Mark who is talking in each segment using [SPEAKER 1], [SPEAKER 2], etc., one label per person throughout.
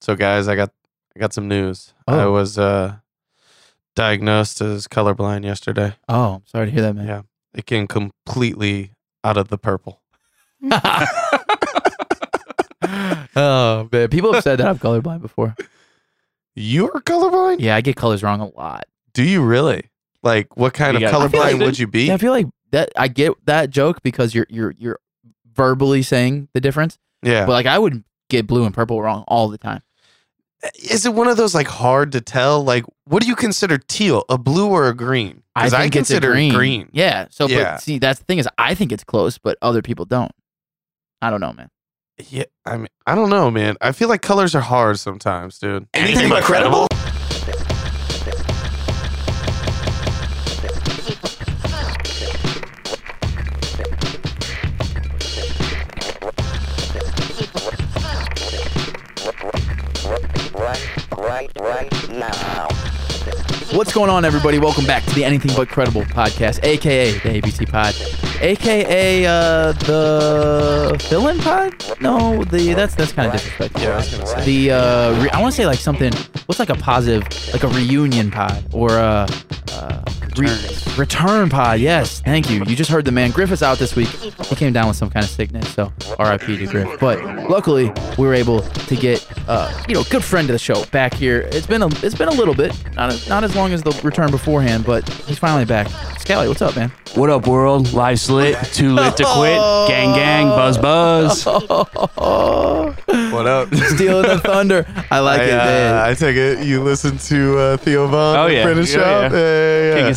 [SPEAKER 1] So guys, I got I got some news. I
[SPEAKER 2] Oh.
[SPEAKER 1] was uh diagnosed as colorblind yesterday.
[SPEAKER 2] Oh, I'm sorry to hear that, man.
[SPEAKER 1] Yeah. It came completely out of the purple.
[SPEAKER 2] oh, man. People have said that I'm colorblind before.
[SPEAKER 1] You're colorblind?
[SPEAKER 2] Yeah, I get colors wrong a lot.
[SPEAKER 1] Do you really? Like what kind
[SPEAKER 3] You
[SPEAKER 1] of
[SPEAKER 3] got- I
[SPEAKER 2] feel like
[SPEAKER 1] colorblind would you be?
[SPEAKER 2] Yeah, I feel like that. I get that joke because you're you're you're verbally saying the difference,
[SPEAKER 1] yeah.
[SPEAKER 2] but like I would get blue and purple wrong all the time.
[SPEAKER 1] Eh, Is it one of those like hard to tell? Like what do you consider teal? A blue or a green? Because I,
[SPEAKER 2] think it's a
[SPEAKER 1] consider green. green.
[SPEAKER 2] Yeah. So,
[SPEAKER 1] Yeah.
[SPEAKER 2] but see, that's the thing is, I think it's close, but other people don't. I don't know, man.
[SPEAKER 1] Yeah, I mean, I don't know, man. I feel like colors are hard sometimes, dude.
[SPEAKER 3] Anything but credible?
[SPEAKER 2] What's going on, everybody? Welcome back to the Anything But Credible podcast, aka the ABC Pod, aka uh, the villain pod. No, the that's that's kind of disrespectful.
[SPEAKER 1] Yeah, I was gonna say.
[SPEAKER 2] The uh, re- I want to say like something. What's like a positive, like a reunion pod or a uh, re- return pod? Yes, thank you. You just heard the man Griffith's out this week. He came down with some kind of sickness, so R.I.P. to Griff. But luckily, we were able to get uh, you know good friend of the show back here. It's been a it's been a little bit, not a, not as long as the return beforehand, but he's finally back. Scally, what's up, man?
[SPEAKER 3] What up, world? Life's lit. Too lit to quit. Gang, gang. Buzz, buzz.
[SPEAKER 1] What up?
[SPEAKER 2] Stealing the thunder. I like it.
[SPEAKER 1] I,
[SPEAKER 2] man.
[SPEAKER 1] uh, I take it you listen to uh, Theo Von.
[SPEAKER 3] Oh, yeah.
[SPEAKER 1] Apprentice
[SPEAKER 3] Yeah,
[SPEAKER 1] Shop.
[SPEAKER 3] yeah.
[SPEAKER 1] Yeah, yeah,
[SPEAKER 3] King
[SPEAKER 1] yeah.
[SPEAKER 3] of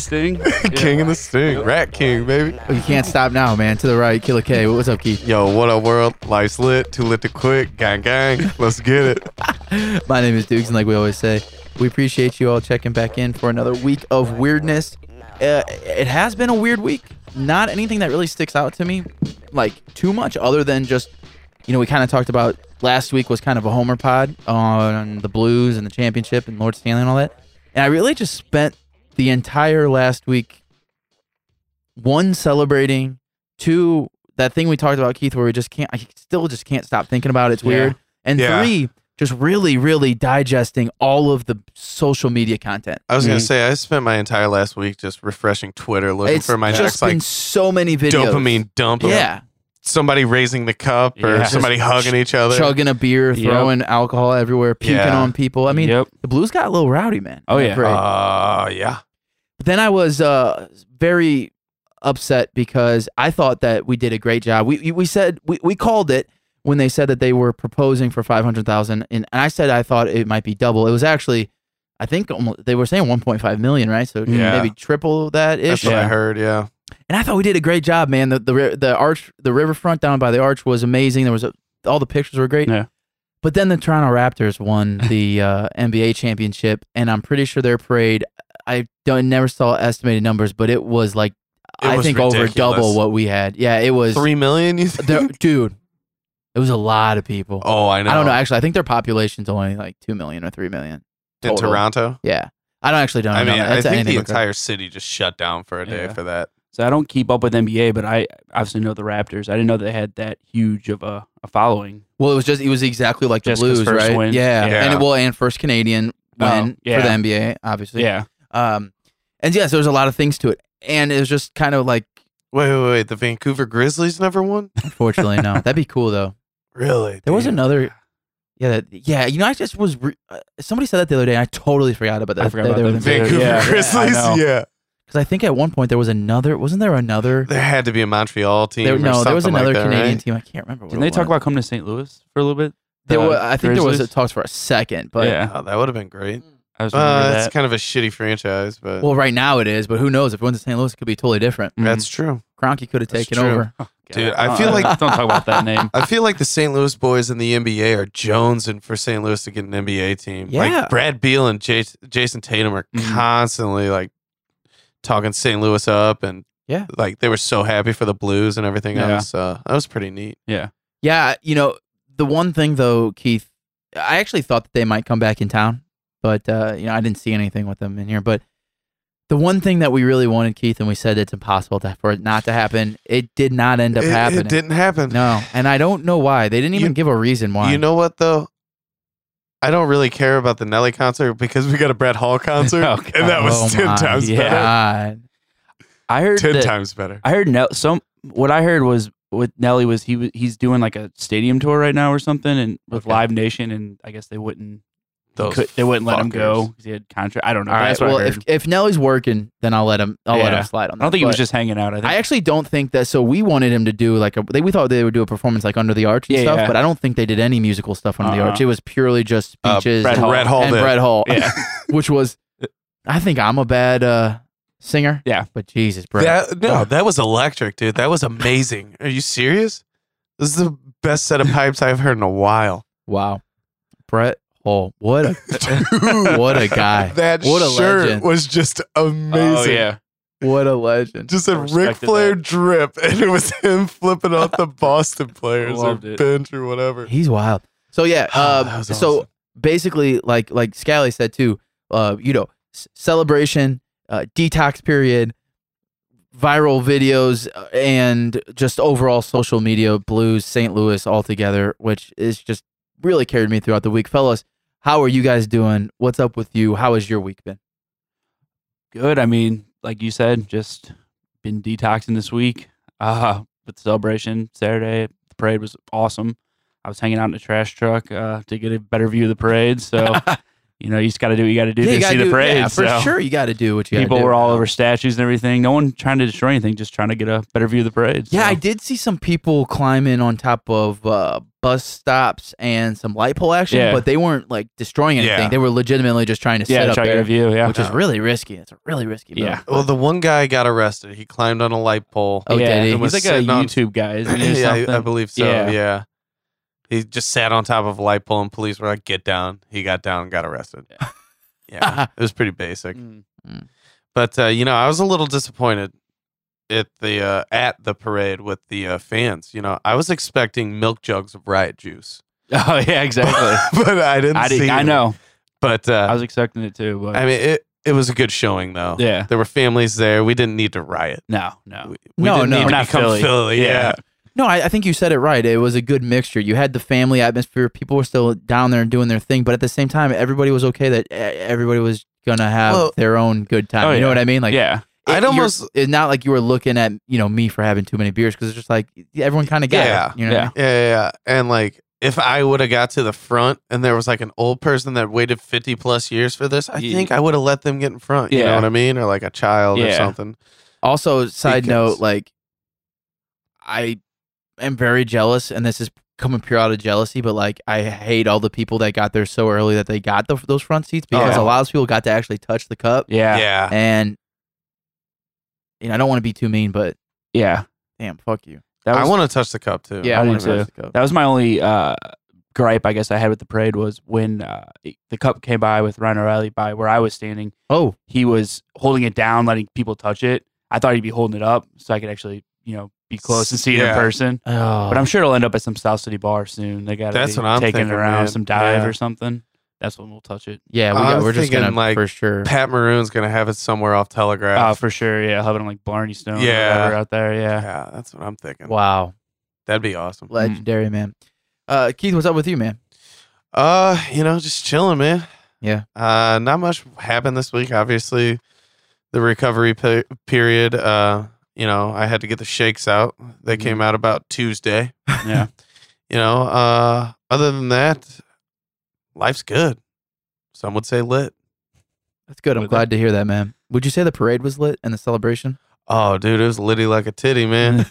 [SPEAKER 3] Sting.
[SPEAKER 1] King of the Sting, Rat King, baby.
[SPEAKER 2] You can't stop now, man. To the right, Killer K. What's up, Keith?
[SPEAKER 1] Yo, what up, world? Life's lit, too lit to quit. Gang, gang, let's get it.
[SPEAKER 2] My name is Dukes, and like we always say, we appreciate you all checking back in for another week of weirdness. Uh, it has been a weird week. Not anything that really sticks out to me, like too much, other than just, you know, we kind of talked about last week was kind of a homer pod on the Blues and the championship and Lord Stanley and all that. And I really just spent the entire last week one celebrating, two that thing we talked about, Keith, where we just can't, I still just can't stop thinking about it. It's weird. And
[SPEAKER 1] Yeah.
[SPEAKER 2] three, just really, really digesting all of the social media content.
[SPEAKER 1] I was gonna
[SPEAKER 3] Mhm.
[SPEAKER 1] say I spent my entire last week just refreshing Twitter looking
[SPEAKER 2] It's
[SPEAKER 1] for my
[SPEAKER 2] just
[SPEAKER 1] next
[SPEAKER 2] been
[SPEAKER 1] like
[SPEAKER 2] so many videos.
[SPEAKER 1] dopamine dump. of
[SPEAKER 2] Yeah.
[SPEAKER 1] somebody raising the cup or
[SPEAKER 3] Yeah. Just
[SPEAKER 1] somebody hugging each other.
[SPEAKER 2] Chugging a beer,
[SPEAKER 3] Yep.
[SPEAKER 2] throwing alcohol everywhere, puking
[SPEAKER 1] Yeah.
[SPEAKER 2] on people. I mean,
[SPEAKER 3] Yep.
[SPEAKER 2] the Blues got a little rowdy, man.
[SPEAKER 3] Oh,
[SPEAKER 2] That
[SPEAKER 3] yeah.
[SPEAKER 2] parade.
[SPEAKER 1] Ah, yeah.
[SPEAKER 2] But then I was uh, very upset because I thought that we did a great job. We we said we, we called it when they said that they were proposing for five hundred thousand, and I said I thought it might be double. It was actually, I think almost, they were saying one point five million, right? So
[SPEAKER 1] Yeah.
[SPEAKER 2] maybe triple that
[SPEAKER 1] That's
[SPEAKER 2] ish.
[SPEAKER 1] what I
[SPEAKER 3] Yeah.
[SPEAKER 1] heard. Yeah.
[SPEAKER 2] And I thought we did a great job, man. The the ri- the arch, the riverfront down by the arch was amazing. There was a, all the pictures were great.
[SPEAKER 3] Yeah.
[SPEAKER 2] But then the Toronto Raptors won the uh, NBA championship, and I'm pretty sure their parade. I don't never saw estimated numbers, but it was like
[SPEAKER 1] It
[SPEAKER 2] I
[SPEAKER 1] was
[SPEAKER 2] think over
[SPEAKER 1] ridiculous.
[SPEAKER 2] double what we had. Yeah, it was.
[SPEAKER 1] Three million, you think?
[SPEAKER 2] there- dude, it was a lot of people.
[SPEAKER 1] Oh, I know.
[SPEAKER 2] I don't know. Actually, I think their population's only like two million or three million.
[SPEAKER 1] In
[SPEAKER 2] total.
[SPEAKER 1] Toronto?
[SPEAKER 2] Yeah, I don't actually don't
[SPEAKER 1] I mean,
[SPEAKER 2] know.
[SPEAKER 1] I
[SPEAKER 2] That's
[SPEAKER 1] think
[SPEAKER 2] anything
[SPEAKER 1] the
[SPEAKER 2] but correct.
[SPEAKER 1] entire city just shut down for a day
[SPEAKER 3] Yeah.
[SPEAKER 1] for that.
[SPEAKER 3] So I don't keep up with NBA, but I obviously know the Raptors. I didn't know they had that huge of a, a following.
[SPEAKER 2] Well, it was just it was exactly like the
[SPEAKER 3] Just 'cause
[SPEAKER 2] Blues,
[SPEAKER 3] first
[SPEAKER 2] right?
[SPEAKER 3] win.
[SPEAKER 2] Yeah.
[SPEAKER 1] Yeah.
[SPEAKER 2] and it, well, and first Canadian win
[SPEAKER 3] yeah.
[SPEAKER 2] for the NBA, obviously.
[SPEAKER 3] Yeah.
[SPEAKER 2] Um, and yes, there was a lot of things to it, and it was just kind of like,
[SPEAKER 1] Wait, wait, wait. The Vancouver Grizzlies never won?
[SPEAKER 2] unfortunately, no, that'd be cool though.
[SPEAKER 1] Really?
[SPEAKER 2] There was
[SPEAKER 1] dude?
[SPEAKER 2] another, yeah, that, yeah. You know, I just was re- uh, somebody said that the other day, and I totally forgot about that.
[SPEAKER 3] I forgot about them too.
[SPEAKER 1] Vancouver
[SPEAKER 3] Yeah.
[SPEAKER 1] Grizzlies?
[SPEAKER 3] Yeah, I
[SPEAKER 1] Yeah,
[SPEAKER 3] know.
[SPEAKER 2] because I think at one point there was another. Wasn't there another?
[SPEAKER 1] There had to be a Montreal team.
[SPEAKER 2] There,
[SPEAKER 1] or
[SPEAKER 2] no, there was
[SPEAKER 1] something like
[SPEAKER 2] another
[SPEAKER 1] that,
[SPEAKER 2] Canadian
[SPEAKER 1] right?
[SPEAKER 2] team. I can't remember. What
[SPEAKER 3] Didn't they
[SPEAKER 2] it
[SPEAKER 3] talk
[SPEAKER 2] was.
[SPEAKER 3] about coming to St. Louis for a little bit?
[SPEAKER 2] There
[SPEAKER 3] The
[SPEAKER 2] wa- I think there was a
[SPEAKER 3] Grizzlies?
[SPEAKER 2] talks for a second, but
[SPEAKER 3] yeah.
[SPEAKER 1] Oh, that would have been great.
[SPEAKER 3] I was
[SPEAKER 1] Uh,
[SPEAKER 3] remember
[SPEAKER 1] that's
[SPEAKER 3] that.
[SPEAKER 1] kind of a shitty franchise, but
[SPEAKER 2] well, mm. right now it is. But who knows? If it went to St. Louis, it could be totally different.
[SPEAKER 3] Mhm.
[SPEAKER 1] that's true.
[SPEAKER 2] Kroenke could have
[SPEAKER 1] That's
[SPEAKER 2] taken
[SPEAKER 1] true.
[SPEAKER 2] over.
[SPEAKER 1] Dude, I feel like-
[SPEAKER 3] don't talk about that name.
[SPEAKER 1] I feel like the St. Louis boys in the NBA are Jones and for St. Louis to get an NBA team.
[SPEAKER 2] Yeah. Mm-hmm.
[SPEAKER 1] Like Brad Beal and Jas Jason Tatum are
[SPEAKER 3] Mhm.
[SPEAKER 1] constantly like talking St. Louis up and
[SPEAKER 2] Yeah.
[SPEAKER 1] like they were so happy for the Blues and everything
[SPEAKER 3] Yeah.
[SPEAKER 1] else. Uh, that was pretty neat.
[SPEAKER 2] Yeah, you know, the one thing though, Keith, I actually thought that they might come back in town, but uh, you know, I didn't see anything with them in here. But the one thing that we really wanted, Keith, and we said it's impossible to, for it not to happen, it did not end up
[SPEAKER 1] It- it,
[SPEAKER 2] happening.
[SPEAKER 1] didn't happen.
[SPEAKER 2] No, and I don't know why. They didn't even
[SPEAKER 1] You-
[SPEAKER 2] give a reason why.
[SPEAKER 1] You know what though? I don't really care about the Nelly concert because we got a Brett Hall concert,
[SPEAKER 3] Oh, God.
[SPEAKER 1] and that was ten
[SPEAKER 2] my
[SPEAKER 1] times better.
[SPEAKER 2] God.
[SPEAKER 3] I heard
[SPEAKER 1] Ten
[SPEAKER 3] that-
[SPEAKER 1] times better.
[SPEAKER 3] I heard Nell. Some what I heard was with Nelly was he was he's doing like a stadium tour right now or something, and with
[SPEAKER 2] Okay.
[SPEAKER 3] Live Nation, and I guess they wouldn't
[SPEAKER 1] Those
[SPEAKER 3] could, they wouldn't let him go
[SPEAKER 1] fuckers.
[SPEAKER 3] 'cause he had contract. I don't know.
[SPEAKER 2] All right.
[SPEAKER 3] That's what
[SPEAKER 2] Well,
[SPEAKER 3] I heard.
[SPEAKER 2] if, if Nelly's working, then I'll let him. I'll let
[SPEAKER 3] Yeah.
[SPEAKER 2] him slide on.
[SPEAKER 3] I don't
[SPEAKER 2] that,
[SPEAKER 3] think he was
[SPEAKER 2] but
[SPEAKER 3] just hanging out. I think
[SPEAKER 2] I actually don't think that. So we wanted him to do like a. They, we thought they would do a performance like under the arch and
[SPEAKER 3] Yeah,
[SPEAKER 2] stuff,
[SPEAKER 3] yeah.
[SPEAKER 2] but I don't think they did any musical stuff under the
[SPEAKER 3] Uh-uh.
[SPEAKER 2] arch. It was purely just
[SPEAKER 1] Uh,
[SPEAKER 2] speeches
[SPEAKER 3] Brett
[SPEAKER 2] and,
[SPEAKER 3] Hall.
[SPEAKER 1] Brett Hall
[SPEAKER 2] and
[SPEAKER 1] did.
[SPEAKER 2] Brett Hall,
[SPEAKER 3] Yeah.
[SPEAKER 2] which was. I think I'm a bad uh, singer.
[SPEAKER 3] Yeah.
[SPEAKER 2] but Jesus, Brett.
[SPEAKER 1] That, no, that was electric, dude. That was amazing. Are you serious? This is the best set of pipes I've heard in a while.
[SPEAKER 2] wow, Brett Hall. What a what a guy.
[SPEAKER 1] That
[SPEAKER 2] What a
[SPEAKER 1] shirt
[SPEAKER 2] legend.
[SPEAKER 1] was just amazing.
[SPEAKER 3] Oh yeah.
[SPEAKER 2] What a legend.
[SPEAKER 1] Just a
[SPEAKER 3] I
[SPEAKER 1] Ric
[SPEAKER 3] respected
[SPEAKER 1] Flair
[SPEAKER 3] that.
[SPEAKER 1] drip, and it was him flipping off the Boston players or
[SPEAKER 3] Loved it.
[SPEAKER 1] bench or whatever.
[SPEAKER 2] He's wild. So yeah,
[SPEAKER 1] Oh,
[SPEAKER 2] um,
[SPEAKER 1] that was
[SPEAKER 2] so
[SPEAKER 1] awesome.
[SPEAKER 2] basically, like like Scally said too, uh, you know, s- celebration, uh, detox period, viral videos, uh, and just overall social media blues, St. Louis all together, which is just really carried me throughout the week, fellas. How are you guys doing? What's up with you? How has your week been?
[SPEAKER 3] good. I mean, like you said, just been detoxing this week. Uh with the celebration Saturday, the parade was awesome. I was hanging out in a trash truck uh, to get a better view of the parade. So you know, you just got to do what you got to do
[SPEAKER 2] Yeah, you
[SPEAKER 3] to
[SPEAKER 2] gotta
[SPEAKER 3] see the
[SPEAKER 2] do-
[SPEAKER 3] parade.
[SPEAKER 2] yeah, for
[SPEAKER 3] so.
[SPEAKER 2] sure. You got to do what you gotta
[SPEAKER 3] People
[SPEAKER 2] do.
[SPEAKER 3] were all over statues and everything. No one trying to destroy anything, just trying to get a better view of the parade.
[SPEAKER 2] Yeah,
[SPEAKER 3] so.
[SPEAKER 2] I did see some people climbing on top of uh, bus stops and some light pole action,
[SPEAKER 3] Yeah.
[SPEAKER 2] but they weren't like destroying anything.
[SPEAKER 1] Yeah.
[SPEAKER 2] They were legitimately just trying to set
[SPEAKER 3] yeah,
[SPEAKER 2] up
[SPEAKER 3] try to get
[SPEAKER 2] there,
[SPEAKER 3] a view. Yeah,
[SPEAKER 2] which is really risky. It's a really risky. Move.
[SPEAKER 3] Yeah.
[SPEAKER 1] Well, the one guy got arrested. He climbed on a light pole.
[SPEAKER 2] Oh,
[SPEAKER 3] yeah.
[SPEAKER 2] did he?
[SPEAKER 3] He's
[SPEAKER 1] Was
[SPEAKER 3] like a
[SPEAKER 1] sitting on-
[SPEAKER 3] YouTube guy, isn't he? or
[SPEAKER 1] yeah, I- I,
[SPEAKER 3] something?
[SPEAKER 1] believe so. Yeah.
[SPEAKER 3] Yeah.
[SPEAKER 1] He just sat on top of a light pole, and police were like, "Get down." He got down, and got arrested. Yeah, it was pretty basic.
[SPEAKER 3] Mm.
[SPEAKER 1] But uh, you know, I was a little disappointed at the uh, at the parade with the uh, fans. You know, I was expecting milk jugs of riot juice,
[SPEAKER 3] Oh yeah, exactly.
[SPEAKER 1] but I didn't
[SPEAKER 3] I,
[SPEAKER 1] see.
[SPEAKER 3] did, I
[SPEAKER 1] it.
[SPEAKER 3] know.
[SPEAKER 1] but
[SPEAKER 3] I
[SPEAKER 1] uh,
[SPEAKER 3] was expecting it too, but
[SPEAKER 1] I mean, it it was a good showing though.
[SPEAKER 3] yeah,
[SPEAKER 1] There were families there. We didn't need to riot.
[SPEAKER 3] no, no.
[SPEAKER 1] We, we
[SPEAKER 2] No,
[SPEAKER 1] didn't
[SPEAKER 2] no.
[SPEAKER 1] need
[SPEAKER 2] We're
[SPEAKER 1] to
[SPEAKER 3] not
[SPEAKER 1] become
[SPEAKER 3] Philly.
[SPEAKER 1] Philly.
[SPEAKER 3] Yeah.
[SPEAKER 1] Yeah.
[SPEAKER 2] No, I, I think you said it right. It was a good mixture. You had the family atmosphere. People were still down there doing their thing, but at the same time, everybody was okay. That eh, everybody was gonna have
[SPEAKER 1] Well-
[SPEAKER 2] their own good time.
[SPEAKER 3] Oh,
[SPEAKER 2] you know
[SPEAKER 3] yeah.
[SPEAKER 2] what I mean? Like,
[SPEAKER 3] yeah,
[SPEAKER 2] it-
[SPEAKER 1] I'd
[SPEAKER 2] you're-
[SPEAKER 1] almost-
[SPEAKER 2] It's not like you were looking at you know me for having too many beers because it's just like everyone kind of got
[SPEAKER 1] Yeah.
[SPEAKER 2] it. You know what I
[SPEAKER 3] Yeah.
[SPEAKER 2] mean?
[SPEAKER 1] Yeah, yeah, yeah. And like, if I would have got to the front and there was like an old person that waited 50 plus years for this, I
[SPEAKER 3] Ye-
[SPEAKER 1] think I would have let them get in front. You know
[SPEAKER 3] Yeah.
[SPEAKER 1] what I mean? Or like a child or
[SPEAKER 3] Yeah.
[SPEAKER 1] something.
[SPEAKER 2] Also, side
[SPEAKER 1] Because-
[SPEAKER 2] note, like I am very jealous, and this is coming pure out of jealousy, but like I hate all the people that got there so early that they got the, those front seats because
[SPEAKER 3] Yeah.
[SPEAKER 2] a lot of people got to actually touch the cup,
[SPEAKER 3] yeah, yeah,
[SPEAKER 1] Yeah.
[SPEAKER 2] and you know I don't want to be too mean, but damn, fuck you.
[SPEAKER 3] That was
[SPEAKER 1] I want to touch the cup too.
[SPEAKER 3] I
[SPEAKER 2] I
[SPEAKER 3] do
[SPEAKER 2] wanna
[SPEAKER 3] too.
[SPEAKER 2] touch the cup.
[SPEAKER 3] that was my only uh, gripe, I guess I had with the parade was when uh, the cup came by with Ryan O'Reilly by where I was standing.
[SPEAKER 2] Oh,
[SPEAKER 3] He was holding it down, letting people touch it. I thought he'd be holding it up so I could actually, you know, be close and see it
[SPEAKER 1] Yeah.
[SPEAKER 3] in person.
[SPEAKER 2] oh,
[SPEAKER 3] But I'm sure it'll end up at some South City bar soon. They got
[SPEAKER 1] That's what I'm
[SPEAKER 3] taking
[SPEAKER 1] thinking,
[SPEAKER 3] it around
[SPEAKER 1] man.
[SPEAKER 3] some dive
[SPEAKER 1] Yeah.
[SPEAKER 3] or something. That's when we'll touch it.
[SPEAKER 2] yeah, we
[SPEAKER 1] I
[SPEAKER 2] got,
[SPEAKER 1] was
[SPEAKER 2] we're just gonna
[SPEAKER 1] thinking, like,
[SPEAKER 2] for sure.
[SPEAKER 1] Pat Maroon's going to have it somewhere off
[SPEAKER 3] Oh,
[SPEAKER 1] Telegraph.
[SPEAKER 3] for sure. Yeah, having like Blarney Stone.
[SPEAKER 1] Yeah.
[SPEAKER 3] or whatever out there. Yeah.
[SPEAKER 1] yeah, that's what I'm thinking.
[SPEAKER 2] Wow,
[SPEAKER 1] That'd be awesome.
[SPEAKER 2] legendary man. Uh, Keith, what's up with you, man?
[SPEAKER 1] Uh, you know, just chilling, man.
[SPEAKER 2] Yeah.
[SPEAKER 1] Uh, not much happened this week. Obviously, the recovery pe- period. Uh, you know, I had to get the shakes out. They
[SPEAKER 3] Mm-hmm.
[SPEAKER 1] came out about Tuesday.
[SPEAKER 3] Yeah.
[SPEAKER 1] you know, uh, other than that, life's good. Some would say lit.
[SPEAKER 2] That's good. I'm
[SPEAKER 3] With
[SPEAKER 2] glad to hear that, man. Would you say the parade was lit and the celebration?
[SPEAKER 1] Oh, dude, it was litty like a titty, man.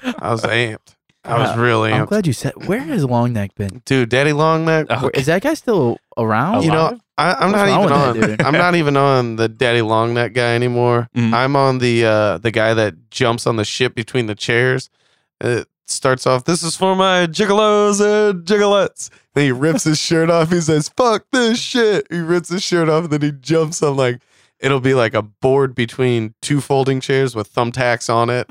[SPEAKER 1] I was amped. I was
[SPEAKER 2] Uh,
[SPEAKER 1] really
[SPEAKER 2] I'm
[SPEAKER 1] amped.
[SPEAKER 2] glad you said. Where has Long Neck been?
[SPEAKER 1] dude, Daddy Long Neck.
[SPEAKER 3] Oh,
[SPEAKER 2] Where- Is that guy still around?
[SPEAKER 1] you know, I, I'm
[SPEAKER 2] What's
[SPEAKER 1] not
[SPEAKER 2] wrong
[SPEAKER 1] even on.
[SPEAKER 2] with that dude? Mm-hmm.
[SPEAKER 1] I'm not even on the Daddy Long Neck guy anymore.
[SPEAKER 3] Mhm.
[SPEAKER 1] I'm on the uh, the guy that jumps on the ship between the chairs. It starts off. This is for my gigolos and gigolottes. Then he rips his shirt off. He says, "Fuck this shit." He rips his shirt off, and then he jumps on like it'll be like a board between two folding chairs with thumbtacks on it.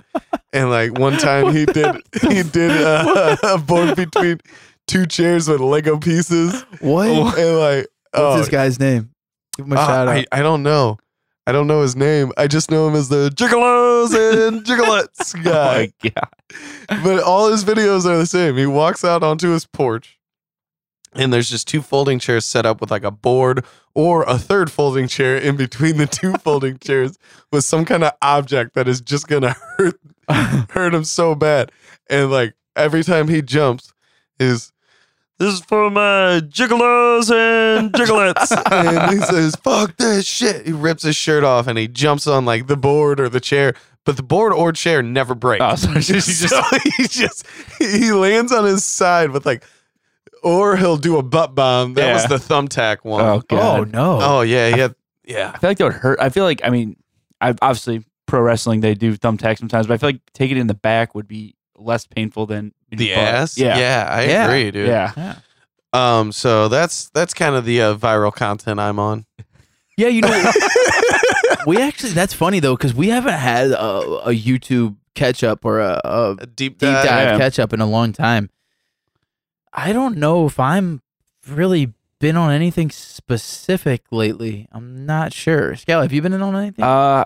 [SPEAKER 1] And like one time he did he did uh, a board between two chairs with Lego pieces.
[SPEAKER 2] what?
[SPEAKER 1] And
[SPEAKER 2] What's
[SPEAKER 1] like, oh,
[SPEAKER 2] this guy's name? Oh. Give him a
[SPEAKER 1] uh,
[SPEAKER 2] shout out.
[SPEAKER 1] I, I don't know. I don't know his name. I just know him as the Gigolos and
[SPEAKER 2] Oh
[SPEAKER 1] Gigolets guy.
[SPEAKER 3] yeah.
[SPEAKER 1] but all his videos are the same. He walks out onto his porch and there's just two folding chairs set up with like a board or a third folding chair in between the two folding chairs with some kind of object that is just gonna hurt hurt him so bad. And like every time he jumps, is this is for my gigolos and gigolets. and he says, "Fuck this shit." He rips his shirt off and he jumps on like the board or the chair. But the board or chair never breaks.
[SPEAKER 3] Oh, so he just-
[SPEAKER 1] So he just he lands on his side with like, or he'll do a butt bomb. That was
[SPEAKER 3] Yeah.
[SPEAKER 1] the thumbtack one.
[SPEAKER 3] Oh, God.
[SPEAKER 2] Oh no.
[SPEAKER 1] Oh, yeah, yeah, yeah.
[SPEAKER 3] I feel like that would hurt. I feel like I mean, I obviously pro wrestling they do thumbtack sometimes, but I feel like taking it in the back would be less painful than in
[SPEAKER 1] The
[SPEAKER 3] your butt.
[SPEAKER 1] ass.
[SPEAKER 3] Yeah,
[SPEAKER 1] yeah, I
[SPEAKER 2] Yeah.
[SPEAKER 1] agree, dude.
[SPEAKER 3] yeah.
[SPEAKER 2] Yeah.
[SPEAKER 1] Um, so that's that's kind of the uh, viral content I'm on.
[SPEAKER 2] Yeah, you know, we actually that's funny though because we haven't had a, a YouTube catch up or a, a
[SPEAKER 1] A deep
[SPEAKER 2] deep
[SPEAKER 1] dive.
[SPEAKER 2] dive
[SPEAKER 3] yeah.
[SPEAKER 2] catch up in a long time. I don't know if I'm really been on anything specific lately. I'm not sure. Scala, have you been in on anything?
[SPEAKER 3] Uh,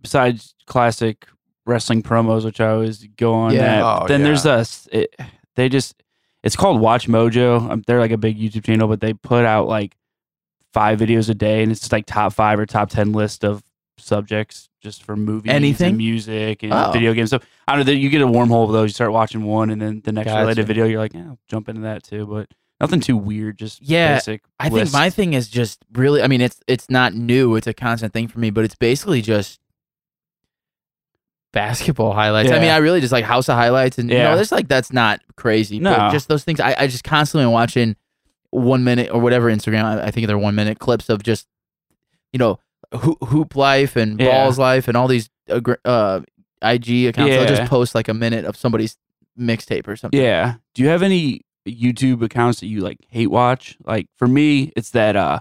[SPEAKER 3] besides classic wrestling promos, which I always go on.
[SPEAKER 2] Yeah.
[SPEAKER 3] At,
[SPEAKER 1] Oh,
[SPEAKER 3] then
[SPEAKER 1] yeah.
[SPEAKER 3] there's us. It, they just it's called Watch Mojo. Um, they're like a big YouTube channel, but they put out like five videos a day, and it's just like top five or top ten list of subjects just for movies, and
[SPEAKER 2] Anything?
[SPEAKER 3] music, and
[SPEAKER 2] Oh.
[SPEAKER 3] video games. So I don't know. You get a wormhole of those. You start watching one, and then the next
[SPEAKER 2] Gotcha.
[SPEAKER 3] related video, you're like, yeah, I'll jump into that too. But nothing too weird. Just
[SPEAKER 2] Yeah,
[SPEAKER 3] basic.
[SPEAKER 2] I think
[SPEAKER 3] list.
[SPEAKER 2] my thing is just really. I mean, it's it's not new. It's a constant thing for me, but it's basically just basketball highlights. I mean,
[SPEAKER 3] Yeah.
[SPEAKER 2] I really just like House of Highlights, and you
[SPEAKER 3] Yeah.
[SPEAKER 2] know, it's like that's not crazy. but
[SPEAKER 3] No.
[SPEAKER 2] just those things. I, I just constantly am watching one minute or whatever Instagram. I, I think they're one minute clips of just you know hoop, hoop life and
[SPEAKER 3] Yeah.
[SPEAKER 2] balls life and all these uh, gr- uh, IG accounts. They'll just
[SPEAKER 3] Yeah.
[SPEAKER 2] post like a minute of somebody's mixtape or something.
[SPEAKER 3] Yeah. Do you have any YouTube accounts that you like hate watch? Like for me, it's that uh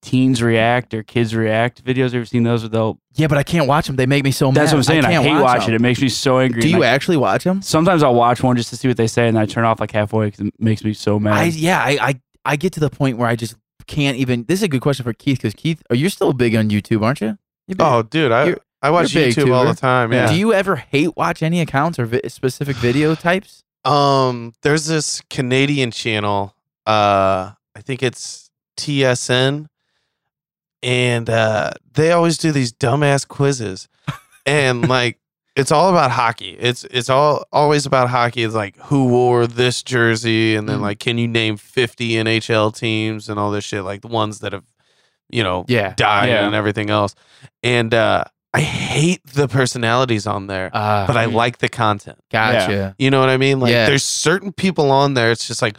[SPEAKER 3] teens react or kids react videos. Ever seen those? Where they'll
[SPEAKER 2] yeah, but I can't watch them. They make me so mad.
[SPEAKER 3] that's what I'm saying. I,
[SPEAKER 2] can't
[SPEAKER 3] hate
[SPEAKER 2] watch
[SPEAKER 3] watching it.
[SPEAKER 2] them.
[SPEAKER 3] It makes me so angry.
[SPEAKER 2] Do
[SPEAKER 3] And,
[SPEAKER 2] you
[SPEAKER 3] like,
[SPEAKER 2] actually watch them?
[SPEAKER 3] sometimes I'll watch one just to see what they say, and then I turn off like halfway because it makes me so mad.
[SPEAKER 2] I yeah, I, I I get to the point where I just can't even. This is a good question for Keith because Keith, are you still big on YouTube, aren't you? You're big.
[SPEAKER 1] Oh, dude, I
[SPEAKER 2] You're-
[SPEAKER 1] I watch
[SPEAKER 2] you're a
[SPEAKER 1] YouTube
[SPEAKER 2] big
[SPEAKER 1] all
[SPEAKER 2] tuber.
[SPEAKER 1] the time. Yeah.
[SPEAKER 2] Do you ever hate watch any accounts or vi- specific video types?
[SPEAKER 1] um, there's this Canadian channel. Uh, I think it's TSN, and uh, they always do these dumbass quizzes, and like. It's all about hockey. It's it's all always about hockey. It's like who wore this jersey, and then
[SPEAKER 2] Mm.
[SPEAKER 1] like can you name fifty NHL teams and all this shit, like the ones that have, you know,
[SPEAKER 2] Yeah.
[SPEAKER 1] died
[SPEAKER 3] Yeah.
[SPEAKER 1] and everything else. And uh, I hate the personalities on there,
[SPEAKER 2] Uh,
[SPEAKER 1] but I like the content.
[SPEAKER 2] gotcha.
[SPEAKER 1] You know what I mean? Like
[SPEAKER 2] Yeah.
[SPEAKER 1] there's certain people on there. It's just like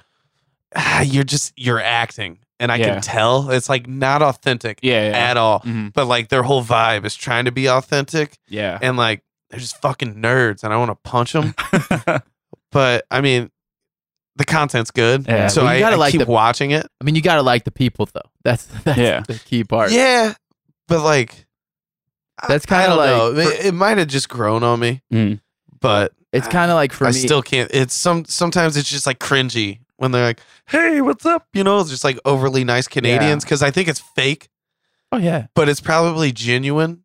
[SPEAKER 1] ah, you're just you're acting, and I
[SPEAKER 3] Yeah.
[SPEAKER 1] can tell it's like not authentic
[SPEAKER 3] yeah, yeah.
[SPEAKER 1] at all.
[SPEAKER 2] Mm-hmm.
[SPEAKER 3] Mhm.
[SPEAKER 1] But like their whole vibe is trying to be authentic,
[SPEAKER 3] yeah.
[SPEAKER 1] and like they're just fucking nerds, and I want to punch them. but I mean, the content's good,
[SPEAKER 3] Yeah.
[SPEAKER 1] so
[SPEAKER 2] Well, you
[SPEAKER 1] I,
[SPEAKER 2] gotta
[SPEAKER 1] I
[SPEAKER 2] like
[SPEAKER 1] keep
[SPEAKER 2] the-
[SPEAKER 1] watching it.
[SPEAKER 2] I mean, you gotta like the people though. That's that's
[SPEAKER 3] Yeah.
[SPEAKER 2] the key part.
[SPEAKER 1] Yeah, but like I-
[SPEAKER 2] That's
[SPEAKER 1] I
[SPEAKER 2] kinda
[SPEAKER 1] don't know.
[SPEAKER 2] like-
[SPEAKER 1] it, it might have just grown on me,
[SPEAKER 3] Mm.
[SPEAKER 1] but
[SPEAKER 2] It's kind of like for
[SPEAKER 1] I
[SPEAKER 2] me.
[SPEAKER 1] still can't. It's some sometimes it's just like cringy when they're like, "Hey, what's up?" You know, it's just like overly nice Canadians because I think it's fake,
[SPEAKER 2] oh yeah.
[SPEAKER 1] but it's probably genuine.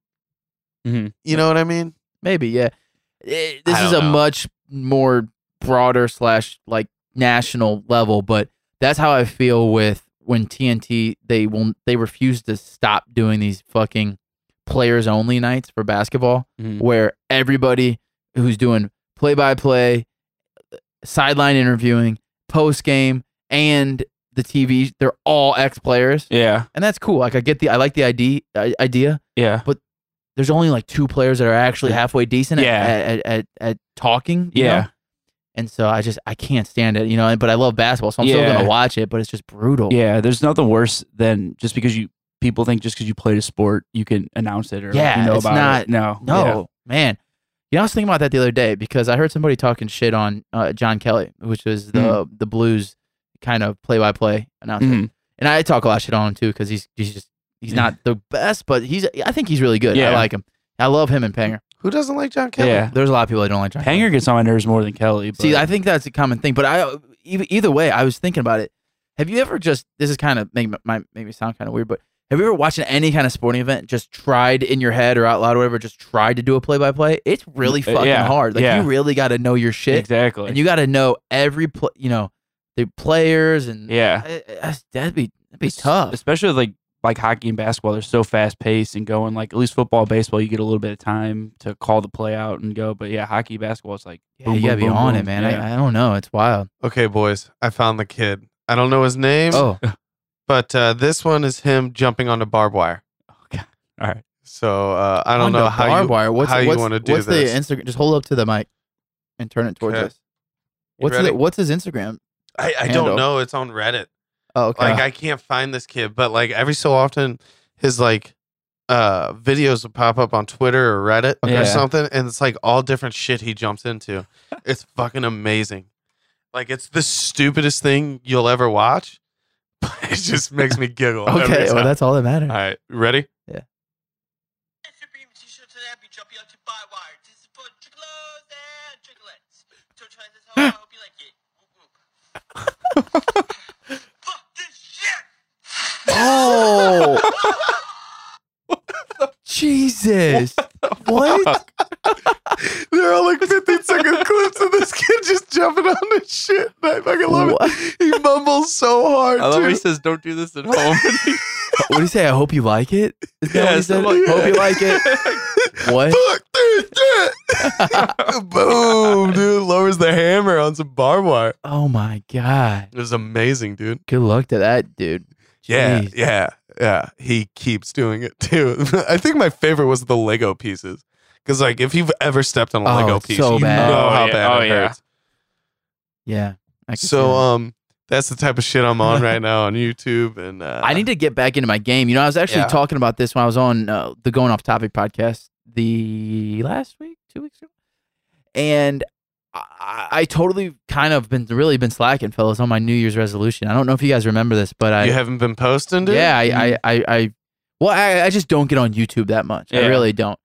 [SPEAKER 2] Mm-hmm.
[SPEAKER 3] Mhm.
[SPEAKER 1] You know what I mean?
[SPEAKER 2] Maybe, yeah. Eh, this
[SPEAKER 1] I
[SPEAKER 2] is a
[SPEAKER 1] don't know.
[SPEAKER 2] much more broader slash like national level, but that's how I feel with when TNT they will they refuse to stop doing these fucking players only nights for basketball
[SPEAKER 1] Mm-hmm.
[SPEAKER 3] Mhm.
[SPEAKER 2] where everybody who's doing play by play, sideline interviewing, post game, and the TV, they're all ex players.
[SPEAKER 3] Yeah.
[SPEAKER 2] And that's cool. Like I get the I like the ID i- idea
[SPEAKER 3] Yeah.
[SPEAKER 2] there's only like two players that are actually halfway decent at-
[SPEAKER 3] Yeah.
[SPEAKER 2] at, at, at, at talking. you
[SPEAKER 3] Yeah.
[SPEAKER 2] know? And so I just I can't stand it, you know. But I love basketball, so I'm still
[SPEAKER 3] Yeah.
[SPEAKER 2] gonna watch it. But it's just brutal.
[SPEAKER 3] Yeah. There's nothing worse than just because you people think just because you played a sport you can announce it or like,
[SPEAKER 2] Yeah,
[SPEAKER 3] you know
[SPEAKER 2] it's
[SPEAKER 3] about
[SPEAKER 2] not-
[SPEAKER 3] it. No.
[SPEAKER 2] No, man. You know, I was thinking about that the other day because I heard somebody talking shit on uh, John Kelly, which is the
[SPEAKER 3] Mm.
[SPEAKER 2] the Blues kind of play by play
[SPEAKER 3] Yeah.
[SPEAKER 2] announcer.
[SPEAKER 3] Mhm.
[SPEAKER 2] And I talk a lot of shit on him too because he's he's just he's
[SPEAKER 3] Yeah.
[SPEAKER 2] not the best, but he's I think he's really good. I
[SPEAKER 3] Yeah.
[SPEAKER 2] like him. I love him and Panger.
[SPEAKER 1] Who doesn't like John Kelly?
[SPEAKER 3] Yeah.
[SPEAKER 2] There's a lot of people that don't like John. Kelly.
[SPEAKER 3] Hanger gets on my nerves more than Kelly. But
[SPEAKER 2] See, I think that's a common thing. But I, either, either way, I was thinking about it. Have you ever just? This is kind of make me- might make me sound kind of weird, but have you ever watching any kind of sporting event just tried in your head or out loud or whatever, just tried to do a play by play? It's really
[SPEAKER 3] Uh,
[SPEAKER 2] fucking
[SPEAKER 3] yeah,
[SPEAKER 2] hard. Like
[SPEAKER 3] yeah.
[SPEAKER 2] you really got to know your shit,
[SPEAKER 3] exactly.
[SPEAKER 2] and you got to know every play. You know, the players and
[SPEAKER 3] Yeah.
[SPEAKER 2] I- I- that's- that'd be that'd be
[SPEAKER 3] Es-
[SPEAKER 2] tough.
[SPEAKER 3] especially with, like like hockey and basketball. They're so fast paced and going. Like at least football, baseball, you get a little bit of time to call the play out and go. But yeah, hockey, basketball, it's like
[SPEAKER 2] Yeah,
[SPEAKER 3] boom,
[SPEAKER 2] you gotta
[SPEAKER 3] boom,
[SPEAKER 2] be
[SPEAKER 3] boom,
[SPEAKER 2] on
[SPEAKER 3] boom.
[SPEAKER 2] it, man.
[SPEAKER 3] Yeah.
[SPEAKER 2] I, I don't know. It's wild.
[SPEAKER 1] Okay, boys, I found the kid. I don't know his name,
[SPEAKER 2] Oh,
[SPEAKER 1] but uh, this one is him jumping onto barbed wire.
[SPEAKER 2] Oh,
[SPEAKER 3] Okay. All right.
[SPEAKER 1] So uh, I don't
[SPEAKER 2] on
[SPEAKER 1] know
[SPEAKER 2] the
[SPEAKER 1] how
[SPEAKER 2] barbed
[SPEAKER 1] you.
[SPEAKER 2] wire. What's,
[SPEAKER 1] how you
[SPEAKER 2] what's-
[SPEAKER 1] wanna do
[SPEAKER 2] What's
[SPEAKER 1] this.
[SPEAKER 2] the Instagram? Just hold up to the mic and turn it towards
[SPEAKER 1] Okay.
[SPEAKER 2] us. What's
[SPEAKER 1] ready?
[SPEAKER 2] the, what's his Instagram?
[SPEAKER 1] I, I
[SPEAKER 2] handle?
[SPEAKER 1] don't know. It's on Reddit.
[SPEAKER 2] Oh, okay.
[SPEAKER 1] Like I can't find this kid, but like every so often, his like uh videos will pop up on Twitter or Reddit
[SPEAKER 3] Yeah.
[SPEAKER 1] or something, and it's like all different shit he jumps into. it's fucking amazing. Like it's the stupidest thing you'll ever watch, but it just makes me giggle. every
[SPEAKER 2] okay.
[SPEAKER 1] time.
[SPEAKER 2] Well, that's all that matters.
[SPEAKER 1] all right. Ready?
[SPEAKER 4] Supreme T-shirts and happy jumping out to buy wire. This is for chiclos and chiclets. So try this out. I hope you like it. Whoop, whoop. Fuck this shit.
[SPEAKER 2] Oh. Jesus. What?
[SPEAKER 1] They're all like 15 second clips of this kid just jumping on this shit. I fucking love
[SPEAKER 2] What?
[SPEAKER 1] it. He mumbles so hard.
[SPEAKER 3] I love
[SPEAKER 1] too.
[SPEAKER 3] how he says, "Don't do this at home."
[SPEAKER 2] What do you say? I hope you like it. Is that what
[SPEAKER 3] Yeah,
[SPEAKER 2] he said?
[SPEAKER 3] something like
[SPEAKER 2] hope
[SPEAKER 3] that.
[SPEAKER 2] you like it. What?
[SPEAKER 1] Fuck this shit. Boom, dude. Lowers the hammer on some barbed wire.
[SPEAKER 2] Oh my god.
[SPEAKER 1] It was amazing, dude.
[SPEAKER 2] Good luck to that dude.
[SPEAKER 1] Yeah,
[SPEAKER 2] Jeez.
[SPEAKER 1] yeah, yeah. He keeps doing it too. I think my favorite was the Lego pieces. Because, like, if you've ever stepped on a
[SPEAKER 2] Oh,
[SPEAKER 1] Lego
[SPEAKER 2] it's
[SPEAKER 1] piece,
[SPEAKER 2] so
[SPEAKER 1] you
[SPEAKER 2] bad.
[SPEAKER 1] know
[SPEAKER 3] Oh,
[SPEAKER 1] how
[SPEAKER 3] yeah.
[SPEAKER 1] bad
[SPEAKER 3] Oh,
[SPEAKER 1] it
[SPEAKER 3] yeah.
[SPEAKER 1] hurts.
[SPEAKER 2] Yeah. I can
[SPEAKER 1] So,
[SPEAKER 2] feel it.
[SPEAKER 1] um, that's the type of shit I'm on right now on YouTube. And uh,
[SPEAKER 2] I need to get back into my game. You know, I was actually
[SPEAKER 1] Yeah.
[SPEAKER 2] talking about this when I was on uh, the Going Off Topic podcast the last week, two weeks ago, and I- I, I totally kind of been really been slacking, fellas, on my New Year's resolution. I don't know if you guys remember this, but I
[SPEAKER 1] You haven't been posting, dude?
[SPEAKER 2] yeah, I, I, I, I well, I, I just don't get on YouTube that much. I
[SPEAKER 3] Yeah.
[SPEAKER 2] really don't.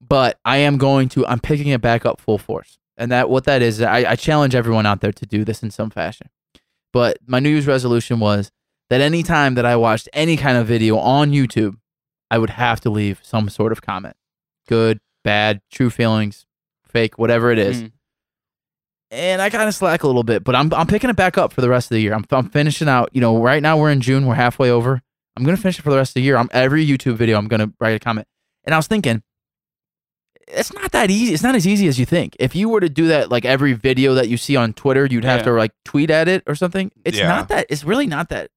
[SPEAKER 2] But I am going to. I'm picking it back up full force, and that what that is. I, I challenge everyone out there to do this in some fashion. But my New Year's resolution was that any time that I watched any kind of video on YouTube, I would have to leave some sort of comment, good, bad, true feelings, fake, whatever it is
[SPEAKER 3] Mm.
[SPEAKER 2] and I kind of slack a little bit, but I'm I'm picking it back up for the rest of the year. I'm I'm finishing out. You know, right now we're in June, we're halfway over. I'm gonna finish it for the rest of the year. I'm every YouTube video, I'm gonna write a comment. And I was thinking, it's not that easy. It's not as easy as you think. If you were to do that, like every video that you see on Twitter, you'd have
[SPEAKER 3] Yeah.
[SPEAKER 2] to like tweet at it or something. It's
[SPEAKER 1] Yeah.
[SPEAKER 2] not that. It's really not that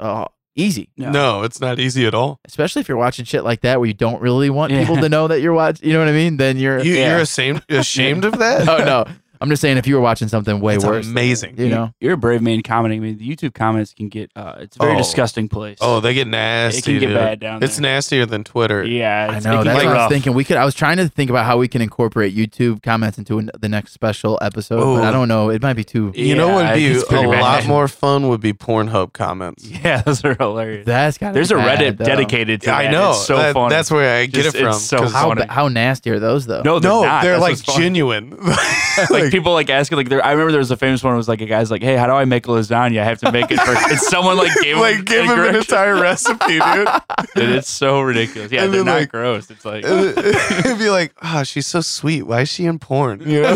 [SPEAKER 2] uh, easy,
[SPEAKER 1] No. no, it's not easy at all.
[SPEAKER 2] especially if you're watching shit like that where you don't really want
[SPEAKER 3] Yeah.
[SPEAKER 2] people to know that you're watching. You know what I mean? Then you're.
[SPEAKER 1] You,
[SPEAKER 3] Yeah.
[SPEAKER 1] You're ashamed, ashamed of that?
[SPEAKER 2] oh no, I'm just saying if you were watching something way
[SPEAKER 1] it's
[SPEAKER 2] worse,
[SPEAKER 1] amazing.
[SPEAKER 2] you know.
[SPEAKER 3] You're a brave man commenting. I mean, the YouTube comments can get uh, it's a very
[SPEAKER 1] Oh.
[SPEAKER 3] disgusting place.
[SPEAKER 1] Oh, they get
[SPEAKER 3] it
[SPEAKER 1] nasty.
[SPEAKER 3] can get
[SPEAKER 1] dude.
[SPEAKER 3] bad down
[SPEAKER 1] It's
[SPEAKER 3] there.
[SPEAKER 1] nastier than Twitter.
[SPEAKER 3] Yeah,
[SPEAKER 2] I
[SPEAKER 3] it's-
[SPEAKER 2] know.
[SPEAKER 3] it can
[SPEAKER 2] That's what I
[SPEAKER 3] get
[SPEAKER 2] was
[SPEAKER 3] rough.
[SPEAKER 2] thinking. We could. I was trying to think about how we can incorporate YouTube comments into an, the next special episode, but I
[SPEAKER 1] Oh.
[SPEAKER 2] don't know. It might be too.
[SPEAKER 1] You know
[SPEAKER 3] Yeah,
[SPEAKER 1] what would be
[SPEAKER 3] it's pretty
[SPEAKER 1] a
[SPEAKER 3] bad.
[SPEAKER 1] lot more fun would be Pornhub comments.
[SPEAKER 3] Yeah, those are hilarious.
[SPEAKER 2] That's got.
[SPEAKER 3] There's a Reddit dedicated to.
[SPEAKER 1] Yeah, I
[SPEAKER 3] that.
[SPEAKER 1] know.
[SPEAKER 3] It's so
[SPEAKER 1] that,
[SPEAKER 3] funny.
[SPEAKER 1] That's where I get
[SPEAKER 3] Just-
[SPEAKER 1] it from.
[SPEAKER 3] it's so
[SPEAKER 1] 'cause-
[SPEAKER 2] How
[SPEAKER 3] funny.
[SPEAKER 2] ba- how nasty are those though?
[SPEAKER 3] no, they're
[SPEAKER 1] no,
[SPEAKER 3] not.
[SPEAKER 1] they're
[SPEAKER 3] That's
[SPEAKER 1] like
[SPEAKER 3] what's funny.
[SPEAKER 1] genuine. Like,
[SPEAKER 3] like, people like asking like there I remember there was a famous one it was like a guy's like hey how do I make lasagna I have to make it first and someone like gave him
[SPEAKER 1] like give him an
[SPEAKER 3] incorrect-
[SPEAKER 1] entire recipe, dude.
[SPEAKER 3] Dude, it's so ridiculous yeah
[SPEAKER 1] And
[SPEAKER 3] they're
[SPEAKER 1] then,
[SPEAKER 3] not
[SPEAKER 1] like-
[SPEAKER 3] gross it's like
[SPEAKER 1] It'd be like, ah, she's so sweet. Why is she in porn? You know?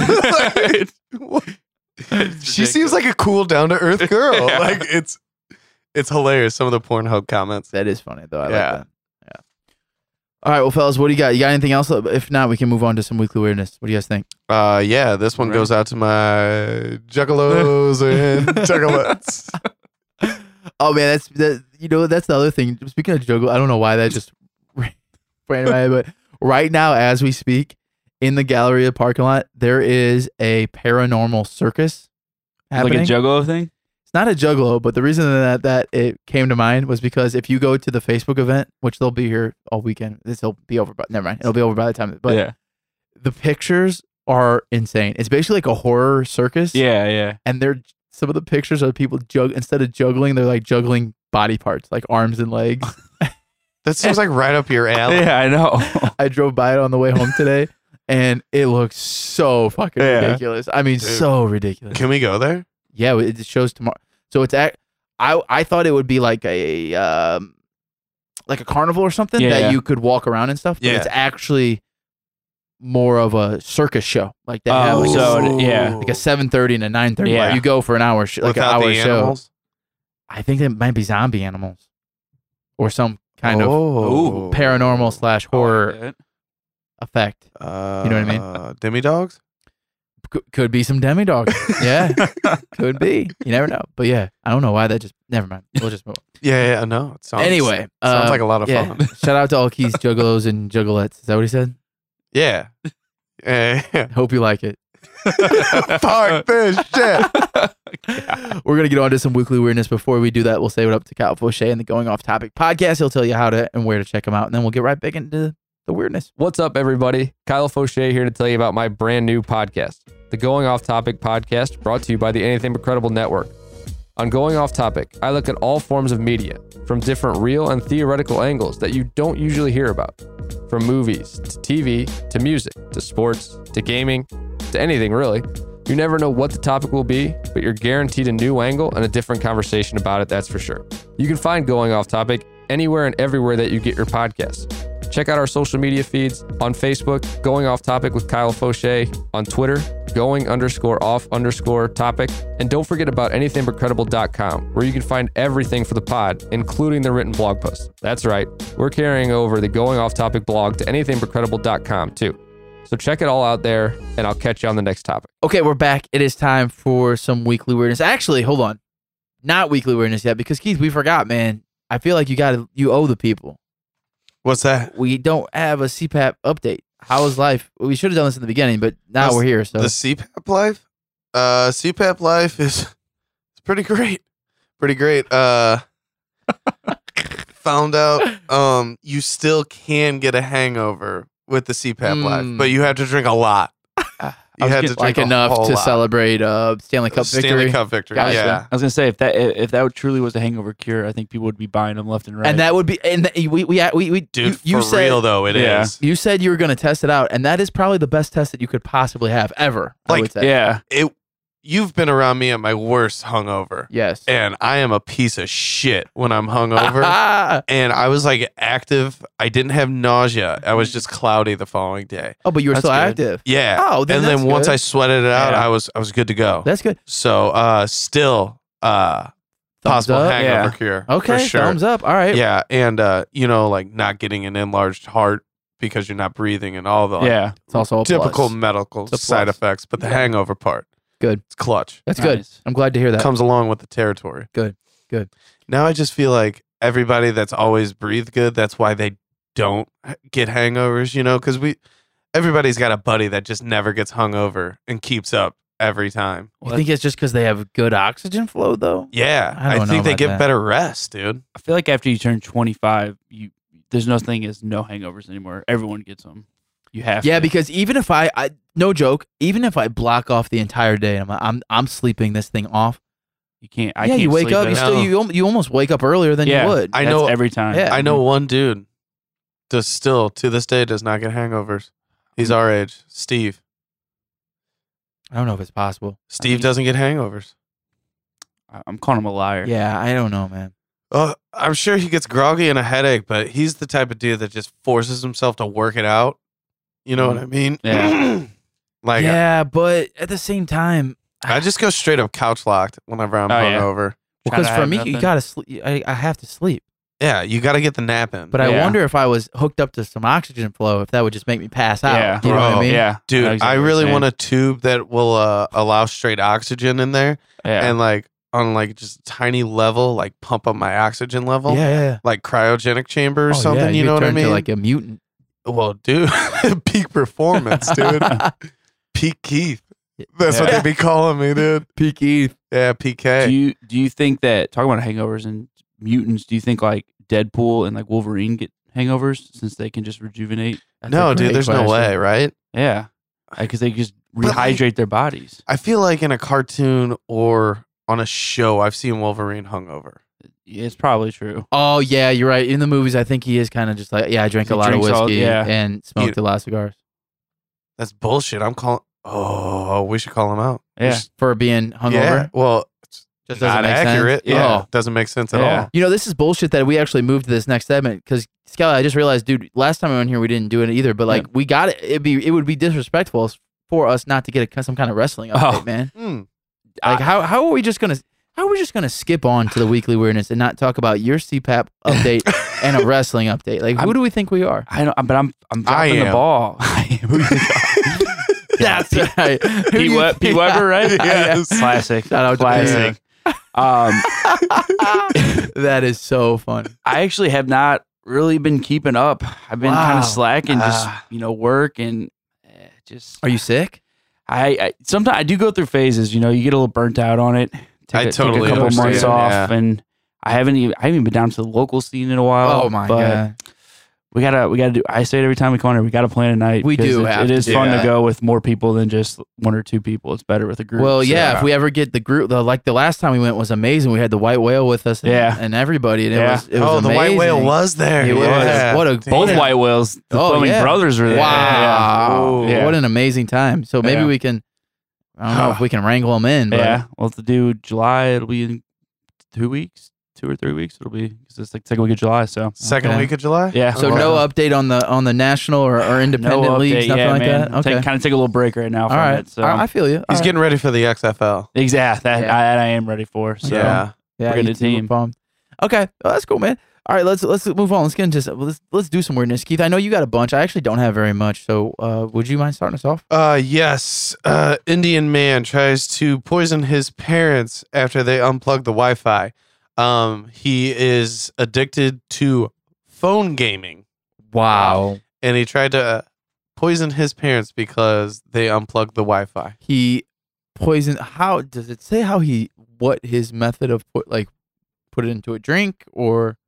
[SPEAKER 1] Like, what? she seems like a cool, down to earth girl.
[SPEAKER 3] Yeah.
[SPEAKER 1] Like it's, it's hilarious. Some of the Pornhub comments.
[SPEAKER 2] That is funny though. I
[SPEAKER 1] Yeah.
[SPEAKER 2] like that. Yeah. All right. Well, fellas, what do you got? You got anything else? If not, we can move on to some weekly weirdness. What do you guys think?
[SPEAKER 1] Uh, yeah, this one
[SPEAKER 3] Right.
[SPEAKER 1] goes out to my juggalos and juggalettes.
[SPEAKER 2] Oh man, that's that. You know, that's the other thing. Speaking of juggle, I don't know why that just ran ran by, but right now as we speak in the Galleria parking lot, there is a paranormal circus happening.
[SPEAKER 3] like a juggalo thing
[SPEAKER 2] it's not a juggalo, but the reason that that it came to mind was because if you go to the Facebook event, which they'll be here all weekend, this will be over. But never mind, it'll be over by the time. But
[SPEAKER 3] yeah
[SPEAKER 2] the pictures are insane. It's basically like a horror circus
[SPEAKER 3] yeah yeah
[SPEAKER 2] and they're some of the pictures are people jug instead of juggling, they're like juggling body parts, like arms and legs.
[SPEAKER 1] That seems like right up your alley.
[SPEAKER 3] yeah I know
[SPEAKER 2] I drove by it on the way home today, and it looks so fucking
[SPEAKER 3] Yeah.
[SPEAKER 2] ridiculous. I mean,
[SPEAKER 1] Dude.
[SPEAKER 2] so ridiculous.
[SPEAKER 1] Can we go there?
[SPEAKER 2] Yeah, it it shows tomorrow. So it's at. I I thought it would be like a um, like a carnival or something
[SPEAKER 3] Yeah,
[SPEAKER 2] that
[SPEAKER 3] yeah.
[SPEAKER 2] you could walk around and stuff. But
[SPEAKER 1] Yeah.
[SPEAKER 2] it's actually more of a circus show. Like they have
[SPEAKER 3] Oh,
[SPEAKER 2] like,
[SPEAKER 3] so
[SPEAKER 2] a,
[SPEAKER 3] it- yeah.
[SPEAKER 2] like a seven thirty and a nine thirty.
[SPEAKER 3] Yeah.
[SPEAKER 2] you go for an hour, sh- like an
[SPEAKER 1] Without
[SPEAKER 2] hour
[SPEAKER 1] the
[SPEAKER 2] show.
[SPEAKER 1] animals.
[SPEAKER 2] I think it might be zombie animals or some kind of
[SPEAKER 1] oh.
[SPEAKER 2] paranormal slash horror
[SPEAKER 3] Oh,
[SPEAKER 2] effect.
[SPEAKER 1] Uh,
[SPEAKER 2] You know what I mean?
[SPEAKER 1] Demi dogs.
[SPEAKER 2] C- could be some demi dog. yeah, could be. You never know. But yeah, I don't know why that just. Never mind. We'll just move. on.
[SPEAKER 1] Yeah, yeah, no. It sounds,
[SPEAKER 2] anyway,
[SPEAKER 1] sounds
[SPEAKER 2] uh,
[SPEAKER 1] like a lot of
[SPEAKER 2] yeah.
[SPEAKER 1] fun.
[SPEAKER 2] Shout out to all Keys Juggalos and Juggalettes. Is that what he said?
[SPEAKER 1] Yeah. yeah. yeah.
[SPEAKER 2] Hope you like it.
[SPEAKER 1] Fuck this shit.
[SPEAKER 2] We're gonna get on to some weekly weirdness. Before we do that, we'll say what up to Kyle Fauché and the Going Off Topic podcast. He'll tell you how to and where to check him out, and then we'll get right back into the weirdness.
[SPEAKER 5] What's up, everybody? Kyle Fauché here to tell you about my brand new podcast, the Going Off Topic podcast, brought to you by the Anything But Credible Network. On Going Off Topic, I look at all forms of media from different real and theoretical angles that you don't usually hear about. From movies to TV to music to sports to gaming to anything really. You never know what the topic will be, but you're guaranteed a new angle and a different conversation about it, that's for sure. You can find Going Off Topic anywhere and everywhere that you get your podcasts. Check out our social media feeds on Facebook, Going Off Topic with Kyle Fauché, on Twitter, going underscore off underscore topic. And don't forget about anythingbutcredible.com, where you can find everything for the pod, including the written blog post. That's right, we're carrying over the Going Off Topic blog to anythingbutcredible.com too. So check it all out there, and I'll catch you on the next topic.
[SPEAKER 2] Okay, we're back. It is time for some weekly weirdness. Actually, hold on, not weekly weirdness yet because Keith, we forgot, man. I feel like you got to you owe the people.
[SPEAKER 1] What's that?
[SPEAKER 2] We don't have a CPAP update. How is life? We should have done this in the beginning, but now
[SPEAKER 1] How's
[SPEAKER 2] we're here. So
[SPEAKER 1] The CPAP life? Uh CPAP life is it's pretty great. Pretty great. Uh found out um you still can get a hangover with the CPAP life,
[SPEAKER 2] Mm.
[SPEAKER 1] but you have to drink a lot.
[SPEAKER 2] Ah,
[SPEAKER 1] You
[SPEAKER 3] was
[SPEAKER 1] had
[SPEAKER 3] getting-
[SPEAKER 1] to drink
[SPEAKER 2] like
[SPEAKER 1] a
[SPEAKER 2] enough
[SPEAKER 1] whole
[SPEAKER 2] to
[SPEAKER 1] lot.
[SPEAKER 2] celebrate uh, Stanley Cup
[SPEAKER 1] Stanley
[SPEAKER 2] victory.
[SPEAKER 1] Cup victory.
[SPEAKER 2] Gotcha.
[SPEAKER 1] Yeah.
[SPEAKER 3] I was gonna say if that if that truly was a hangover cure, I think people would be buying them left and right.
[SPEAKER 2] And that would be and th- we we we, we
[SPEAKER 1] Dude,
[SPEAKER 2] you, you
[SPEAKER 1] for
[SPEAKER 2] said
[SPEAKER 1] real though, it is.
[SPEAKER 3] Yeah.
[SPEAKER 2] you said you were going to test it out, and that is probably the best test that you could possibly have ever. I
[SPEAKER 1] Like,
[SPEAKER 2] would say.
[SPEAKER 3] yeah,
[SPEAKER 1] It you've been around me at my worst hungover.
[SPEAKER 2] Yes.
[SPEAKER 1] And I am a piece of shit when I'm hungover.
[SPEAKER 2] Ah!
[SPEAKER 1] and I was like active. I didn't have nausea. I was just cloudy the following day.
[SPEAKER 2] oh, but you were
[SPEAKER 3] That's
[SPEAKER 2] still
[SPEAKER 3] good.
[SPEAKER 2] active.
[SPEAKER 1] Yeah.
[SPEAKER 2] Oh, then
[SPEAKER 1] and
[SPEAKER 2] that's
[SPEAKER 1] then once
[SPEAKER 2] good.
[SPEAKER 1] I sweated it out,
[SPEAKER 3] Yeah.
[SPEAKER 1] I was I was good to go.
[SPEAKER 2] That's good.
[SPEAKER 1] so uh still uh
[SPEAKER 2] Thumbs
[SPEAKER 1] possible
[SPEAKER 2] up.
[SPEAKER 1] hangover
[SPEAKER 3] Yeah.
[SPEAKER 1] cure.
[SPEAKER 2] Okay.
[SPEAKER 1] For sure.
[SPEAKER 2] Thumbs up. All right.
[SPEAKER 1] Yeah. And uh, you know, like not getting an enlarged heart because you're not breathing and all the like,
[SPEAKER 3] yeah,
[SPEAKER 2] It's also a
[SPEAKER 1] typical
[SPEAKER 2] plus.
[SPEAKER 1] medical
[SPEAKER 2] a
[SPEAKER 1] side
[SPEAKER 2] plus.
[SPEAKER 1] effects, but the
[SPEAKER 2] Yeah.
[SPEAKER 1] hangover part.
[SPEAKER 2] Good.
[SPEAKER 1] It's clutch.
[SPEAKER 2] That's good.
[SPEAKER 3] Nice.
[SPEAKER 2] I'm glad to hear that.
[SPEAKER 1] comes along with the territory.
[SPEAKER 2] Good, good.
[SPEAKER 1] Now I just feel like everybody that's always breathed good, that's why they don't get hangovers, you know, because we everybody's got a buddy that just never gets hungover and keeps up every time.
[SPEAKER 2] you think it's just because they have good oxygen flow, though?
[SPEAKER 1] Yeah,
[SPEAKER 2] I
[SPEAKER 1] I,
[SPEAKER 2] don't know
[SPEAKER 1] think they
[SPEAKER 2] about
[SPEAKER 1] get
[SPEAKER 2] that.
[SPEAKER 1] better rest, dude.
[SPEAKER 3] I feel like after you turn 25, you there's no thing as no hangovers anymore. Everyone gets them. You have
[SPEAKER 2] Yeah,
[SPEAKER 3] to.
[SPEAKER 2] because even if I, I, no joke, even if I block off the entire day, and I'm, I'm, I'm sleeping this thing off.
[SPEAKER 3] you can't. I
[SPEAKER 2] yeah,
[SPEAKER 3] can't
[SPEAKER 2] you wake
[SPEAKER 3] sleep
[SPEAKER 2] up,
[SPEAKER 3] at
[SPEAKER 2] you
[SPEAKER 3] all.
[SPEAKER 1] all.
[SPEAKER 2] still, you, al- you almost wake up earlier than
[SPEAKER 3] Yeah.
[SPEAKER 2] you would.
[SPEAKER 1] I
[SPEAKER 3] That's
[SPEAKER 1] know.
[SPEAKER 3] every time.
[SPEAKER 2] Yeah. mm.
[SPEAKER 1] I know one dude does still to this day does not get hangovers. He's
[SPEAKER 2] Mm.
[SPEAKER 1] our age, Steve.
[SPEAKER 2] I don't know if it's possible.
[SPEAKER 1] Steve doesn't get hangovers.
[SPEAKER 3] I- I'm calling him a liar.
[SPEAKER 2] Yeah, I don't know, man.
[SPEAKER 1] Uh, I'm sure he gets groggy and a headache, but he's the type of dude that just forces himself to work it out. You know what I mean?
[SPEAKER 3] Mm-hmm. Yeah.
[SPEAKER 1] like
[SPEAKER 2] yeah, but at the same time,
[SPEAKER 1] I just go straight up couch locked whenever I'm
[SPEAKER 3] Oh, yeah.
[SPEAKER 1] hungover.
[SPEAKER 3] Try to
[SPEAKER 2] because for
[SPEAKER 3] have
[SPEAKER 2] me,
[SPEAKER 3] nothing.
[SPEAKER 2] you gotta sleep. I, I have to sleep.
[SPEAKER 1] Yeah, you got to get the nap in.
[SPEAKER 2] But I
[SPEAKER 3] Yeah.
[SPEAKER 2] wonder if I was hooked up to some oxygen flow, if that would just make me pass out.
[SPEAKER 3] Yeah. Oh,
[SPEAKER 2] You know what I
[SPEAKER 1] Bro.
[SPEAKER 2] mean?
[SPEAKER 3] yeah,
[SPEAKER 1] dude,
[SPEAKER 3] know
[SPEAKER 1] I
[SPEAKER 3] exactly what
[SPEAKER 1] really
[SPEAKER 3] you're
[SPEAKER 1] want a tube that will uh, allow straight oxygen in there
[SPEAKER 3] saying. Yeah.
[SPEAKER 1] and like on like just a tiny level, like pump up my oxygen level.
[SPEAKER 2] Yeah, yeah, yeah.
[SPEAKER 1] Like cryogenic chamber or
[SPEAKER 2] Oh,
[SPEAKER 1] something,
[SPEAKER 2] yeah,
[SPEAKER 1] you
[SPEAKER 2] could
[SPEAKER 1] know what I
[SPEAKER 2] turn to
[SPEAKER 1] mean?
[SPEAKER 2] like a mutant.
[SPEAKER 1] well, dude, peak performance, dude. peak Keith. That's what
[SPEAKER 3] Yeah.
[SPEAKER 1] they be calling me, dude.
[SPEAKER 2] Peak Eve.
[SPEAKER 1] Yeah, PK.
[SPEAKER 3] Do you do you think that talking about hangovers and mutants? Do you think like Deadpool and like Wolverine get hangovers since they can just rejuvenate?
[SPEAKER 1] no, dude, there's no way, right?
[SPEAKER 3] Yeah, because they just
[SPEAKER 1] But, like-
[SPEAKER 3] rehydrate their bodies.
[SPEAKER 1] I feel like in a cartoon or on a show, I've seen Wolverine hungover.
[SPEAKER 3] It's probably true.
[SPEAKER 2] Oh yeah, you're right. In the movies, I think he is kind of just like, yeah, I drank
[SPEAKER 3] He
[SPEAKER 2] a lot of
[SPEAKER 3] drinks
[SPEAKER 2] whiskey
[SPEAKER 3] all- yeah.
[SPEAKER 2] and smoked a lot of cigars
[SPEAKER 1] That's bullshit. I'm calling. Oh, we should call him out.
[SPEAKER 3] Yeah,
[SPEAKER 2] for being hungover.
[SPEAKER 1] Yeah. Well,
[SPEAKER 2] That doesn't
[SPEAKER 1] Not
[SPEAKER 2] make sense.
[SPEAKER 1] accurate. Yeah.
[SPEAKER 2] Oh.
[SPEAKER 1] Doesn't make sense at
[SPEAKER 3] Yeah.
[SPEAKER 1] all.
[SPEAKER 2] You know, this is bullshit that we actually moved to this next segment because Scott, I just realized, dude, last time I went here we didn't do it either. But like, we got it. It'd be it would be disrespectful s- for us not to get a, ki- some kind of wrestling update,
[SPEAKER 3] Oh.
[SPEAKER 2] man.
[SPEAKER 1] Hmm.
[SPEAKER 2] Like, how how are we just gonna how are we just gonna skip on to the weekly weirdness and not talk about your CPAP update and a wrestling update? Like, who
[SPEAKER 3] I'm-
[SPEAKER 2] do we think we are?
[SPEAKER 3] I don't, but I'm I'm
[SPEAKER 1] I
[SPEAKER 3] dropping the
[SPEAKER 1] am.
[SPEAKER 3] ball. I am. Who you think-
[SPEAKER 2] That's right. Who do
[SPEAKER 3] Pete,
[SPEAKER 2] you
[SPEAKER 3] We- Pete
[SPEAKER 2] think-
[SPEAKER 3] Weber, right?
[SPEAKER 1] Yes.
[SPEAKER 3] Classic.
[SPEAKER 2] Shout out to
[SPEAKER 3] Classic. Um,
[SPEAKER 2] that is so fun.
[SPEAKER 3] I actually have not really been keeping up. I've been kind
[SPEAKER 2] Wow.
[SPEAKER 3] of slacking, just
[SPEAKER 1] Ah.
[SPEAKER 3] you know, work and eh, just.
[SPEAKER 2] Are you sick?
[SPEAKER 3] I, I sometimes I do go through phases. You know, you get a little burnt out on it. Take
[SPEAKER 1] I
[SPEAKER 3] a-
[SPEAKER 1] totally
[SPEAKER 3] take a couple months
[SPEAKER 1] understand,
[SPEAKER 3] off, and I haven't even I haven't even been down to the local scene in a while.
[SPEAKER 2] Oh, my
[SPEAKER 3] but
[SPEAKER 2] god.
[SPEAKER 3] We gotta we gotta do. I say it every time we come on here. We gotta plan a night.
[SPEAKER 2] We
[SPEAKER 3] 'cause
[SPEAKER 2] do
[SPEAKER 3] It,
[SPEAKER 2] have
[SPEAKER 3] it
[SPEAKER 2] to
[SPEAKER 3] is
[SPEAKER 2] do
[SPEAKER 3] fun
[SPEAKER 2] that.
[SPEAKER 3] to go with more people than just one or two people. It's better with a group.
[SPEAKER 2] Well,
[SPEAKER 3] so-
[SPEAKER 2] yeah. If we ever get the group, the like the last time we went was amazing. We had the white whale with us, and,
[SPEAKER 3] Yeah.
[SPEAKER 2] and everybody, and it
[SPEAKER 3] Yeah.
[SPEAKER 2] was it was
[SPEAKER 1] Oh, the white whale
[SPEAKER 2] amazing.
[SPEAKER 1] was there.
[SPEAKER 2] It was.
[SPEAKER 1] Yeah.
[SPEAKER 2] What a
[SPEAKER 3] both
[SPEAKER 2] damn.
[SPEAKER 3] White Whales, the
[SPEAKER 2] Oh,
[SPEAKER 3] Fleming
[SPEAKER 2] yeah.
[SPEAKER 3] brothers, were there.
[SPEAKER 2] Wow,
[SPEAKER 1] Yeah.
[SPEAKER 3] Ooh. Yeah.
[SPEAKER 2] what an amazing time! So maybe
[SPEAKER 3] Yeah.
[SPEAKER 2] we can. I don't know if we can wrangle them in,
[SPEAKER 3] Yeah.
[SPEAKER 2] but
[SPEAKER 3] yeah. Well, to do July, it'll be in two weeks, two or three weeks. It'll be because it's like second week of July. So
[SPEAKER 1] Second
[SPEAKER 2] Okay.
[SPEAKER 1] week of July.
[SPEAKER 3] yeah.
[SPEAKER 2] so
[SPEAKER 1] Okay.
[SPEAKER 2] no update on the on the national or, or independent leagues, nothing like that. Okay,
[SPEAKER 3] kind of take a little break right now
[SPEAKER 2] all
[SPEAKER 3] from
[SPEAKER 2] right.
[SPEAKER 3] it. So
[SPEAKER 2] I, I feel you.
[SPEAKER 1] He's
[SPEAKER 2] All
[SPEAKER 1] getting ready for the XFL.
[SPEAKER 3] exactly that,
[SPEAKER 2] Yeah.
[SPEAKER 3] I, that I am ready for. So
[SPEAKER 1] Yeah.
[SPEAKER 2] Yeah,
[SPEAKER 3] We're gonna
[SPEAKER 2] you two were
[SPEAKER 3] team.
[SPEAKER 2] bummed. Okay, well, that's cool, man. All right, let's let's move on. Let's get into s- let's let's do some weirdness, Keith. I know you got a bunch. I actually don't have very much, so uh, would you mind starting us off?
[SPEAKER 1] Uh, yes. Uh, Indian man tries to poison his parents after they unplug the Wi-Fi. Um, he is addicted to phone gaming, Wow. and he tried to uh, poison his parents because they unplugged the Wi-Fi.
[SPEAKER 2] He poisoned. How does it say how he what his method of put like put it into a drink or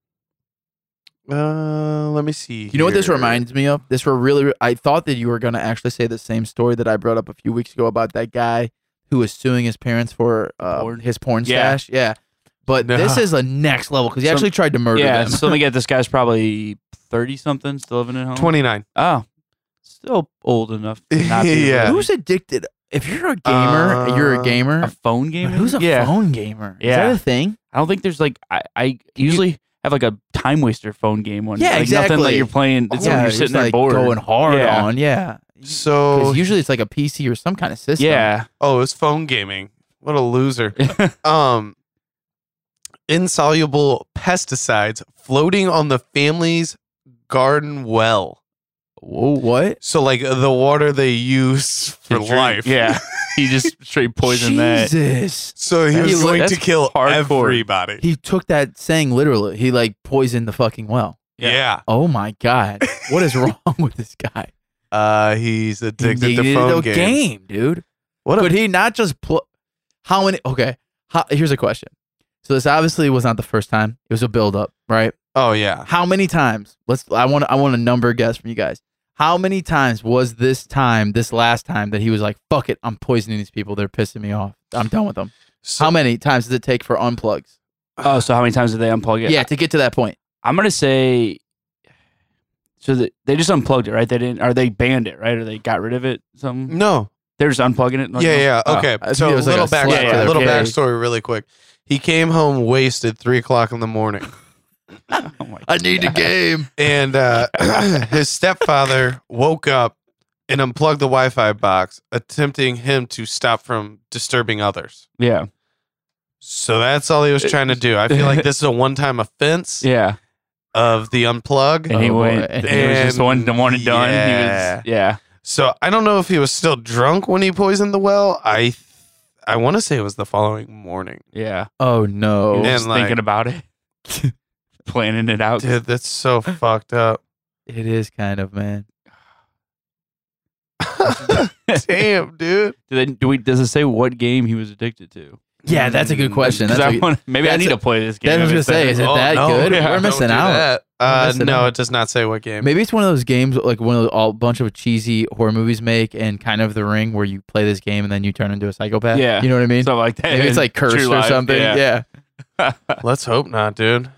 [SPEAKER 1] Uh, let me see.
[SPEAKER 2] you know what this
[SPEAKER 1] here.
[SPEAKER 2] reminds me of? This were really I thought that you were gonna actually say the same story that I brought up a few weeks ago about that guy who was suing his parents for uh,
[SPEAKER 3] Porn.
[SPEAKER 2] his porn
[SPEAKER 3] Yeah.
[SPEAKER 2] stash. Yeah. But
[SPEAKER 1] No.
[SPEAKER 2] this is a next level because he
[SPEAKER 3] Some-
[SPEAKER 2] actually tried to murder
[SPEAKER 3] yeah.
[SPEAKER 2] them.
[SPEAKER 3] so let me get this guy's probably thirty something, still living at home.
[SPEAKER 1] Twenty-nine.
[SPEAKER 3] Oh, still old enough. To not be
[SPEAKER 1] Yeah.
[SPEAKER 2] Who's addicted? If you're a gamer, you're
[SPEAKER 1] Uh,
[SPEAKER 2] a gamer.
[SPEAKER 3] a phone game.
[SPEAKER 2] but who's a
[SPEAKER 3] yeah.
[SPEAKER 2] phone gamer? Is
[SPEAKER 3] Yeah.
[SPEAKER 2] that a thing?
[SPEAKER 3] I don't think there's like I, I usually have like a time waster phone game one.
[SPEAKER 2] Yeah,
[SPEAKER 3] like
[SPEAKER 2] exactly.
[SPEAKER 3] Nothing like you're playing. It's yeah,
[SPEAKER 2] yeah,
[SPEAKER 3] you're
[SPEAKER 2] just,
[SPEAKER 3] sitting there
[SPEAKER 2] like
[SPEAKER 3] bored.
[SPEAKER 2] going hard
[SPEAKER 3] Yeah. Oh.
[SPEAKER 2] on. Yeah, 'Cause
[SPEAKER 1] So
[SPEAKER 2] usually it's like a PC or some kind of system.
[SPEAKER 3] yeah.
[SPEAKER 1] Oh, it was phone gaming. What a loser. um insoluble pesticides floating on the family's garden well.
[SPEAKER 2] Whoa, what?
[SPEAKER 1] So like the water they use for
[SPEAKER 3] To drink.
[SPEAKER 1] life.
[SPEAKER 3] Yeah. He just straight poisoned that.
[SPEAKER 2] Jesus.
[SPEAKER 1] So he
[SPEAKER 3] That's-
[SPEAKER 1] was going to
[SPEAKER 3] that's
[SPEAKER 1] kill
[SPEAKER 3] hardcore.
[SPEAKER 1] everybody.
[SPEAKER 2] He took that saying literally. He like poisoned the fucking well.
[SPEAKER 1] yeah.
[SPEAKER 2] Oh my god, what is wrong with this guy?
[SPEAKER 1] Uh he's
[SPEAKER 2] He
[SPEAKER 1] addicted
[SPEAKER 2] needed
[SPEAKER 1] to phone
[SPEAKER 2] a
[SPEAKER 1] games.
[SPEAKER 2] game, dude.
[SPEAKER 1] What
[SPEAKER 2] Could he not just pl- how many? Okay, how, here's a question. So this obviously was not the first time. It was a build up, right?
[SPEAKER 1] Oh yeah.
[SPEAKER 2] How many times? Let's. I want. I want a number guess from you guys. How many times was this time, this last time, that he was like, "Fuck it, I'm poisoning these people. They're pissing me off. I'm done with them."
[SPEAKER 1] So
[SPEAKER 2] how many times does it take for unplugs?
[SPEAKER 3] Oh, so how many times did they unplug
[SPEAKER 2] Yeah,
[SPEAKER 3] it?
[SPEAKER 2] to get to that point.
[SPEAKER 3] I'm gonna say. So that they just unplugged it, right? They didn't, or they banned it, right? Or they got rid of it.
[SPEAKER 2] Mm.
[SPEAKER 3] Something
[SPEAKER 1] no.
[SPEAKER 3] they're just unplugging it. like-
[SPEAKER 1] yeah, yeah.
[SPEAKER 3] Oh.
[SPEAKER 1] Okay.
[SPEAKER 2] I think
[SPEAKER 1] So
[SPEAKER 2] it
[SPEAKER 1] a
[SPEAKER 2] was like
[SPEAKER 1] little
[SPEAKER 2] a slap
[SPEAKER 1] backstory.
[SPEAKER 3] to the
[SPEAKER 1] little
[SPEAKER 3] face.
[SPEAKER 1] backstory really quick. He came home wasted three o'clock in the morning.
[SPEAKER 3] Oh my
[SPEAKER 2] I need a game.
[SPEAKER 1] and uh, his stepfather woke up and unplugged the Wi-Fi box, attempting him to stop from disturbing others.
[SPEAKER 3] Yeah,
[SPEAKER 1] So that's all he was trying to do. I feel like this is a one-time offense
[SPEAKER 3] yeah.
[SPEAKER 1] of the unplug.
[SPEAKER 3] And he
[SPEAKER 2] Oh,
[SPEAKER 3] went.
[SPEAKER 2] boy.
[SPEAKER 3] And he was just one, one and done. He
[SPEAKER 1] Yeah.
[SPEAKER 3] was, yeah.
[SPEAKER 1] So I don't know if he was still drunk when he poisoned the well. I th- I want to say it was the following morning.
[SPEAKER 3] Yeah.
[SPEAKER 2] Oh
[SPEAKER 3] He
[SPEAKER 2] no.
[SPEAKER 3] was
[SPEAKER 1] And,
[SPEAKER 3] just
[SPEAKER 1] like-
[SPEAKER 3] thinking about it, planning it out.
[SPEAKER 1] Dude, that's so fucked up.
[SPEAKER 2] It is kind of man.
[SPEAKER 1] Damn, dude.
[SPEAKER 3] Do, they, do we? Does it say what game he was addicted to?
[SPEAKER 2] Yeah, that's a good question.
[SPEAKER 3] Mm, 'Cause
[SPEAKER 2] That's
[SPEAKER 3] I
[SPEAKER 2] what you-
[SPEAKER 3] wanna- maybe I
[SPEAKER 2] that's
[SPEAKER 3] need
[SPEAKER 2] a-
[SPEAKER 3] to play this game.
[SPEAKER 2] that's what I was gonna say,
[SPEAKER 3] instead.
[SPEAKER 2] is it that good? We're
[SPEAKER 1] Oh, don't
[SPEAKER 2] missing
[SPEAKER 1] do
[SPEAKER 2] out.
[SPEAKER 1] that.
[SPEAKER 2] We're
[SPEAKER 1] Uh,
[SPEAKER 2] missing
[SPEAKER 1] no,
[SPEAKER 2] out.
[SPEAKER 1] it does not say what game.
[SPEAKER 2] Maybe it's one of those games like one of the, all bunch of cheesy horror movies make and kind of the ring where you play this game and then you turn into a psychopath.
[SPEAKER 3] Yeah.
[SPEAKER 2] You know what I mean?
[SPEAKER 3] Something like that.
[SPEAKER 2] Maybe it's like
[SPEAKER 3] True
[SPEAKER 2] cursed or
[SPEAKER 3] Lies,
[SPEAKER 2] something. Yeah.
[SPEAKER 1] Let's hope not, dude.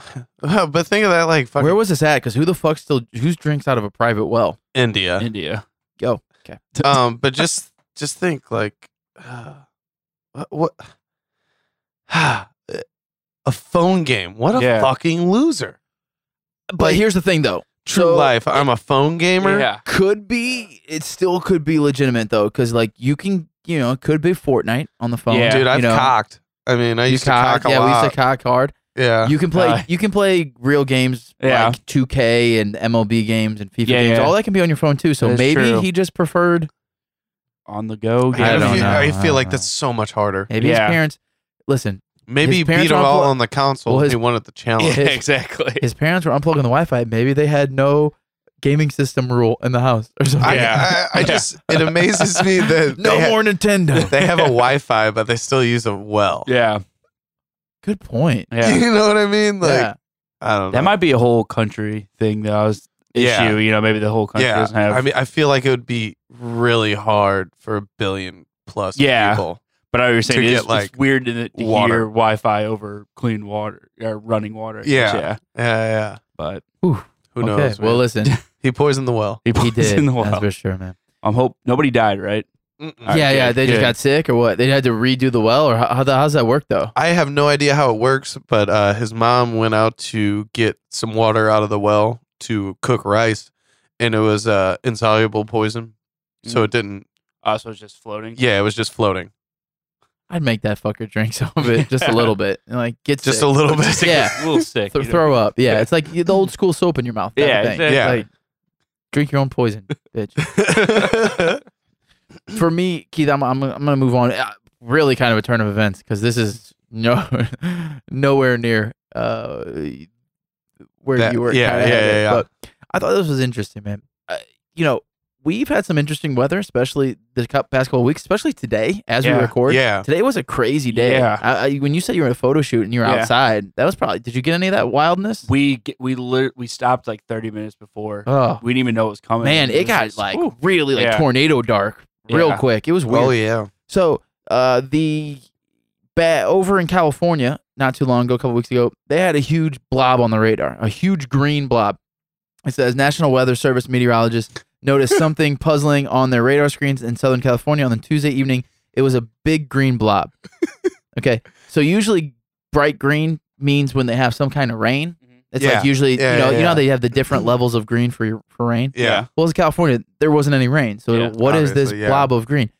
[SPEAKER 1] but think of that, like fucking
[SPEAKER 2] Where was this at? Because who the fuck still who's drinks out of a private well?
[SPEAKER 1] India.
[SPEAKER 3] India.
[SPEAKER 2] Go.
[SPEAKER 1] uh, um, but just just think, like, uh, what, what a phone game. What a
[SPEAKER 3] Yeah.
[SPEAKER 1] fucking loser.
[SPEAKER 2] But here's the thing, though.
[SPEAKER 1] True
[SPEAKER 2] So-
[SPEAKER 1] life. I'm a phone gamer.
[SPEAKER 3] Yeah.
[SPEAKER 2] Could be. It still could be legitimate though, because like you can, you know, it could be Fortnite on the phone.
[SPEAKER 3] Yeah.
[SPEAKER 1] Dude, I've
[SPEAKER 2] you know,
[SPEAKER 1] cocked. I mean, I
[SPEAKER 2] You
[SPEAKER 1] used to
[SPEAKER 2] cock-
[SPEAKER 1] cock a
[SPEAKER 2] yeah,
[SPEAKER 1] lot.
[SPEAKER 2] we used to cock hard.
[SPEAKER 1] yeah.
[SPEAKER 2] You can play.
[SPEAKER 3] Uh,
[SPEAKER 2] you can play real games
[SPEAKER 3] Yeah.
[SPEAKER 2] like 2K and MLB games and FIFA
[SPEAKER 3] Yeah,
[SPEAKER 2] games.
[SPEAKER 3] yeah.
[SPEAKER 2] All that can be on your phone too. So
[SPEAKER 3] That is
[SPEAKER 2] maybe
[SPEAKER 3] true.
[SPEAKER 2] he just preferred.
[SPEAKER 3] On the
[SPEAKER 1] I,
[SPEAKER 3] go.
[SPEAKER 2] I
[SPEAKER 3] game.
[SPEAKER 2] don't
[SPEAKER 1] feel,
[SPEAKER 2] know.
[SPEAKER 1] I
[SPEAKER 2] I
[SPEAKER 1] feel
[SPEAKER 2] don't
[SPEAKER 1] like
[SPEAKER 2] know.
[SPEAKER 1] that's so much harder.
[SPEAKER 2] Maybe
[SPEAKER 3] Yeah.
[SPEAKER 2] his parents. Listen,
[SPEAKER 1] Maybe
[SPEAKER 2] His
[SPEAKER 1] he beat
[SPEAKER 2] parents
[SPEAKER 1] them
[SPEAKER 2] aren't
[SPEAKER 1] all
[SPEAKER 2] pl-
[SPEAKER 1] on the console.
[SPEAKER 2] Well, his-
[SPEAKER 1] he won at the challenge.
[SPEAKER 2] Yeah.
[SPEAKER 3] exactly.
[SPEAKER 2] his parents were unplugging the Wi-Fi. Maybe they had no gaming system rule in the house or something.
[SPEAKER 1] I,
[SPEAKER 3] Yeah.
[SPEAKER 1] I, I just it amazes me that
[SPEAKER 2] no
[SPEAKER 1] they, ha-
[SPEAKER 2] more Nintendo.
[SPEAKER 1] they have a Wi-Fi, but they still use it well.
[SPEAKER 3] Yeah.
[SPEAKER 2] Good point.
[SPEAKER 3] Yeah.
[SPEAKER 1] You know what I mean? Like
[SPEAKER 2] yeah.
[SPEAKER 1] I don't know.
[SPEAKER 3] That might be a whole country thing that I was issue.
[SPEAKER 1] Yeah.
[SPEAKER 3] You know, maybe the whole country
[SPEAKER 1] yeah.
[SPEAKER 3] doesn't have.
[SPEAKER 1] I mean, I feel like it would be really hard for a billion plus
[SPEAKER 3] Yeah.
[SPEAKER 1] people.
[SPEAKER 3] but I was saying
[SPEAKER 1] to
[SPEAKER 3] it's,
[SPEAKER 1] get, like,
[SPEAKER 3] it's weird to, to
[SPEAKER 1] water.
[SPEAKER 3] hear Wi-Fi over clean water or running water.
[SPEAKER 1] Yeah.
[SPEAKER 3] yeah.
[SPEAKER 1] Yeah, yeah.
[SPEAKER 3] But
[SPEAKER 1] Who
[SPEAKER 2] okay.
[SPEAKER 1] knows?
[SPEAKER 2] well,
[SPEAKER 1] man?
[SPEAKER 2] listen,
[SPEAKER 1] he poisoned the well.
[SPEAKER 3] he,
[SPEAKER 2] he
[SPEAKER 3] puts
[SPEAKER 2] did.
[SPEAKER 3] in the
[SPEAKER 2] That's
[SPEAKER 3] well.
[SPEAKER 2] for sure, man.
[SPEAKER 3] I'm hope nobody died. Right.
[SPEAKER 1] Mm-mm.
[SPEAKER 3] All right,
[SPEAKER 2] yeah, yeah.
[SPEAKER 3] good,
[SPEAKER 2] They just
[SPEAKER 3] good.
[SPEAKER 2] got sick or what? They had to redo the well or how, how the, how's that work though?
[SPEAKER 1] I have no idea how it works, but uh, his mom went out to get some water out of the well to cook rice, and it was uh, insoluble poison, so it didn't.
[SPEAKER 3] Uh, so it's just floating.
[SPEAKER 1] Yeah, it was just floating,
[SPEAKER 2] I'd make that fucker drink some of it, just a little bit, and like get
[SPEAKER 1] just
[SPEAKER 2] sick.
[SPEAKER 1] a little bit.
[SPEAKER 2] Yeah.
[SPEAKER 3] It's a little sick.
[SPEAKER 2] Th-
[SPEAKER 3] you know?
[SPEAKER 2] throw up. Yeah,
[SPEAKER 3] Yeah.
[SPEAKER 2] it's like the old school soap in your mouth. type of
[SPEAKER 3] Yeah,
[SPEAKER 2] thing.
[SPEAKER 3] exactly.
[SPEAKER 1] Yeah.
[SPEAKER 2] Like, drink your own poison, bitch. for me, Keith, I'm I'm, I'm gonna move on. Uh, Really, kind of a turn of events because this is no nowhere near uh where
[SPEAKER 1] That-
[SPEAKER 2] you were.
[SPEAKER 1] yeah,
[SPEAKER 2] kinda
[SPEAKER 1] yeah,
[SPEAKER 2] headed,
[SPEAKER 1] yeah, yeah.
[SPEAKER 2] But I thought this was interesting, man. Uh, you know, we've had some interesting weather, especially the cou- past couple weeks, especially today as
[SPEAKER 3] Yeah,
[SPEAKER 2] we record.
[SPEAKER 1] yeah.
[SPEAKER 2] Today was a crazy day.
[SPEAKER 3] Yeah.
[SPEAKER 2] I, I, when you said you were in a photo shoot and you were
[SPEAKER 3] Yeah.
[SPEAKER 2] outside, that was probably. Did you get any of that wildness?
[SPEAKER 3] We get, we lit we stopped like 30 minutes before.
[SPEAKER 2] oh
[SPEAKER 3] we didn't even know it was coming.
[SPEAKER 2] man, it
[SPEAKER 3] was
[SPEAKER 2] got
[SPEAKER 3] just-
[SPEAKER 2] like
[SPEAKER 3] Ooh.
[SPEAKER 2] really like
[SPEAKER 3] Yeah.
[SPEAKER 2] tornado dark real
[SPEAKER 3] Yeah.
[SPEAKER 2] quick. It was weird.
[SPEAKER 1] Oh yeah.
[SPEAKER 2] So uh, the ba- over in California, not too long ago, a couple weeks ago, they had a huge blob on the radar, a huge green blob. It says National Weather Service meteorologists noticed something puzzling on their radar screens in Southern California on the Tuesday evening. It was a big green blob. okay, so usually bright green means when they have some kind of rain. It's
[SPEAKER 1] Mm-hmm. Yeah.
[SPEAKER 2] like usually
[SPEAKER 1] Yeah,
[SPEAKER 2] you know
[SPEAKER 1] yeah,
[SPEAKER 2] you know
[SPEAKER 1] yeah.
[SPEAKER 2] how they have the different levels of green for your, for rain.
[SPEAKER 1] Yeah.
[SPEAKER 2] Well, it's California. There wasn't any rain. So
[SPEAKER 3] Yeah,
[SPEAKER 2] what is this
[SPEAKER 1] obviously, yeah.
[SPEAKER 2] blob of green?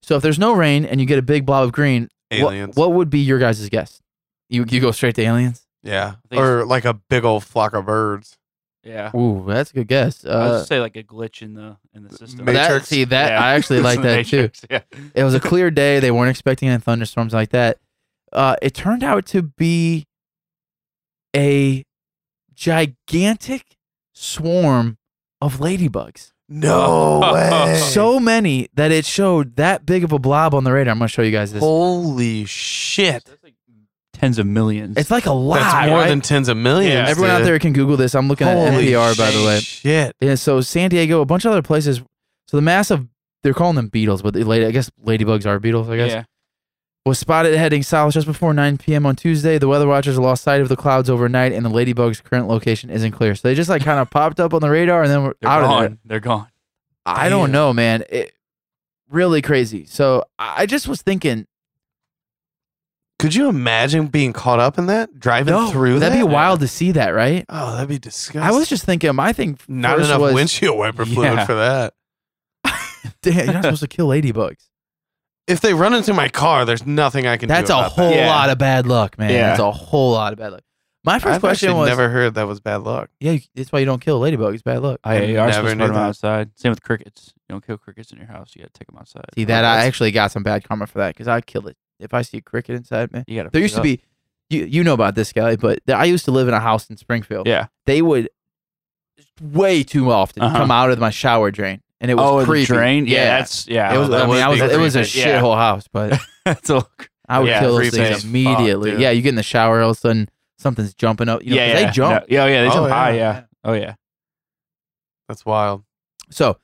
[SPEAKER 2] So if there's no rain and you get a big blob of green, what,
[SPEAKER 1] Aliens.
[SPEAKER 2] what would be your guys' guess? You you go straight to aliens?
[SPEAKER 1] Yeah.
[SPEAKER 3] think-
[SPEAKER 1] Or like a big old flock of birds.
[SPEAKER 3] Yeah.
[SPEAKER 2] Ooh, that's a good guess.
[SPEAKER 3] I was
[SPEAKER 2] Uh,
[SPEAKER 3] gonna say like a glitch in the in the system.
[SPEAKER 1] Matrix.
[SPEAKER 2] that, see that
[SPEAKER 3] Yeah.
[SPEAKER 2] I actually
[SPEAKER 3] It's
[SPEAKER 2] like
[SPEAKER 3] the
[SPEAKER 2] that too.
[SPEAKER 3] Matrix, Yeah.
[SPEAKER 2] It was a clear day. They weren't expecting any thunderstorms like that. Uh, it turned out to be a gigantic swarm of ladybugs.
[SPEAKER 1] No way.
[SPEAKER 2] So many that it showed that big of a blob on the radar. I'm gonna show you guys this.
[SPEAKER 1] holy shit.
[SPEAKER 3] So that's like tens of millions.
[SPEAKER 2] It's like a lot.
[SPEAKER 1] That's more
[SPEAKER 2] right?
[SPEAKER 1] than tens of millions.
[SPEAKER 3] Yeah.
[SPEAKER 2] Everyone out
[SPEAKER 1] dude.
[SPEAKER 2] there can Google this. I'm looking at
[SPEAKER 1] Holy
[SPEAKER 2] NPR, by the way.
[SPEAKER 1] Shit.
[SPEAKER 2] Yeah, so San Diego, a bunch of other places. So the massive, they're calling them beetles, but they, lady- I guess ladybugs are beetles, I guess.
[SPEAKER 3] Yeah.
[SPEAKER 2] Was spotted heading south just before 9 p.m. on Tuesday. The weather watchers lost sight of the clouds overnight, and the ladybug's current location isn't clear. So they just like kind of popped up on the radar and then we're
[SPEAKER 3] They're
[SPEAKER 2] out
[SPEAKER 3] gone.
[SPEAKER 2] of there.
[SPEAKER 3] They're gone.
[SPEAKER 2] I don't know, man. It, really crazy. So I I just was thinking,
[SPEAKER 1] Could you imagine being caught up in that? Driving through
[SPEAKER 2] that'd
[SPEAKER 1] that?
[SPEAKER 2] be wild to see that, right?
[SPEAKER 1] oh, that'd be disgusting.
[SPEAKER 2] I was just thinking, my thing
[SPEAKER 1] not
[SPEAKER 2] first
[SPEAKER 1] enough
[SPEAKER 2] was,
[SPEAKER 1] windshield wiper fluid
[SPEAKER 3] Yeah.
[SPEAKER 1] for that.
[SPEAKER 2] Damn, you're not supposed to kill ladybugs.
[SPEAKER 1] If they run into my car, there's nothing I can
[SPEAKER 2] That's
[SPEAKER 1] do.
[SPEAKER 2] a
[SPEAKER 1] about that.
[SPEAKER 2] whole
[SPEAKER 3] Yeah.
[SPEAKER 2] lot of bad luck, man.
[SPEAKER 3] Yeah.
[SPEAKER 2] That's a whole lot of bad luck. My 1st
[SPEAKER 1] I've
[SPEAKER 2] question
[SPEAKER 1] actually
[SPEAKER 2] was,
[SPEAKER 1] never heard that was bad luck.
[SPEAKER 2] yeah, you- that's why you don't kill ladybugs. Bad luck.
[SPEAKER 3] I you
[SPEAKER 1] never
[SPEAKER 3] are supposed to
[SPEAKER 1] knew
[SPEAKER 3] put them
[SPEAKER 1] that.
[SPEAKER 3] outside. Same with crickets. You don't kill crickets in your house. You gotta take them outside.
[SPEAKER 2] See that? I
[SPEAKER 3] Otherwise,
[SPEAKER 2] actually got some bad karma for that because I killed it. If I see a cricket inside, man.
[SPEAKER 3] you gotta.
[SPEAKER 2] There
[SPEAKER 3] pick
[SPEAKER 2] used
[SPEAKER 3] it
[SPEAKER 2] to be, you you know about this guy, but th- I used to live in a house in Springfield.
[SPEAKER 3] Yeah.
[SPEAKER 2] They would way too often
[SPEAKER 3] Uh-huh.
[SPEAKER 2] come out of my shower drain, and it
[SPEAKER 3] up. oh,
[SPEAKER 2] was creepy.
[SPEAKER 3] the drain. Yeah, that's yeah.
[SPEAKER 2] it was.
[SPEAKER 1] that
[SPEAKER 2] I mean,
[SPEAKER 1] would
[SPEAKER 2] I was.
[SPEAKER 1] be
[SPEAKER 2] It was a
[SPEAKER 3] creepy. Yeah.
[SPEAKER 2] shithole house, but
[SPEAKER 3] that's all.
[SPEAKER 2] I would
[SPEAKER 3] Yeah,
[SPEAKER 2] kill those
[SPEAKER 1] creepy
[SPEAKER 2] things
[SPEAKER 1] as fuck,
[SPEAKER 2] immediately.
[SPEAKER 1] dude.
[SPEAKER 2] yeah, you get in the shower, all of a sudden something's jumping up. You know,
[SPEAKER 3] yeah,
[SPEAKER 2] 'cause
[SPEAKER 3] yeah.
[SPEAKER 2] they jump.
[SPEAKER 3] No, yeah, yeah. They
[SPEAKER 1] Oh,
[SPEAKER 3] jump high.
[SPEAKER 1] yeah.
[SPEAKER 3] Yeah. Oh yeah.
[SPEAKER 1] That's wild.
[SPEAKER 2] So,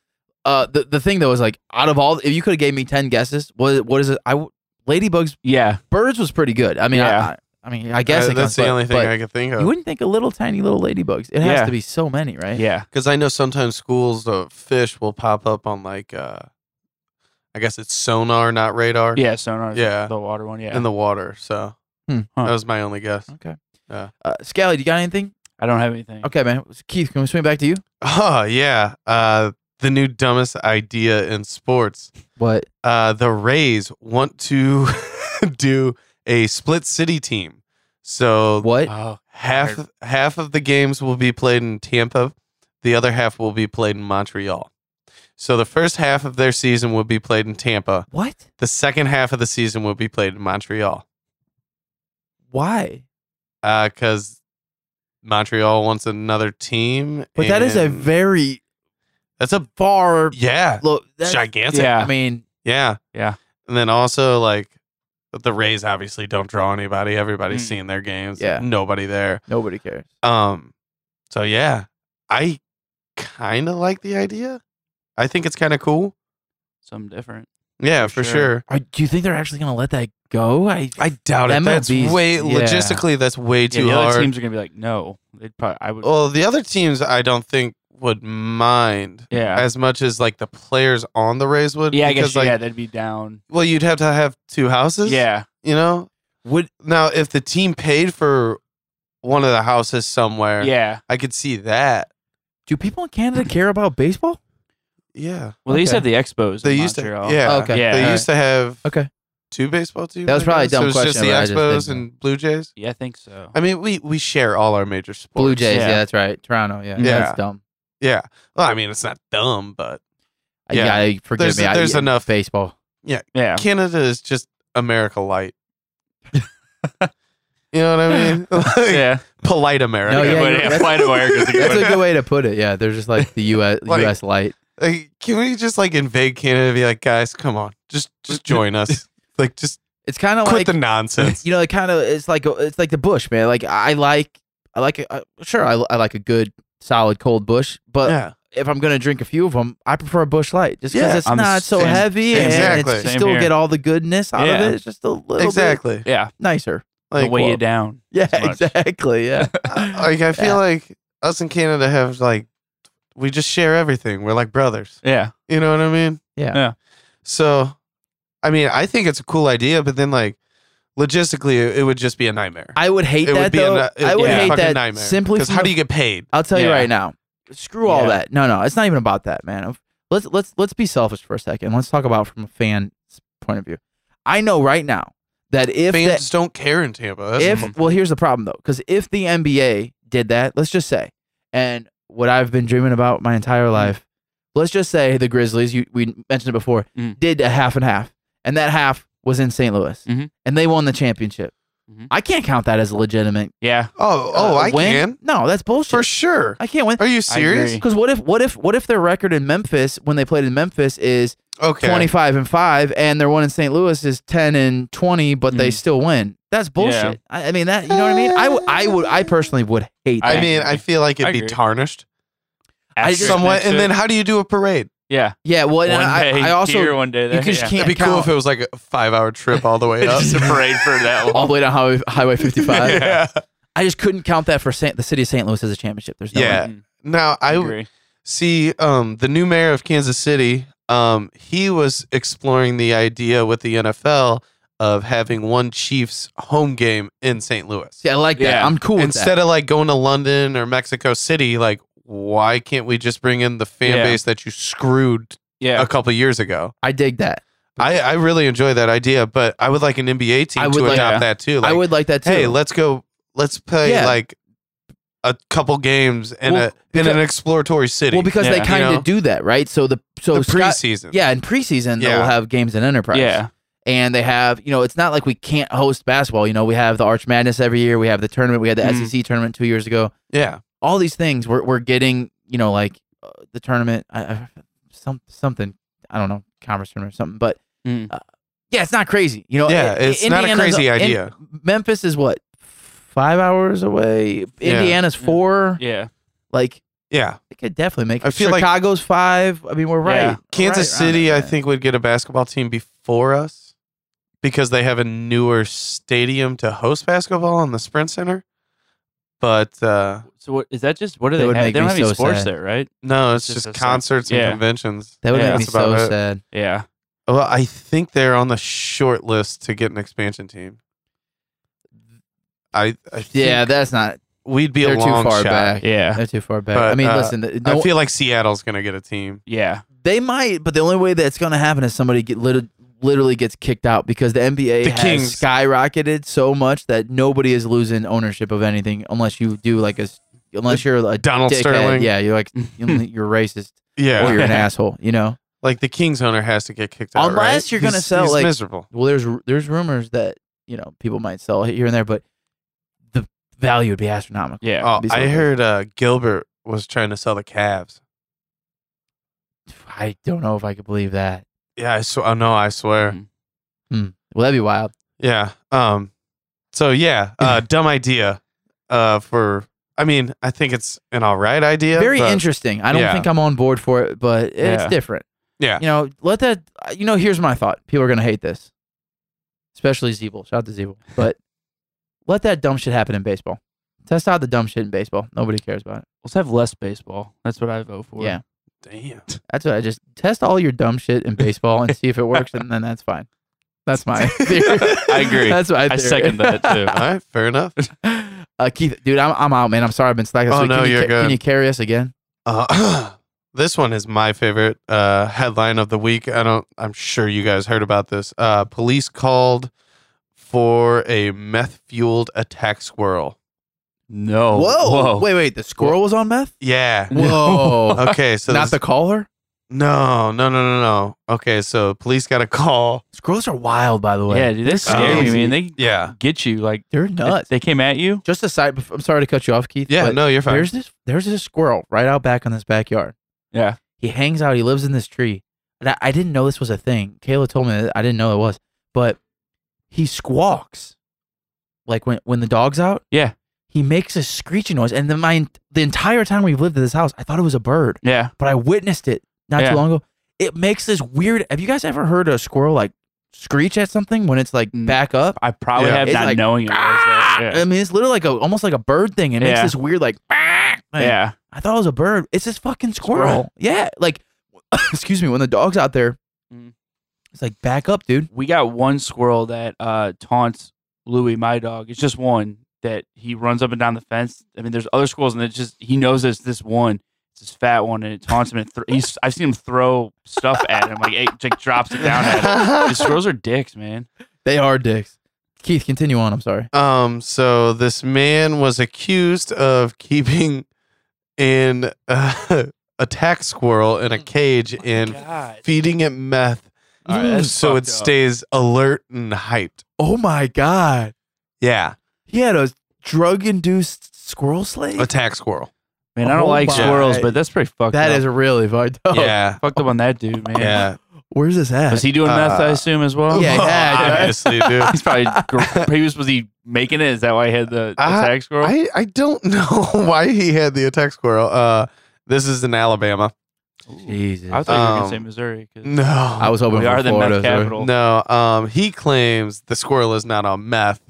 [SPEAKER 2] uh, the the thing that was like out of all, if you could have gave me ten guesses, what what is it? I w- ladybugs,
[SPEAKER 3] Yeah.
[SPEAKER 2] birds was pretty good. I mean,
[SPEAKER 3] Yeah.
[SPEAKER 2] I, I, I mean, I guess
[SPEAKER 1] Uh,
[SPEAKER 2] it
[SPEAKER 1] that's
[SPEAKER 2] comes,
[SPEAKER 1] the
[SPEAKER 2] but-
[SPEAKER 1] only thing
[SPEAKER 2] but
[SPEAKER 1] I could think
[SPEAKER 2] you
[SPEAKER 1] of.
[SPEAKER 2] wouldn't think of little tiny little ladybugs. It has
[SPEAKER 3] Yeah.
[SPEAKER 2] to be so many, right?
[SPEAKER 3] Yeah.
[SPEAKER 1] Because I know sometimes schools uh, fish will pop up on like, uh, I guess it's sonar, not radar,
[SPEAKER 3] Yeah. Sonar. is
[SPEAKER 1] Yeah.
[SPEAKER 3] The water one. Yeah.
[SPEAKER 1] in the water. So
[SPEAKER 2] Hmm.
[SPEAKER 1] That was my only guess.
[SPEAKER 2] Okay.
[SPEAKER 1] Yeah.
[SPEAKER 2] Uh, Scally, do you got anything?
[SPEAKER 3] I don't have anything.
[SPEAKER 2] Okay, man. Keith, can we swing back to you?
[SPEAKER 1] Oh yeah. Uh, the new dumbest idea in sports.
[SPEAKER 2] What?
[SPEAKER 1] uh, the Rays want to do a split city team. So
[SPEAKER 2] What?
[SPEAKER 3] Oh,
[SPEAKER 1] half half of the games will be played in Tampa, the other half will be played in Montreal. So the first half of their season will be played in Tampa.
[SPEAKER 2] What?
[SPEAKER 1] The second half of the season will be played in Montreal
[SPEAKER 2] Why?
[SPEAKER 1] because Montreal wants another team.
[SPEAKER 2] But that is a
[SPEAKER 1] and
[SPEAKER 2] very
[SPEAKER 1] that's a
[SPEAKER 2] far
[SPEAKER 1] yeah
[SPEAKER 2] look. that's-
[SPEAKER 1] gigantic
[SPEAKER 3] Yeah.
[SPEAKER 2] I mean,
[SPEAKER 1] Yeah.
[SPEAKER 3] Yeah.
[SPEAKER 1] And then also like the Rays obviously don't draw anybody. Everybody's
[SPEAKER 3] Mm.
[SPEAKER 1] seeing their games.
[SPEAKER 2] Yeah.
[SPEAKER 1] Nobody there.
[SPEAKER 2] nobody cares.
[SPEAKER 1] Um so yeah, I kind of like the idea. I think it's kind of cool.
[SPEAKER 3] something different.
[SPEAKER 1] Yeah, for,
[SPEAKER 3] For
[SPEAKER 1] sure.
[SPEAKER 3] sure.
[SPEAKER 2] Are, do you think they're actually going to let that go? I,
[SPEAKER 1] I doubt it. That's
[SPEAKER 2] MLB's
[SPEAKER 1] way
[SPEAKER 2] yeah.
[SPEAKER 1] logistically that's way
[SPEAKER 3] Yeah,
[SPEAKER 1] too
[SPEAKER 3] the
[SPEAKER 1] hard.
[SPEAKER 3] other teams are gonna be like, no. They'd probably. I would.
[SPEAKER 1] well, the other teams I don't think would mind
[SPEAKER 3] yeah.
[SPEAKER 1] as much as like the players on the Rays would
[SPEAKER 3] yeah, I
[SPEAKER 1] because
[SPEAKER 3] guess.
[SPEAKER 1] like
[SPEAKER 3] yeah, they'd be down.
[SPEAKER 1] well, you'd have to have two houses.
[SPEAKER 3] Yeah.
[SPEAKER 1] you know would now if the team paid for one of the houses somewhere
[SPEAKER 3] Yeah.
[SPEAKER 1] i could see that
[SPEAKER 2] do people in Canada care about baseball?
[SPEAKER 1] yeah
[SPEAKER 3] Well, they used to have
[SPEAKER 2] Okay.
[SPEAKER 3] the Expos.
[SPEAKER 1] they
[SPEAKER 3] in
[SPEAKER 1] used
[SPEAKER 3] Montreal.
[SPEAKER 1] to yeah
[SPEAKER 2] Oh, okay.
[SPEAKER 1] they
[SPEAKER 3] Yeah. all right.
[SPEAKER 1] used to have
[SPEAKER 2] Okay.
[SPEAKER 1] two baseball teams
[SPEAKER 2] That was
[SPEAKER 1] I
[SPEAKER 2] probably a
[SPEAKER 1] guess?
[SPEAKER 2] dumb
[SPEAKER 1] it was just
[SPEAKER 2] question,
[SPEAKER 1] the
[SPEAKER 2] but I just
[SPEAKER 1] expos
[SPEAKER 2] didn't know.
[SPEAKER 1] and blue jays
[SPEAKER 3] Yeah, I think so.
[SPEAKER 1] i mean we we share all our major sports
[SPEAKER 2] Blue Jays. Yeah.
[SPEAKER 3] Yeah.
[SPEAKER 2] that's right. Toronto. Yeah.
[SPEAKER 1] Yeah.
[SPEAKER 2] That's dumb.
[SPEAKER 1] yeah well i mean it's not dumb but
[SPEAKER 2] I-
[SPEAKER 1] Yeah.
[SPEAKER 2] Yeah. I- forgive
[SPEAKER 1] There's-
[SPEAKER 2] me. I-
[SPEAKER 1] there's
[SPEAKER 2] yeah,
[SPEAKER 1] enough.
[SPEAKER 2] baseball.
[SPEAKER 3] yeah.
[SPEAKER 1] canada is just america light you know what i mean Like,
[SPEAKER 3] yeah.
[SPEAKER 1] polite america
[SPEAKER 2] No, yeah,
[SPEAKER 3] but
[SPEAKER 2] you're-
[SPEAKER 3] yeah,
[SPEAKER 2] that's-
[SPEAKER 3] fly to America's a good
[SPEAKER 2] That's a
[SPEAKER 3] one.
[SPEAKER 2] good way to put it. Yeah. They're just like the U.S.
[SPEAKER 1] Like-
[SPEAKER 2] U.S. light.
[SPEAKER 1] Like, can we just like invade canada and be like guys come on just just join us like just
[SPEAKER 2] It's kind of
[SPEAKER 1] quit
[SPEAKER 2] Oh, like
[SPEAKER 1] the nonsense
[SPEAKER 2] you know, it kind of it's like it's like the bush, man. Like I like I like a, uh, sure I, I like a good solid cold bush, but
[SPEAKER 1] yeah,
[SPEAKER 2] if I'm gonna drink a few of them, I prefer a bush light just because
[SPEAKER 1] Yeah,
[SPEAKER 2] it's
[SPEAKER 3] I'm
[SPEAKER 2] not so
[SPEAKER 3] same-
[SPEAKER 2] heavy
[SPEAKER 1] same here.
[SPEAKER 2] and it's,
[SPEAKER 1] Exactly.
[SPEAKER 2] you
[SPEAKER 3] Same
[SPEAKER 2] still
[SPEAKER 3] here.
[SPEAKER 2] get all the goodness out
[SPEAKER 3] Yeah.
[SPEAKER 2] of it. It's just a little bit
[SPEAKER 1] exactly.
[SPEAKER 3] Yeah.
[SPEAKER 2] nicer.
[SPEAKER 1] Like,
[SPEAKER 3] Like, weigh
[SPEAKER 2] well-
[SPEAKER 3] it down.
[SPEAKER 2] Yeah,
[SPEAKER 3] much.
[SPEAKER 2] exactly. Yeah,
[SPEAKER 1] like I feel
[SPEAKER 2] Uh, Yeah.
[SPEAKER 1] like us in Canada have like we just share everything. We're like brothers.
[SPEAKER 3] Yeah.
[SPEAKER 1] You know what I mean?
[SPEAKER 2] Yeah.
[SPEAKER 3] Yeah.
[SPEAKER 1] So, I mean, I think it's a cool idea, but then like logistically, it, it would just be a nightmare.
[SPEAKER 2] I would hate
[SPEAKER 1] it
[SPEAKER 2] that though.
[SPEAKER 1] ni- it
[SPEAKER 2] I would
[SPEAKER 1] be a
[SPEAKER 2] hate
[SPEAKER 1] fucking
[SPEAKER 2] that
[SPEAKER 1] nightmare.
[SPEAKER 2] simply
[SPEAKER 1] because
[SPEAKER 2] from
[SPEAKER 1] how
[SPEAKER 2] the-
[SPEAKER 1] do you get paid?
[SPEAKER 2] I'll tell you
[SPEAKER 3] Yeah.
[SPEAKER 2] right now. Screw all
[SPEAKER 3] Yeah.
[SPEAKER 2] that. No, no, it's not even about that, man. Let's let's let's be selfish for a second. Let's talk about from a fan's point of view. I know right now that if that,
[SPEAKER 1] Fans don't care in Tampa. That's the
[SPEAKER 2] if well, here's the problem though, because if the NBA did that, let's just say, and what I've been dreaming about my
[SPEAKER 1] Mm.
[SPEAKER 2] entire life, let's just say the Grizzlies, you, we mentioned it before,
[SPEAKER 3] Mm.
[SPEAKER 2] did a half and half, and that half was in St. Louis,
[SPEAKER 1] Mm-hmm.
[SPEAKER 3] Mhm.
[SPEAKER 2] and they won the championship.
[SPEAKER 3] Mhm.
[SPEAKER 2] I can't count that as a legitimate.
[SPEAKER 3] Yeah.
[SPEAKER 1] oh, Mm-hmm. oh,
[SPEAKER 2] uh,
[SPEAKER 1] I
[SPEAKER 2] win.
[SPEAKER 1] can
[SPEAKER 2] No, that's bullshit.
[SPEAKER 1] for sure.
[SPEAKER 2] I can't win.
[SPEAKER 1] Are you serious?
[SPEAKER 3] agree.
[SPEAKER 2] Because what if what if what if their record in Memphis when they played in Memphis is
[SPEAKER 1] Okay.
[SPEAKER 2] twenty five and five, and their one in St. Louis is ten and twenty, but
[SPEAKER 1] Hmm.
[SPEAKER 2] they
[SPEAKER 3] Mhm.
[SPEAKER 2] still win? That's bullshit.
[SPEAKER 3] Yeah.
[SPEAKER 2] I, I mean that you know what I mean. I, w- I would I personally would hate.
[SPEAKER 1] I
[SPEAKER 2] that.
[SPEAKER 1] mean, I feel like it'd
[SPEAKER 3] I
[SPEAKER 1] be
[SPEAKER 3] agree.
[SPEAKER 1] tarnished
[SPEAKER 2] I
[SPEAKER 3] Asterisk
[SPEAKER 2] just-
[SPEAKER 1] somewhat.
[SPEAKER 3] next
[SPEAKER 1] And
[SPEAKER 3] to
[SPEAKER 1] then
[SPEAKER 3] it.
[SPEAKER 1] how do you do a parade?
[SPEAKER 3] yeah.
[SPEAKER 2] yeah. Well,
[SPEAKER 3] One
[SPEAKER 2] and I,
[SPEAKER 3] day
[SPEAKER 2] I also
[SPEAKER 3] here, one day there.
[SPEAKER 2] you just
[SPEAKER 3] yeah.
[SPEAKER 2] can't
[SPEAKER 1] It'd be cool
[SPEAKER 2] count
[SPEAKER 1] if it was like a five-hour trip all the way up.
[SPEAKER 3] just a parade for that
[SPEAKER 2] all
[SPEAKER 3] one.
[SPEAKER 2] the way down highway, highway fifty five.
[SPEAKER 1] yeah.
[SPEAKER 2] I just couldn't count that for Saint, the city of St. Louis as a championship. There's no way.
[SPEAKER 1] Yeah. Now I
[SPEAKER 3] I
[SPEAKER 1] w-
[SPEAKER 3] Mm-hmm. agree.
[SPEAKER 1] see um, the new mayor of Kansas City. Um, he was exploring the idea with the NFL of having one Chiefs home game in St. Louis
[SPEAKER 2] See, I like that.
[SPEAKER 3] Yeah.
[SPEAKER 2] I'm cool with
[SPEAKER 1] instead of like going to London or Mexico City. Like, why can't we just bring in the fan
[SPEAKER 3] Yeah.
[SPEAKER 1] base that you screwed
[SPEAKER 3] Yeah.
[SPEAKER 1] a couple years ago?
[SPEAKER 2] that. I dig that.
[SPEAKER 1] I, I really enjoy that idea, but I would like an NBA team to
[SPEAKER 2] I would
[SPEAKER 1] adopt
[SPEAKER 2] like-
[SPEAKER 3] Yeah.
[SPEAKER 1] that too.
[SPEAKER 2] I
[SPEAKER 1] Like,
[SPEAKER 2] would like that too.
[SPEAKER 1] hey, let's go, let's play
[SPEAKER 2] Yeah.
[SPEAKER 1] like a couple games in
[SPEAKER 2] Well,
[SPEAKER 1] a in an exploratory city.
[SPEAKER 2] well, because they
[SPEAKER 3] Yeah.
[SPEAKER 2] kind of
[SPEAKER 1] You know?
[SPEAKER 2] do that, right? So the so
[SPEAKER 1] the
[SPEAKER 2] Scott-
[SPEAKER 1] preseason.
[SPEAKER 2] Yeah, in preseason they'll
[SPEAKER 1] Yeah.
[SPEAKER 2] have games in Enterprise.
[SPEAKER 3] Yeah.
[SPEAKER 2] and they have you know it's not like we can't host basketball. You know we have the Arch Madness every year. We have the tournament. We had the
[SPEAKER 1] Mm-hmm.
[SPEAKER 3] Mhm.
[SPEAKER 2] SEC tournament two years ago.
[SPEAKER 1] Yeah.
[SPEAKER 2] All these things we're we're getting. You know like uh, the tournament, I, I, some something I don't know conference tournament or something. But
[SPEAKER 3] Mm.
[SPEAKER 2] uh, yeah, it's not crazy. You know,
[SPEAKER 1] Yeah, it's not a
[SPEAKER 2] Indiana's-
[SPEAKER 1] crazy
[SPEAKER 2] in-
[SPEAKER 1] idea.
[SPEAKER 2] Memphis is what five hours away.
[SPEAKER 1] Yeah.
[SPEAKER 2] Indiana's four.
[SPEAKER 3] Yeah.
[SPEAKER 2] Like
[SPEAKER 1] Yeah.
[SPEAKER 2] it could definitely make.
[SPEAKER 1] I feel like-
[SPEAKER 2] Chicago's five. I mean we're right.
[SPEAKER 3] Yeah.
[SPEAKER 2] We're
[SPEAKER 1] Kansas
[SPEAKER 2] right around
[SPEAKER 1] City,
[SPEAKER 2] there,
[SPEAKER 1] I
[SPEAKER 2] man.
[SPEAKER 1] think, would get a basketball team before us because they have a newer stadium to host basketball in the Sprint Center. But uh,
[SPEAKER 3] So what is that? Just what do
[SPEAKER 2] That
[SPEAKER 3] they
[SPEAKER 2] would
[SPEAKER 3] have? They
[SPEAKER 2] make
[SPEAKER 3] don't
[SPEAKER 2] me
[SPEAKER 3] have any
[SPEAKER 2] so
[SPEAKER 3] sports
[SPEAKER 2] sad.
[SPEAKER 3] there, right?
[SPEAKER 1] no, it's
[SPEAKER 3] It's
[SPEAKER 1] just,
[SPEAKER 3] just a-
[SPEAKER 1] concerts and
[SPEAKER 3] yeah.
[SPEAKER 1] conventions.
[SPEAKER 2] that would
[SPEAKER 3] Yeah.
[SPEAKER 2] make me
[SPEAKER 1] That's about
[SPEAKER 2] so
[SPEAKER 1] it.
[SPEAKER 2] sad.
[SPEAKER 3] Yeah.
[SPEAKER 1] Well, I think they're on the short list to get an expansion team. I, I think
[SPEAKER 2] Yeah, that's not.
[SPEAKER 1] we'd be a
[SPEAKER 2] They're too
[SPEAKER 1] long
[SPEAKER 2] far
[SPEAKER 1] shot.
[SPEAKER 2] back.
[SPEAKER 3] Yeah.
[SPEAKER 2] They're too far back.
[SPEAKER 1] But,
[SPEAKER 2] I mean,
[SPEAKER 1] uh,
[SPEAKER 2] listen, th- no,
[SPEAKER 1] I feel like Seattle's gonna get a team.
[SPEAKER 3] Yeah.
[SPEAKER 2] they might, but the only way that's going to happen is somebody get lit- literally gets kicked out because the NBA
[SPEAKER 1] The
[SPEAKER 2] has
[SPEAKER 1] Kings.
[SPEAKER 2] skyrocketed so much that nobody is losing ownership of anything unless you do like a, s- unless you're a
[SPEAKER 1] Donald
[SPEAKER 2] dickhead.
[SPEAKER 1] Sterling.
[SPEAKER 2] Yeah, you're like you're racist
[SPEAKER 1] Yeah,
[SPEAKER 2] or you're an asshole. You know.
[SPEAKER 1] like the Kings owner has to get kicked out.
[SPEAKER 2] Unless
[SPEAKER 1] right?
[SPEAKER 2] you're gonna
[SPEAKER 1] He's-
[SPEAKER 2] sell,
[SPEAKER 1] he's
[SPEAKER 2] like-
[SPEAKER 1] miserable.
[SPEAKER 2] Well, there's there's rumors that you know people might sell here and there, but the value would be astronomical.
[SPEAKER 3] Yeah.
[SPEAKER 1] Oh,
[SPEAKER 2] these
[SPEAKER 1] I
[SPEAKER 2] little-
[SPEAKER 1] heard uh, Gilbert was trying to sell the Cavs.
[SPEAKER 2] I don't know if I could believe that.
[SPEAKER 1] Yeah, I sw- oh, no, I swear.
[SPEAKER 2] Mm-hmm.
[SPEAKER 3] Mhm.
[SPEAKER 2] Well, that'd be wild.
[SPEAKER 1] Yeah. Um. So yeah, uh, dumb idea. Uh, for I mean, I think it's an all right idea.
[SPEAKER 2] Very
[SPEAKER 1] but-
[SPEAKER 2] interesting. I don't
[SPEAKER 1] yeah.
[SPEAKER 2] think I'm on board for it, but it's
[SPEAKER 3] Yeah.
[SPEAKER 2] different.
[SPEAKER 1] Yeah.
[SPEAKER 2] You know, let that. You know, here's my thought. People are gonna hate this, especially Zeeble. Shout out to Zeeble. But let that dumb shit happen in baseball. Test out the dumb shit in baseball. Nobody cares about it.
[SPEAKER 3] Let's have less baseball. That's what I vote for.
[SPEAKER 2] Yeah.
[SPEAKER 1] Damn.
[SPEAKER 2] That's what I just test all your dumb shit in baseball and see if it works, and then that's fine. That's my theory.
[SPEAKER 3] I agree.
[SPEAKER 2] That's what I,
[SPEAKER 3] I
[SPEAKER 2] theory.
[SPEAKER 3] second that too.
[SPEAKER 1] all right. Fair enough.
[SPEAKER 2] Uh, Keith, dude, I'm, I'm out, man. I'm sorry I've been slacking. this
[SPEAKER 1] Oh,
[SPEAKER 2] week.
[SPEAKER 1] no,
[SPEAKER 2] can you,
[SPEAKER 1] you're
[SPEAKER 2] ca-
[SPEAKER 1] good.
[SPEAKER 2] Can you carry us again?
[SPEAKER 1] Uh, this one is my favorite uh, headline of the week. I don't. I'm sure you guys heard about this. Uh, police called for a meth fueled attack squirrel. Oh,
[SPEAKER 3] No.
[SPEAKER 2] Wait, wait. The squirrel was on meth?
[SPEAKER 1] Yeah.
[SPEAKER 2] Whoa.
[SPEAKER 1] Okay. So
[SPEAKER 2] Not
[SPEAKER 1] this-
[SPEAKER 2] the caller?
[SPEAKER 1] no, no, no, no, no. Okay. So police got a call.
[SPEAKER 2] Squirrels are wild, by the way.
[SPEAKER 3] Yeah, dude, they're scary,
[SPEAKER 1] crazy.
[SPEAKER 3] man. They
[SPEAKER 1] Yeah.
[SPEAKER 3] get you. Like
[SPEAKER 2] They're
[SPEAKER 3] if
[SPEAKER 2] nuts.
[SPEAKER 3] they came at you.
[SPEAKER 2] Just a side. bef- I'm sorry to cut you off, Keith.
[SPEAKER 1] Yeah.
[SPEAKER 2] but
[SPEAKER 1] no, you're fine.
[SPEAKER 2] There's this, there's this squirrel right out back in this backyard.
[SPEAKER 3] Yeah.
[SPEAKER 2] He hangs out. He lives in this tree. And I, I didn't know this was a thing. Kayla told me that I didn't know it was. But he squawks. Like when, when the dog's out,
[SPEAKER 3] Yeah.
[SPEAKER 2] he makes a screeching noise. And then my the entire time we've lived at this house, I thought it was a bird,
[SPEAKER 3] Yeah.
[SPEAKER 2] but I witnessed it not
[SPEAKER 3] Yeah.
[SPEAKER 2] too long ago. It makes this weird. Have you guys ever heard a squirrel like screech at something when it's like
[SPEAKER 3] Mm.
[SPEAKER 2] back up?
[SPEAKER 3] I probably
[SPEAKER 1] Yeah.
[SPEAKER 3] have
[SPEAKER 2] It's
[SPEAKER 3] not
[SPEAKER 2] like,
[SPEAKER 3] knowing it. was
[SPEAKER 2] "Ah!"
[SPEAKER 3] that.
[SPEAKER 2] I mean, it's literally like a almost like a bird thing. It makes
[SPEAKER 3] Yeah.
[SPEAKER 2] this weird like. "Ah!"
[SPEAKER 3] Yeah.
[SPEAKER 2] Like,
[SPEAKER 3] yeah.
[SPEAKER 2] I thought it was a bird. It's this fucking squirrel.
[SPEAKER 3] Squirrel.
[SPEAKER 2] Yeah, like excuse me, when the dog's out there,
[SPEAKER 3] Mm.
[SPEAKER 2] it's like back up, dude.
[SPEAKER 3] We got one squirrel that uh, taunts Louis, my dog. It's just one that he runs up and down the fence. I mean, there's other squirrels, and it's just he knows it's this one. It's this fat one, and it taunts him. And it thr he's, I've seen him throw stuff at him, like hey, like drops it down at him. The squirrels are dicks, man.
[SPEAKER 2] They are dicks. Keith, continue on. I'm sorry.
[SPEAKER 1] Um, so this man was accused of keeping an uh, attack squirrel in a
[SPEAKER 2] Mm. Oh
[SPEAKER 1] cage and
[SPEAKER 3] God.
[SPEAKER 1] feeding it meth
[SPEAKER 3] All right, that's
[SPEAKER 1] so it
[SPEAKER 3] fucked up.
[SPEAKER 1] stays alert and hyped.
[SPEAKER 2] Oh my god,
[SPEAKER 1] Yeah,
[SPEAKER 2] he had a drug induced squirrel slave.
[SPEAKER 1] attack squirrel.
[SPEAKER 3] Man, I don't
[SPEAKER 2] Oh
[SPEAKER 3] like
[SPEAKER 2] my.
[SPEAKER 3] squirrels, but that's pretty fucked
[SPEAKER 2] That
[SPEAKER 3] up.
[SPEAKER 2] is really fucked
[SPEAKER 1] Oh.
[SPEAKER 2] up.
[SPEAKER 1] Yeah,
[SPEAKER 3] fucked up on that dude, man.
[SPEAKER 1] yeah.
[SPEAKER 2] Where's this at?
[SPEAKER 3] Was he doing meth? I
[SPEAKER 1] Uh,
[SPEAKER 3] assume as well.
[SPEAKER 2] Yeah, yeah, dude.
[SPEAKER 1] obviously, dude.
[SPEAKER 3] He's probably gr- he was was he making it? Is that why he had the
[SPEAKER 1] I-
[SPEAKER 3] attack squirrel?
[SPEAKER 1] I I don't know why he had the attack squirrel. Uh, this is in Alabama.
[SPEAKER 2] Jesus.
[SPEAKER 3] I thought you were
[SPEAKER 1] Um,
[SPEAKER 3] gonna say Missouri. 'cause-
[SPEAKER 1] No,
[SPEAKER 2] I was hoping
[SPEAKER 3] We
[SPEAKER 2] for
[SPEAKER 3] are the meth
[SPEAKER 2] Florida, so-
[SPEAKER 3] capital.
[SPEAKER 1] No, um, he claims the squirrel is not on meth,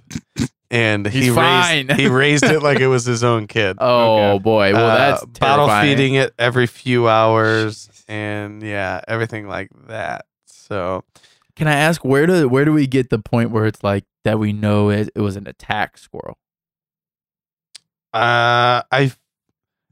[SPEAKER 1] and
[SPEAKER 2] He's
[SPEAKER 1] he
[SPEAKER 2] fine.
[SPEAKER 1] raised he raised it like it was his own kid.
[SPEAKER 2] Oh boy, well
[SPEAKER 1] Uh,
[SPEAKER 2] that's
[SPEAKER 1] bottle
[SPEAKER 2] terrifying.
[SPEAKER 1] feeding it every few hours, and yeah, everything like that. So
[SPEAKER 2] Can I ask where do where do we get the point where it's like that we know it, it was an attack squirrel?
[SPEAKER 1] uh, I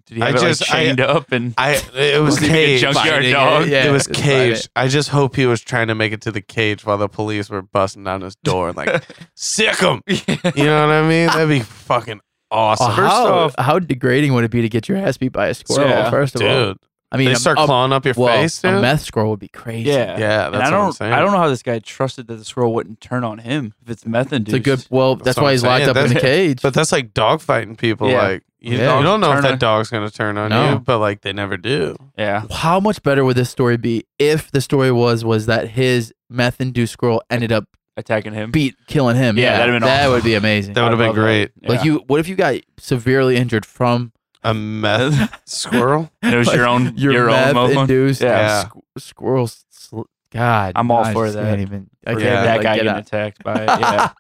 [SPEAKER 3] Did he have
[SPEAKER 1] I
[SPEAKER 3] it like,
[SPEAKER 1] just- I-
[SPEAKER 3] chained up and
[SPEAKER 1] I it was
[SPEAKER 3] Was he being a
[SPEAKER 1] caged.
[SPEAKER 3] junkyard
[SPEAKER 2] Fighting
[SPEAKER 3] dog?
[SPEAKER 1] It was
[SPEAKER 2] that's about
[SPEAKER 1] caged. I just hope he was trying to make it to the cage while the police were busting down his door and like sick him. You know what I mean? That'd be fucking awesome.
[SPEAKER 2] Oh, how, how degrading would it be to get your ass beat by a squirrel?
[SPEAKER 3] Yeah.
[SPEAKER 2] first of
[SPEAKER 1] dude,
[SPEAKER 2] all, I mean,
[SPEAKER 1] they
[SPEAKER 2] a-
[SPEAKER 1] start
[SPEAKER 2] a,
[SPEAKER 1] clawing up your
[SPEAKER 2] well,
[SPEAKER 1] face, dude.
[SPEAKER 2] a meth squirrel would be crazy.
[SPEAKER 3] yeah.
[SPEAKER 1] yeah, that's
[SPEAKER 3] And I
[SPEAKER 1] what I'm
[SPEAKER 3] don't
[SPEAKER 1] saying.
[SPEAKER 3] I don't know how this guy trusted that the squirrel wouldn't turn on him if it's meth
[SPEAKER 2] it's a
[SPEAKER 3] induced.
[SPEAKER 2] good. Well, that's,
[SPEAKER 1] That's what
[SPEAKER 2] why
[SPEAKER 1] I'm
[SPEAKER 2] he's locked
[SPEAKER 1] saying.
[SPEAKER 2] up in the
[SPEAKER 1] That's-
[SPEAKER 2] cage.
[SPEAKER 1] But that's like dog fighting people.
[SPEAKER 3] Yeah.
[SPEAKER 1] Like you,
[SPEAKER 2] Yeah.
[SPEAKER 1] you don't know if
[SPEAKER 3] Turn
[SPEAKER 1] that
[SPEAKER 3] on-
[SPEAKER 1] dog's gonna turn on
[SPEAKER 2] No.
[SPEAKER 1] you, but like they never do.
[SPEAKER 3] Yeah.
[SPEAKER 2] how much better would this story be if the story was was that his meth induced squirrel ended up
[SPEAKER 3] Attacking him.
[SPEAKER 2] beat killing him?
[SPEAKER 3] Yeah, that'd have been
[SPEAKER 2] that
[SPEAKER 3] awesome.
[SPEAKER 2] would be amazing.
[SPEAKER 1] That would have
[SPEAKER 3] I
[SPEAKER 1] been
[SPEAKER 3] love
[SPEAKER 1] great.
[SPEAKER 3] Yeah.
[SPEAKER 2] Like you, what if you got severely injured from
[SPEAKER 1] A meth squirrel.
[SPEAKER 3] And it was your own
[SPEAKER 2] your,
[SPEAKER 3] your, own meth one.
[SPEAKER 2] induced
[SPEAKER 3] Yeah.
[SPEAKER 1] Yeah.
[SPEAKER 2] squirrels. Sl- God,
[SPEAKER 3] I'm all
[SPEAKER 2] I
[SPEAKER 3] for
[SPEAKER 2] just
[SPEAKER 3] that.
[SPEAKER 2] Can't even, I can't
[SPEAKER 3] For
[SPEAKER 1] Yeah.
[SPEAKER 2] even,
[SPEAKER 3] that
[SPEAKER 2] like,
[SPEAKER 3] guy
[SPEAKER 2] get
[SPEAKER 3] getting
[SPEAKER 2] out.
[SPEAKER 3] attacked by it. Yeah.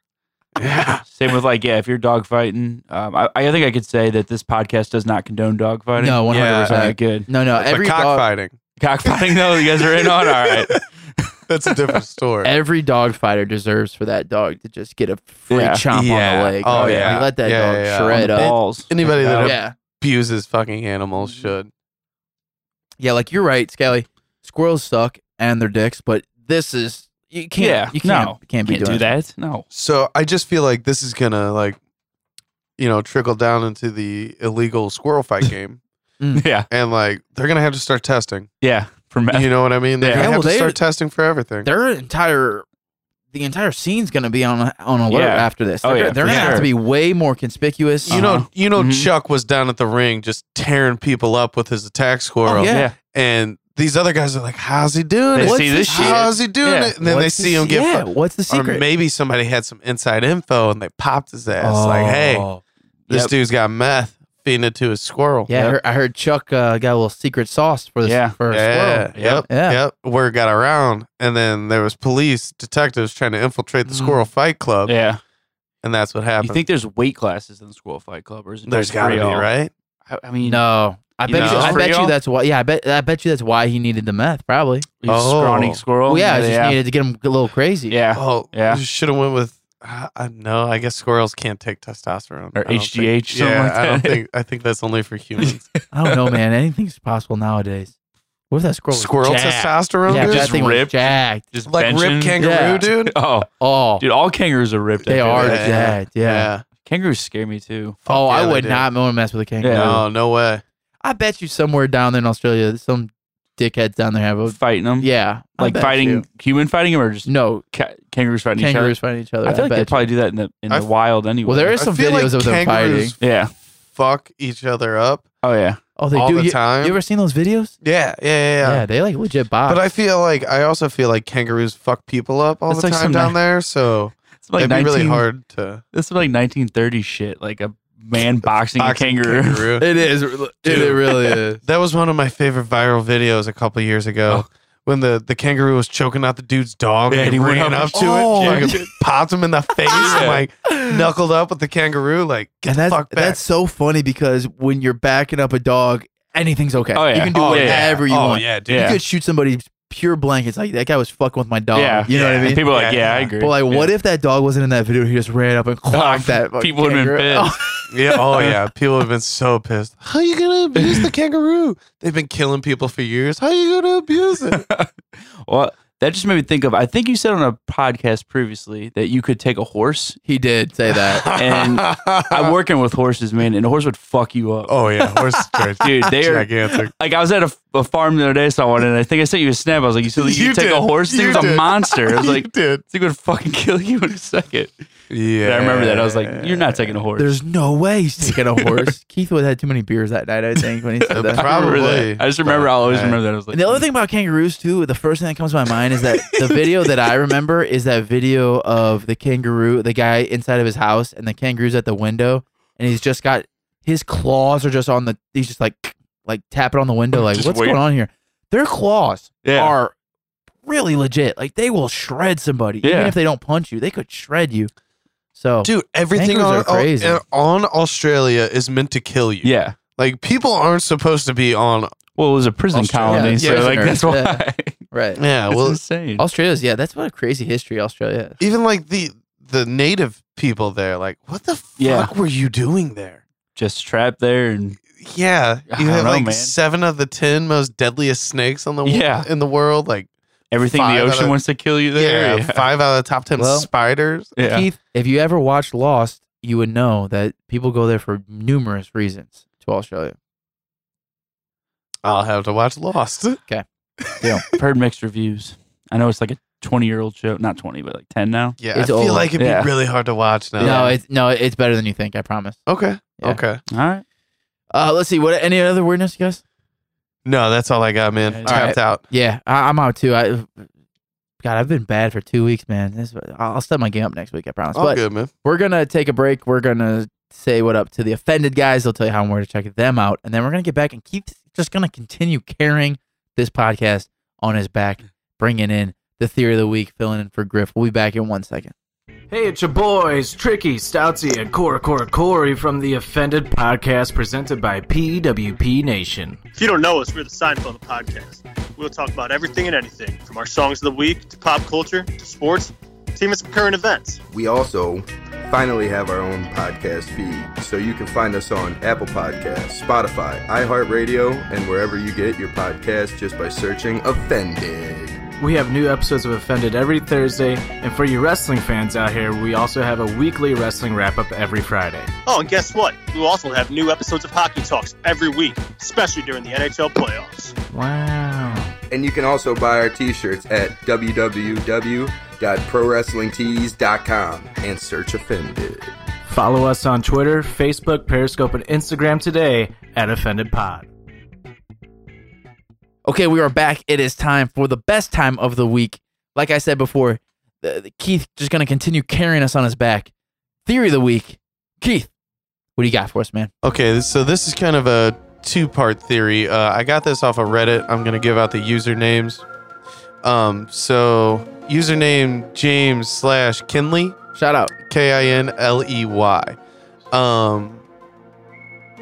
[SPEAKER 1] Yeah.
[SPEAKER 3] Same with like, yeah, if you're dog fighting, um, I, I think I could say that this podcast does not condone dog fighting.
[SPEAKER 2] No, one hundred
[SPEAKER 1] Yeah.
[SPEAKER 3] All right,
[SPEAKER 2] percent.
[SPEAKER 3] good.
[SPEAKER 2] No, no.
[SPEAKER 1] But
[SPEAKER 2] Every dog,
[SPEAKER 1] cockfighting.
[SPEAKER 3] Oh, Cockfighting though, you guys are in on all right.
[SPEAKER 1] That's a different story.
[SPEAKER 2] Every dog fighter deserves for that dog to just get a free
[SPEAKER 3] Yeah.
[SPEAKER 2] chomp on
[SPEAKER 1] Yeah.
[SPEAKER 2] the leg.
[SPEAKER 1] Oh,
[SPEAKER 2] Like,
[SPEAKER 1] yeah.
[SPEAKER 2] let that
[SPEAKER 1] Yeah,
[SPEAKER 2] dog
[SPEAKER 1] yeah, yeah.
[SPEAKER 2] shred
[SPEAKER 1] On the
[SPEAKER 2] up.
[SPEAKER 3] balls.
[SPEAKER 1] Anybody that
[SPEAKER 2] Yeah,
[SPEAKER 1] abuses fucking animals should.
[SPEAKER 2] yeah. Like you're right, Scally. Squirrels suck and their dicks, but this is you can't.
[SPEAKER 3] Yeah,
[SPEAKER 2] you can't.
[SPEAKER 3] no.
[SPEAKER 2] can't be
[SPEAKER 3] Can't
[SPEAKER 2] doing
[SPEAKER 3] do that. No.
[SPEAKER 1] So I just feel like this is gonna like, you know, trickle down into the illegal squirrel fight game,
[SPEAKER 3] Yeah.
[SPEAKER 1] and like they're gonna have to start testing.
[SPEAKER 3] Yeah. For meth.
[SPEAKER 1] You know what I mean? They're
[SPEAKER 3] Yeah.
[SPEAKER 1] gonna
[SPEAKER 2] Yeah,
[SPEAKER 1] have
[SPEAKER 2] well,
[SPEAKER 1] to
[SPEAKER 2] they-
[SPEAKER 1] start testing for everything.
[SPEAKER 2] Their entire, the entire scene's gonna be on on alert
[SPEAKER 3] Yeah.
[SPEAKER 2] after this.
[SPEAKER 3] Oh,
[SPEAKER 2] They're,
[SPEAKER 3] yeah,
[SPEAKER 2] they're
[SPEAKER 3] for
[SPEAKER 2] gonna have
[SPEAKER 3] sure.
[SPEAKER 2] to be way more conspicuous.
[SPEAKER 1] You know,
[SPEAKER 3] Uh-huh.
[SPEAKER 1] you know,
[SPEAKER 2] Mm-hmm.
[SPEAKER 3] Mhm.
[SPEAKER 1] Chuck was down at the ring just tearing people up with his attack squirrel,
[SPEAKER 2] Oh, yeah.
[SPEAKER 1] and these other guys are like, "How's he doing
[SPEAKER 3] They
[SPEAKER 1] it?
[SPEAKER 3] see this shit.
[SPEAKER 1] How's he doing
[SPEAKER 3] Yeah.
[SPEAKER 1] it?" And then
[SPEAKER 2] What's
[SPEAKER 1] they
[SPEAKER 2] the
[SPEAKER 1] see him
[SPEAKER 2] se-
[SPEAKER 1] get.
[SPEAKER 2] yeah,
[SPEAKER 1] fu-
[SPEAKER 2] What's the
[SPEAKER 1] Or
[SPEAKER 2] secret?
[SPEAKER 1] maybe somebody had some inside info and they popped his ass. Like, hey,
[SPEAKER 2] Oh.
[SPEAKER 1] this
[SPEAKER 3] Yep.
[SPEAKER 1] dude's got meth. Feeding it to his squirrel.
[SPEAKER 2] Yeah, I, heard, I heard Chuck uh, got a little secret sauce for this
[SPEAKER 3] Yeah.
[SPEAKER 2] for
[SPEAKER 1] Yeah.
[SPEAKER 2] squirrel.
[SPEAKER 1] Yep.
[SPEAKER 2] Yeah.
[SPEAKER 1] Yep. Word got around, and then there was police detectives trying to infiltrate the
[SPEAKER 2] Mm.
[SPEAKER 1] Squirrel Fight Club,
[SPEAKER 3] Yeah.
[SPEAKER 1] and that's what
[SPEAKER 3] You
[SPEAKER 1] happened.
[SPEAKER 3] think there's weight classes in the Squirrel Fight Club, or is it
[SPEAKER 1] There's
[SPEAKER 3] just
[SPEAKER 1] got to
[SPEAKER 3] free
[SPEAKER 1] be
[SPEAKER 3] all?
[SPEAKER 1] right.
[SPEAKER 3] I, I mean,
[SPEAKER 2] No, I
[SPEAKER 3] You
[SPEAKER 2] bet
[SPEAKER 1] know?
[SPEAKER 2] you. I
[SPEAKER 3] For
[SPEAKER 2] bet
[SPEAKER 3] y'all?
[SPEAKER 2] you that's why. Yeah, I bet. I bet you that's why he needed the meth. Probably.
[SPEAKER 3] he's
[SPEAKER 1] Oh.
[SPEAKER 3] scrawny squirrel.
[SPEAKER 2] Well, yeah, I just
[SPEAKER 3] yeah.
[SPEAKER 2] needed to get him a little crazy.
[SPEAKER 3] yeah.
[SPEAKER 1] Oh,
[SPEAKER 3] Yeah.
[SPEAKER 1] Should have went with. I I- no, I guess squirrels can't take testosterone
[SPEAKER 3] Or
[SPEAKER 1] I don't
[SPEAKER 3] HGH,
[SPEAKER 1] Think,
[SPEAKER 3] something
[SPEAKER 1] yeah,
[SPEAKER 3] like
[SPEAKER 1] I don't
[SPEAKER 3] that.
[SPEAKER 1] think. I think that's only for humans.
[SPEAKER 2] I don't know, man. Anything's possible nowadays. What if that squirrel? was
[SPEAKER 1] Squirrel
[SPEAKER 3] jacked.
[SPEAKER 1] testosterone,
[SPEAKER 2] Yeah,
[SPEAKER 1] dude?
[SPEAKER 2] that
[SPEAKER 3] just
[SPEAKER 2] thing was
[SPEAKER 3] ripped.
[SPEAKER 2] jacked.
[SPEAKER 3] Just
[SPEAKER 1] like
[SPEAKER 3] benching.
[SPEAKER 1] ripped kangaroo,
[SPEAKER 2] Yeah.
[SPEAKER 1] dude.
[SPEAKER 3] Oh,
[SPEAKER 2] Oh,
[SPEAKER 3] dude, all kangaroos are ripped. I
[SPEAKER 2] they
[SPEAKER 3] feel
[SPEAKER 2] are
[SPEAKER 3] like.
[SPEAKER 1] Yeah.
[SPEAKER 2] jacked. Yeah.
[SPEAKER 3] Kangaroos scare me too.
[SPEAKER 1] Fuck
[SPEAKER 2] Oh,
[SPEAKER 1] yeah,
[SPEAKER 2] I
[SPEAKER 1] they
[SPEAKER 2] would
[SPEAKER 1] do.
[SPEAKER 2] not want to mess with a kangaroo.
[SPEAKER 3] Yeah.
[SPEAKER 1] Oh, No, no way.
[SPEAKER 2] I bet you somewhere down there in Australia, some dickheads down there have a.
[SPEAKER 3] Fighting them.
[SPEAKER 2] Yeah, I
[SPEAKER 3] Like
[SPEAKER 2] bet
[SPEAKER 3] fighting
[SPEAKER 2] you.
[SPEAKER 3] human fighting them or just
[SPEAKER 2] No,
[SPEAKER 3] ca- kangaroos fighting
[SPEAKER 2] kangaroos
[SPEAKER 3] each
[SPEAKER 2] fighting each other.
[SPEAKER 3] other. I feel like
[SPEAKER 2] bet
[SPEAKER 3] they
[SPEAKER 2] you.
[SPEAKER 3] probably do that in the in
[SPEAKER 1] I
[SPEAKER 3] the
[SPEAKER 1] f-
[SPEAKER 3] wild anyway.
[SPEAKER 2] Well, there is
[SPEAKER 1] I
[SPEAKER 2] some
[SPEAKER 1] feel like
[SPEAKER 2] videos of them fighting.
[SPEAKER 1] kangaroos
[SPEAKER 3] Yeah.
[SPEAKER 1] Fuck each other up
[SPEAKER 3] Oh yeah.
[SPEAKER 2] Oh, they
[SPEAKER 1] all
[SPEAKER 2] do.
[SPEAKER 1] the
[SPEAKER 2] you,
[SPEAKER 1] time.
[SPEAKER 2] you ever seen those videos?
[SPEAKER 1] yeah, yeah, yeah, yeah.
[SPEAKER 2] Yeah, they like legit box.
[SPEAKER 1] But I feel like I also feel like kangaroos fuck people up all
[SPEAKER 3] That's
[SPEAKER 1] the
[SPEAKER 3] like
[SPEAKER 1] time
[SPEAKER 3] some
[SPEAKER 1] down
[SPEAKER 3] ni-
[SPEAKER 1] there, so
[SPEAKER 3] It's like
[SPEAKER 1] it'd be
[SPEAKER 3] 19
[SPEAKER 1] really hard to
[SPEAKER 3] This is like 1930 shit, like a man boxing a
[SPEAKER 1] box a
[SPEAKER 3] kangaroo.
[SPEAKER 2] It is. Dude, it really is.
[SPEAKER 1] That was one of my favorite viral videos a couple years ago. When the, the kangaroo was choking out the dude's dog
[SPEAKER 3] Yeah,
[SPEAKER 1] and he ran up, to
[SPEAKER 2] Oh,
[SPEAKER 1] it, fucking popped him in the face, and
[SPEAKER 3] Yeah.
[SPEAKER 1] like knuckled up with the kangaroo, like get
[SPEAKER 2] And
[SPEAKER 1] the
[SPEAKER 2] that's
[SPEAKER 1] fuck back.
[SPEAKER 2] that's so funny because when you're backing up a dog, anything's okay.
[SPEAKER 3] Oh, yeah.
[SPEAKER 2] You can do
[SPEAKER 3] Oh, yeah.
[SPEAKER 2] whatever you
[SPEAKER 1] oh
[SPEAKER 2] want.
[SPEAKER 1] yeah, dude.
[SPEAKER 2] You
[SPEAKER 3] Yeah.
[SPEAKER 2] could shoot somebody's pure blankets. Like that guy was fucking with my dog.
[SPEAKER 3] Yeah.
[SPEAKER 2] You know what I
[SPEAKER 1] Yeah.
[SPEAKER 2] mean?
[SPEAKER 3] And people are like, yeah, I
[SPEAKER 1] Yeah.
[SPEAKER 3] agree.
[SPEAKER 2] But like, what
[SPEAKER 3] Yeah. Oh,
[SPEAKER 2] if that dog wasn't in that video? He just ran up and clocked that. fucking
[SPEAKER 3] people would've been
[SPEAKER 2] kangaroo.
[SPEAKER 3] pissed.
[SPEAKER 1] Yeah, oh yeah. People have been so pissed. How you gonna abuse the kangaroo? They've been killing people for years. How you gonna abuse it?
[SPEAKER 3] Well, that just made me think of. I think you said on a podcast previously that you could take a horse.
[SPEAKER 2] He did say that.
[SPEAKER 3] And I'm
[SPEAKER 1] I
[SPEAKER 3] working with horses, man, and a horse would fuck you up.
[SPEAKER 1] Oh yeah, horse are
[SPEAKER 3] Dude, they are-
[SPEAKER 1] gigantic.
[SPEAKER 3] Like I was at a, a farm the other day, saw one, and I think I sent you a snap. I was like, "You said you,
[SPEAKER 1] You
[SPEAKER 3] could take
[SPEAKER 1] did.
[SPEAKER 3] a horse?
[SPEAKER 1] You
[SPEAKER 3] Dude's a
[SPEAKER 1] did.
[SPEAKER 3] monster." I was like, "This
[SPEAKER 1] dude.
[SPEAKER 3] thing would fucking kill you in a second.
[SPEAKER 1] Yeah,
[SPEAKER 3] But I remember that. I was like, "You're not taking a horse."
[SPEAKER 2] There's no way he's taking a horse. Keith would have had too many beers that night. I think when he said that.
[SPEAKER 3] I remember that.
[SPEAKER 1] Probably.
[SPEAKER 3] I just remember. I always
[SPEAKER 1] Right.
[SPEAKER 3] remember that. I was like,
[SPEAKER 2] And the other thing about kangaroos too, the first thing that comes to my mind is that the video that I remember is that video of the kangaroo, the guy inside of his house, and the kangaroo's at the window, and he's just got his claws are just on the. He's just like like tapping on the window, like
[SPEAKER 3] Just
[SPEAKER 2] what's
[SPEAKER 3] waiting.
[SPEAKER 2] going on here? Their claws
[SPEAKER 3] Yeah.
[SPEAKER 2] are really legit. Like they will shred somebody, even
[SPEAKER 3] Yeah.
[SPEAKER 2] if they don't punch you, they could shred you. So
[SPEAKER 1] Dude, everything on,
[SPEAKER 2] Kangaroos are crazy.
[SPEAKER 1] on- on Australia is meant to kill you.
[SPEAKER 3] "Yeah."
[SPEAKER 1] Like people aren't supposed to be on.
[SPEAKER 3] Well, it was a prison
[SPEAKER 1] Australia.
[SPEAKER 3] colony,
[SPEAKER 2] Yeah,
[SPEAKER 3] so like
[SPEAKER 2] prisoners.
[SPEAKER 3] that's why.
[SPEAKER 2] Yeah.
[SPEAKER 3] it's
[SPEAKER 2] right,
[SPEAKER 1] Yeah, well,
[SPEAKER 3] insane.
[SPEAKER 2] Australia's yeah, that's what a crazy history Australia. Has.
[SPEAKER 1] even like the the native people there, like, what the fuck
[SPEAKER 3] Yeah.
[SPEAKER 1] were you doing there?
[SPEAKER 3] Just trapped there, and
[SPEAKER 1] Yeah,
[SPEAKER 3] I
[SPEAKER 1] you
[SPEAKER 3] don't
[SPEAKER 1] have
[SPEAKER 3] know,
[SPEAKER 1] like
[SPEAKER 3] man.
[SPEAKER 1] seven of the ten most deadliest snakes on the wo-
[SPEAKER 3] Yeah.
[SPEAKER 1] in the world. Like,
[SPEAKER 3] everything in
[SPEAKER 1] Five
[SPEAKER 3] the
[SPEAKER 1] out
[SPEAKER 3] ocean
[SPEAKER 1] of-
[SPEAKER 3] wants to kill you
[SPEAKER 1] yeah,
[SPEAKER 3] there. Yeah,
[SPEAKER 1] uh, five out of the top ten
[SPEAKER 2] Well-
[SPEAKER 1] spiders.
[SPEAKER 3] yeah.
[SPEAKER 2] Keith, if you ever watched Lost, you would know that people go there for numerous reasons to Australia.
[SPEAKER 1] I'll have to watch Lost.
[SPEAKER 3] I've heard mixed reviews. I know it's like a 20 year old show, not 20, but like 10 now.
[SPEAKER 1] Yeah,
[SPEAKER 2] It's
[SPEAKER 1] I feel
[SPEAKER 2] old.
[SPEAKER 1] like it'd
[SPEAKER 3] Yeah.
[SPEAKER 1] be really hard to watch now.
[SPEAKER 2] No, it's no, it's better than you think. I promise.
[SPEAKER 1] Okay.
[SPEAKER 2] Yeah.
[SPEAKER 1] Okay.
[SPEAKER 3] All right.
[SPEAKER 2] Uh, let's see. What any other weirdness, you guys?
[SPEAKER 1] No, that's all I got, man.
[SPEAKER 3] Yeah,
[SPEAKER 1] Tapped
[SPEAKER 2] alright.
[SPEAKER 1] out.
[SPEAKER 2] Yeah, I, I'm out too. I, God, I've been bad for two weeks, man. This, I'll I'll step my game up next week. I promise.
[SPEAKER 1] All
[SPEAKER 2] but
[SPEAKER 1] good, man.
[SPEAKER 2] we're gonna take a break. We're gonna say what up to the offended guys. They'll tell you how and where to check them out, and then we're gonna get back and Keith's just gonna continue carrying this podcast on his back, bringing in the theory of the week, filling in for Griff. We'll be back in one second.
[SPEAKER 6] Hey, it's your boys, Tricky, Stoutsy, and Cora Cora Corey from the Offended Podcast presented by PWP Nation.
[SPEAKER 7] If you don't know us, we're the Seinfeld podcast. We'll talk about everything and anything, from our songs of the week to pop culture to sports to even some current events.
[SPEAKER 8] We also finally have our own podcast feed, so you can find us on Apple Podcasts, Spotify, iHeartRadio, and wherever you get your podcasts just by searching Offended.
[SPEAKER 6] We have new episodes of Offended every Thursday, and for you wrestling fans out here, we also have a weekly wrestling wrap up every Friday.
[SPEAKER 7] Oh, and guess what? We'll also have new episodes of Hockey Talks every week, especially during the NHL playoffs.
[SPEAKER 6] Wow.
[SPEAKER 8] And you can also buy our t shirts at www.prowrestlingtees.com and search Offended.
[SPEAKER 6] Follow us on Twitter, Facebook, Periscope, and Instagram today at Offended Pod.
[SPEAKER 2] Okay, we are back. It is time for the best time of the week. Like I said before, the, the Keith just going to continue carrying us on his back. Theory of the week. Keith, what do you got for us, man?
[SPEAKER 1] Okay, so this is kind of a two part theory. Uh, I got this off of Reddit. I'm going to give out the usernames. Um, so, username James slash Kinley,
[SPEAKER 2] Shout out.
[SPEAKER 1] K I N L E Y. Um,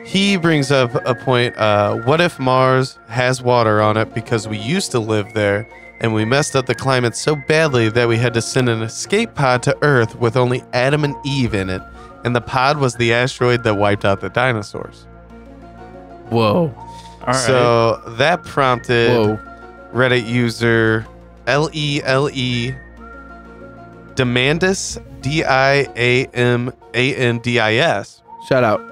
[SPEAKER 1] he brings up a point uh, what if Mars has water on it because we used to live there and we messed up the climate so badly that we had to send an escape pod to Earth with only Adam and Eve in it? And the pod was the asteroid that wiped out the dinosaurs.
[SPEAKER 2] Whoa.
[SPEAKER 3] All right.
[SPEAKER 1] So that prompted
[SPEAKER 2] Whoa.
[SPEAKER 1] Reddit user L E L E Demandis D I A M A N D I S.
[SPEAKER 2] Shout out.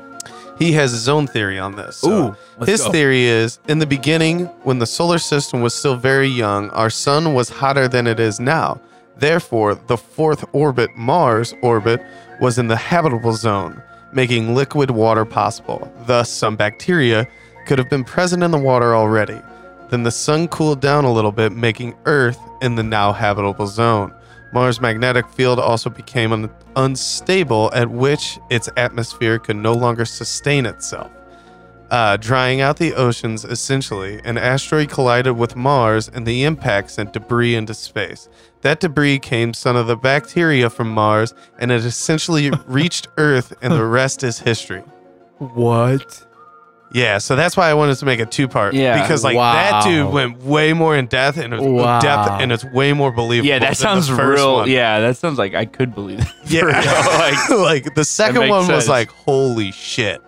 [SPEAKER 1] He has his own theory on this. So his theory is in the beginning, when the solar system was still very young, our sun was hotter than it is now. Therefore, the fourth orbit, Mars orbit, was in the habitable zone, making liquid water possible. Thus, some bacteria could have been present in the water already. Then the sun cooled down a little bit, making Earth in the now habitable zone. Mars' magnetic field also became un- unstable, at which its atmosphere could no longer sustain itself. Uh, drying out the oceans, essentially, an asteroid collided with Mars and the impact sent debris into space. That debris came some of the bacteria from Mars and it essentially reached Earth, and the rest is history.
[SPEAKER 2] What?
[SPEAKER 1] Yeah, so that's why I wanted to make a two part.
[SPEAKER 3] Yeah.
[SPEAKER 1] Because like
[SPEAKER 2] Wow.
[SPEAKER 1] that dude went way more in depth and it was uh,
[SPEAKER 2] Wow.
[SPEAKER 1] depth and it's way more believable.
[SPEAKER 3] yeah,
[SPEAKER 1] than
[SPEAKER 3] that sounds
[SPEAKER 1] the first
[SPEAKER 3] real.
[SPEAKER 1] one.
[SPEAKER 3] Yeah, that sounds like I could believe that.
[SPEAKER 1] Yeah. like, the second
[SPEAKER 3] makes
[SPEAKER 1] one
[SPEAKER 3] sense.
[SPEAKER 1] was like, holy shit.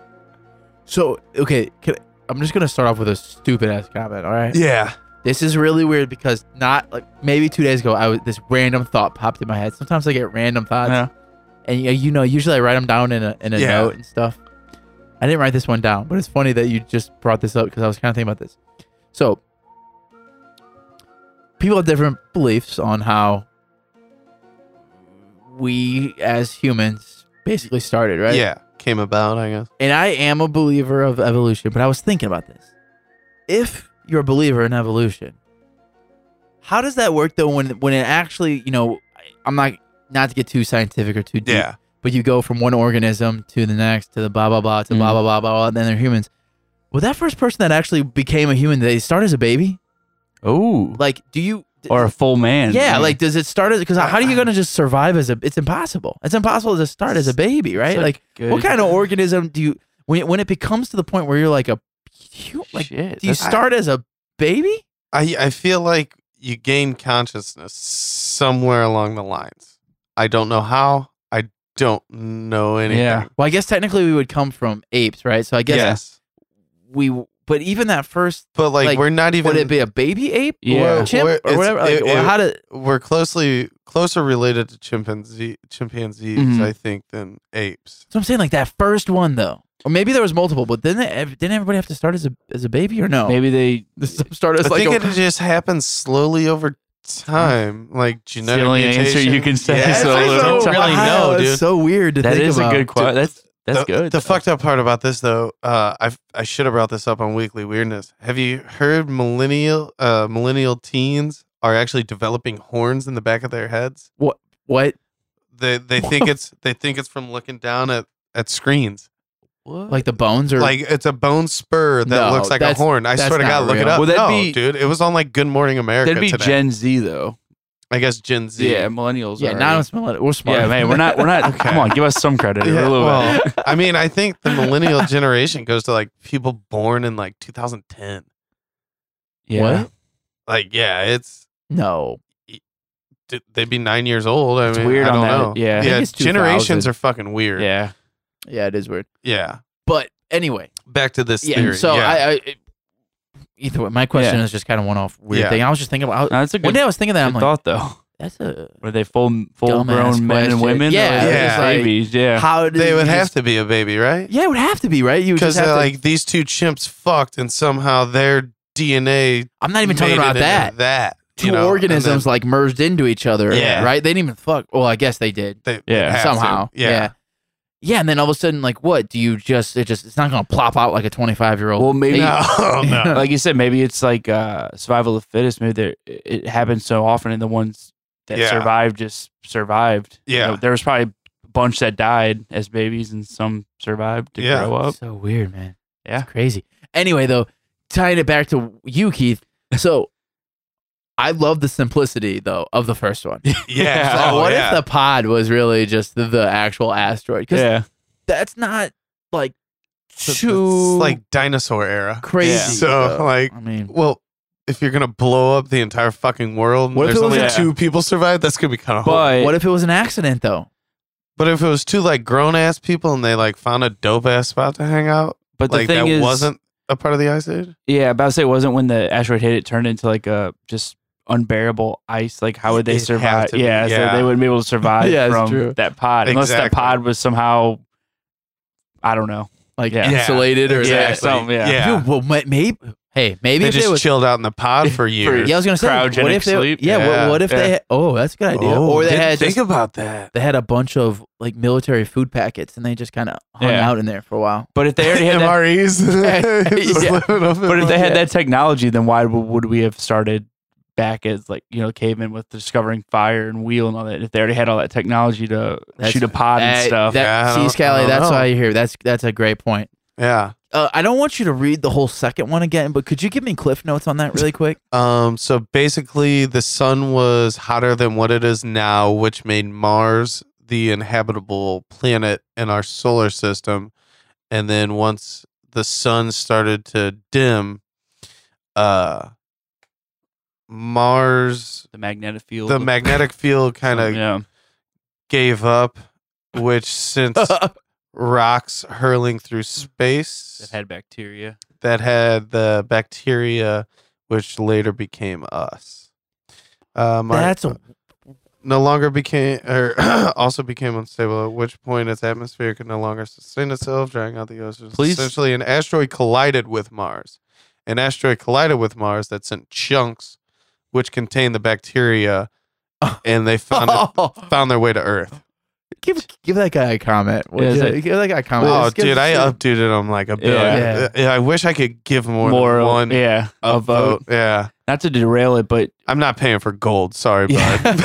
[SPEAKER 2] So, okay, can, I'm just going to start off with a stupid ass comment, all right?
[SPEAKER 1] Yeah.
[SPEAKER 2] This is really weird because not like maybe two days ago, I was this random thought popped in my head. Sometimes I get random thoughts,
[SPEAKER 3] Yeah.
[SPEAKER 2] and you, you know, usually I write them down in a in a
[SPEAKER 1] Yeah.
[SPEAKER 2] note and stuff. I didn't write this one down, but it's funny that you just brought this up because I was kind of thinking about this. So, people have different beliefs on how we as humans basically started, right?
[SPEAKER 1] Yeah. Came about, I guess.
[SPEAKER 2] and I am a believer of evolution, but I was thinking about this. If you're a believer in evolution, how does that work though when when it actually, you know, I'm not not to get too scientific or too deep,
[SPEAKER 1] Yeah.
[SPEAKER 2] but you go from one organism to the next to the blah blah
[SPEAKER 3] Mm.
[SPEAKER 2] blah to blah blah blah blah blah, and then they're humans. Well, that first person that actually became a human, did they start as a baby?
[SPEAKER 3] Oh,
[SPEAKER 2] Like, do you
[SPEAKER 3] or a full man.
[SPEAKER 2] yeah, like does it start as because how are you gonna just survive as a? It's impossible. It's impossible to start as a baby, right?
[SPEAKER 3] Such
[SPEAKER 2] Like,
[SPEAKER 3] good-
[SPEAKER 2] what kind of organism do you when when it becomes to the point where you're like a hu- like?
[SPEAKER 3] shit.
[SPEAKER 2] Do you
[SPEAKER 3] that's-
[SPEAKER 2] start as a baby?
[SPEAKER 1] I, I feel like you gain consciousness somewhere along the lines. I don't know how. I don't know anything.
[SPEAKER 3] Yeah.
[SPEAKER 2] Well, I guess technically we would come from apes, right? So I guess
[SPEAKER 1] Yes.
[SPEAKER 2] we. But even that first,
[SPEAKER 1] But like,
[SPEAKER 2] Like,
[SPEAKER 1] we're not even
[SPEAKER 2] would it be a baby ape?
[SPEAKER 3] Yeah.
[SPEAKER 2] or a chimp
[SPEAKER 1] Well,
[SPEAKER 2] or
[SPEAKER 1] it's-
[SPEAKER 2] whatever? Like,
[SPEAKER 1] it- it-
[SPEAKER 2] how did?
[SPEAKER 1] we're closely closer related to chimpanzee chimpanzees,
[SPEAKER 2] Mm-hmm.
[SPEAKER 3] Mhm.
[SPEAKER 1] I think, than apes.
[SPEAKER 2] So I'm saying like that first one though, or maybe there was multiple, but then didn't everybody have to start as a as a baby or no?
[SPEAKER 3] Maybe they
[SPEAKER 2] Some start as
[SPEAKER 1] I
[SPEAKER 2] like
[SPEAKER 1] think
[SPEAKER 2] a-
[SPEAKER 1] it just happens slowly over time, like genetic.
[SPEAKER 3] only answer
[SPEAKER 1] mutation.
[SPEAKER 3] you can say,
[SPEAKER 1] Yeah,
[SPEAKER 3] so
[SPEAKER 1] I
[SPEAKER 3] I
[SPEAKER 1] don't
[SPEAKER 3] don't
[SPEAKER 1] really
[SPEAKER 2] Wow,
[SPEAKER 1] know,
[SPEAKER 2] that's
[SPEAKER 1] dude.
[SPEAKER 2] so weird to
[SPEAKER 3] That
[SPEAKER 2] think
[SPEAKER 3] is a
[SPEAKER 2] about.
[SPEAKER 3] good question. That's that's
[SPEAKER 1] the,
[SPEAKER 3] good.
[SPEAKER 1] The
[SPEAKER 3] though.
[SPEAKER 1] fucked up part about this, though, uh, I I should have brought this up on Weekly Weirdness. Have you heard millennial uh, millennial teens are actually developing horns in the back of their heads?
[SPEAKER 2] What?
[SPEAKER 1] They they think it's they think it's from looking down at at screens.
[SPEAKER 2] Like the bones or
[SPEAKER 1] Like it's a bone spur that
[SPEAKER 2] No,
[SPEAKER 1] looks like a
[SPEAKER 2] that's-
[SPEAKER 1] horn. I
[SPEAKER 2] that's
[SPEAKER 1] swear to
[SPEAKER 2] not
[SPEAKER 1] God, look it
[SPEAKER 2] real.
[SPEAKER 1] up.
[SPEAKER 3] Well, that'd
[SPEAKER 1] no,
[SPEAKER 3] be-
[SPEAKER 1] dude, it was on like Good Morning America.
[SPEAKER 3] That'd be
[SPEAKER 1] today.
[SPEAKER 3] Gen Z though.
[SPEAKER 1] I guess Gen Z.
[SPEAKER 3] Yeah, millennials.
[SPEAKER 2] yeah,
[SPEAKER 3] are-
[SPEAKER 2] not as millennial. We're smart.
[SPEAKER 3] Yeah, man, we're not. We're not. Come on, give us some credit.
[SPEAKER 1] Yeah,
[SPEAKER 3] a little
[SPEAKER 1] well,
[SPEAKER 3] bit.
[SPEAKER 1] I mean, I think the millennial generation goes to like people born in like 2010.
[SPEAKER 3] Yeah.
[SPEAKER 2] What?
[SPEAKER 1] like yeah, it's
[SPEAKER 2] No.
[SPEAKER 1] d- they'd be nine years old. I
[SPEAKER 3] It's
[SPEAKER 1] mean,
[SPEAKER 3] weird
[SPEAKER 1] I
[SPEAKER 3] on
[SPEAKER 1] don't
[SPEAKER 3] that-
[SPEAKER 1] know.
[SPEAKER 3] yeah. I
[SPEAKER 2] think
[SPEAKER 1] yeah.
[SPEAKER 2] it's
[SPEAKER 1] Generations
[SPEAKER 2] 2000.
[SPEAKER 1] are fucking weird.
[SPEAKER 3] Yeah.
[SPEAKER 2] Yeah, it is weird.
[SPEAKER 1] yeah.
[SPEAKER 2] But anyway,
[SPEAKER 1] Back to this
[SPEAKER 2] yeah.
[SPEAKER 1] theory.
[SPEAKER 2] So
[SPEAKER 1] yeah.
[SPEAKER 2] I, I it- either way, my question
[SPEAKER 3] Yeah.
[SPEAKER 2] is just kind of one off weird
[SPEAKER 1] Yeah.
[SPEAKER 2] thing. I was just thinking about. I,
[SPEAKER 3] No, that's a
[SPEAKER 2] one
[SPEAKER 3] good,
[SPEAKER 2] day I was thinking that
[SPEAKER 3] good
[SPEAKER 2] I'm like,
[SPEAKER 3] thought though.
[SPEAKER 2] that's a
[SPEAKER 3] Were they full full
[SPEAKER 2] Dumbass
[SPEAKER 3] grown men
[SPEAKER 2] question.
[SPEAKER 3] and women?
[SPEAKER 2] Yeah,
[SPEAKER 3] Or were they
[SPEAKER 1] Yeah.
[SPEAKER 3] just
[SPEAKER 2] like-
[SPEAKER 3] babies. Yeah.
[SPEAKER 2] how did
[SPEAKER 1] they would
[SPEAKER 2] you
[SPEAKER 1] have
[SPEAKER 2] just-
[SPEAKER 1] to be a baby, right?
[SPEAKER 2] Yeah, it would have to be right. You would
[SPEAKER 1] Because
[SPEAKER 2] just
[SPEAKER 1] they're
[SPEAKER 2] have to,
[SPEAKER 1] like these two chimps fucked, and somehow their DNA.
[SPEAKER 2] I'm not even talking
[SPEAKER 1] made it
[SPEAKER 2] about
[SPEAKER 1] into
[SPEAKER 2] that.
[SPEAKER 1] That
[SPEAKER 2] Two
[SPEAKER 1] you know, and
[SPEAKER 2] organisms like merged into each other.
[SPEAKER 1] Yeah.
[SPEAKER 2] Right. They didn't even fuck. Well, I guess they did.
[SPEAKER 1] then they
[SPEAKER 3] Yeah.
[SPEAKER 1] have to.
[SPEAKER 2] somehow. Yeah. yeah. and then all of a sudden, like, what do you just? It just it's not gonna plop out like a twenty five year old.
[SPEAKER 3] Well, maybe
[SPEAKER 1] No, Oh, no.
[SPEAKER 3] like you said, maybe it's like uh, survival of the fittest. Maybe there, it happens so often, and the ones that
[SPEAKER 1] Yeah.
[SPEAKER 3] survived just survived. You
[SPEAKER 1] Yeah.
[SPEAKER 3] know, there was probably a bunch that died as babies, and some survived to
[SPEAKER 1] Yeah.
[SPEAKER 3] grow up.
[SPEAKER 2] so weird, man.
[SPEAKER 3] Yeah.
[SPEAKER 2] it's crazy. Anyway, though, tying it back to you, Keith. So, I love the simplicity though of the first one.
[SPEAKER 1] yeah.
[SPEAKER 3] Yeah.
[SPEAKER 1] Oh,
[SPEAKER 2] what
[SPEAKER 1] yeah.
[SPEAKER 2] if the pod was really just the, the actual asteroid? Because
[SPEAKER 3] Yeah,
[SPEAKER 2] that's not like
[SPEAKER 1] It's-
[SPEAKER 2] too
[SPEAKER 1] it's like dinosaur era.
[SPEAKER 2] crazy.
[SPEAKER 3] Yeah.
[SPEAKER 1] So
[SPEAKER 2] though.
[SPEAKER 1] like,
[SPEAKER 2] I mean,
[SPEAKER 1] well, if you're gonna blow up the entire fucking world, and
[SPEAKER 2] What if
[SPEAKER 1] there's
[SPEAKER 2] it was
[SPEAKER 1] only
[SPEAKER 3] like-
[SPEAKER 1] two people survived. That's gonna be kind of hard.
[SPEAKER 3] but
[SPEAKER 2] what if it was an accident though?
[SPEAKER 1] But if it was two like grown ass people and they like found a dope ass spot to hang out,
[SPEAKER 3] but the
[SPEAKER 1] like
[SPEAKER 3] thing
[SPEAKER 1] that
[SPEAKER 3] is,
[SPEAKER 1] wasn't a part of the ice age.
[SPEAKER 3] yeah, about to say it wasn't when the asteroid hit. It turned into like a just unbearable ice. Like how would they
[SPEAKER 1] It'd have
[SPEAKER 3] survive?
[SPEAKER 1] to be,
[SPEAKER 3] yeah,
[SPEAKER 1] yeah.
[SPEAKER 3] so they wouldn't be able to survive
[SPEAKER 2] Yeah, it's
[SPEAKER 3] from
[SPEAKER 2] true.
[SPEAKER 3] that pod unless that
[SPEAKER 1] Exactly.
[SPEAKER 3] pod was somehow, I don't know.
[SPEAKER 2] Like
[SPEAKER 3] Yeah.
[SPEAKER 2] insulated or
[SPEAKER 3] Yeah.
[SPEAKER 2] that?
[SPEAKER 3] something, yeah.
[SPEAKER 2] Dude, well, ma- maybe. Hey, maybe
[SPEAKER 1] They
[SPEAKER 2] if
[SPEAKER 1] just
[SPEAKER 2] it was
[SPEAKER 1] chilled out in the pod for years.
[SPEAKER 2] Yeah, I was gonna say.
[SPEAKER 3] Cryogenic
[SPEAKER 2] what if they?
[SPEAKER 3] sleep?
[SPEAKER 2] Yeah,
[SPEAKER 1] Yeah.
[SPEAKER 2] What, what if they? Oh, that's a good idea.
[SPEAKER 1] Oh,
[SPEAKER 2] or they
[SPEAKER 1] didn't
[SPEAKER 2] had
[SPEAKER 1] think
[SPEAKER 2] just,
[SPEAKER 1] about that.
[SPEAKER 2] they had a bunch of like military food packets, and they just kind of hung
[SPEAKER 3] Yeah.
[SPEAKER 2] out in there for a while.
[SPEAKER 3] But if they already had that,
[SPEAKER 1] MREs. Just
[SPEAKER 2] Yeah.
[SPEAKER 1] living off
[SPEAKER 3] but if they
[SPEAKER 1] MREs.
[SPEAKER 3] had that technology, then why would, would we have started back as like you know cavemen with discovering fire and wheel and all that? If they already had all that technology to
[SPEAKER 2] That's-
[SPEAKER 3] shoot a pod and
[SPEAKER 2] Hey,
[SPEAKER 3] stuff,
[SPEAKER 1] Yeah, I
[SPEAKER 2] That,
[SPEAKER 1] don't-
[SPEAKER 2] see,
[SPEAKER 1] I
[SPEAKER 2] Scally,
[SPEAKER 1] don't
[SPEAKER 2] that's
[SPEAKER 1] know.
[SPEAKER 2] why you're here. That's that's a great point.
[SPEAKER 1] yeah.
[SPEAKER 2] Uh, I don't want you to read the whole second one again, but could you give me cliff notes on that really quick?
[SPEAKER 1] Um, so basically, the sun was hotter than what it is now, which made Mars the inhabitable planet in our solar system. And then once the sun started to dim, uh, Mars,
[SPEAKER 3] the magnetic field,
[SPEAKER 1] the magnetic field kind of
[SPEAKER 3] yeah,
[SPEAKER 1] gave up, which since rocks hurling through
[SPEAKER 3] that
[SPEAKER 1] space
[SPEAKER 3] had bacteria.
[SPEAKER 1] that had the bacteria, which later became us. Uh, Mar-
[SPEAKER 2] that's a
[SPEAKER 1] no longer became or also became unstable. At which point, its atmosphere could no longer sustain itself, drying out the ocean.
[SPEAKER 3] Please-
[SPEAKER 1] Essentially, an asteroid collided with Mars. An asteroid collided with Mars that sent chunks, which contained the bacteria, and they found
[SPEAKER 3] Oh.
[SPEAKER 1] it, found their way to Earth.
[SPEAKER 2] give give that guy a comment. would
[SPEAKER 3] Yeah, it's
[SPEAKER 2] you?
[SPEAKER 3] like-
[SPEAKER 2] give that guy a comment.
[SPEAKER 1] Oh,
[SPEAKER 2] Just give-
[SPEAKER 1] dude, I updated them like a billion.
[SPEAKER 2] Yeah.
[SPEAKER 1] Uh, I wish I could give more,
[SPEAKER 3] More,
[SPEAKER 1] than one
[SPEAKER 3] yeah, a
[SPEAKER 1] upvote.
[SPEAKER 3] vote.
[SPEAKER 1] Yeah.
[SPEAKER 3] Not to derail it, but
[SPEAKER 1] I'm not paying for gold. Sorry,
[SPEAKER 3] Yeah.
[SPEAKER 1] bud.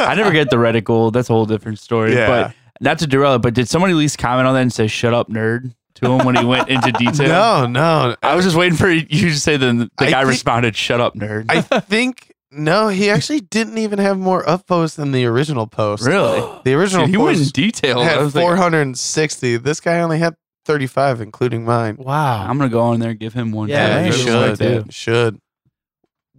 [SPEAKER 3] I never get the reticle. That's a whole different story.
[SPEAKER 1] Yeah.
[SPEAKER 3] But not to derail it, but did somebody at least comment on that and say "shut up, nerd" to him when he went into detail?
[SPEAKER 1] no, no.
[SPEAKER 3] I was just waiting for you to say the, the
[SPEAKER 1] I
[SPEAKER 3] guy
[SPEAKER 1] think-
[SPEAKER 3] responded, "Shut up, nerd."
[SPEAKER 1] I think no. He actually didn't even have more upvotes than the original post.
[SPEAKER 3] really?
[SPEAKER 1] The original
[SPEAKER 3] Dude, he went in
[SPEAKER 1] post
[SPEAKER 3] detail. I
[SPEAKER 1] had
[SPEAKER 3] was like,
[SPEAKER 1] 460. this guy only had 35, including mine.
[SPEAKER 2] Wow.
[SPEAKER 3] I'm gonna go on there and give him one.
[SPEAKER 2] Yeah,
[SPEAKER 3] too.
[SPEAKER 2] you
[SPEAKER 1] you
[SPEAKER 3] Just
[SPEAKER 1] should.
[SPEAKER 3] like that.
[SPEAKER 1] dude. Should.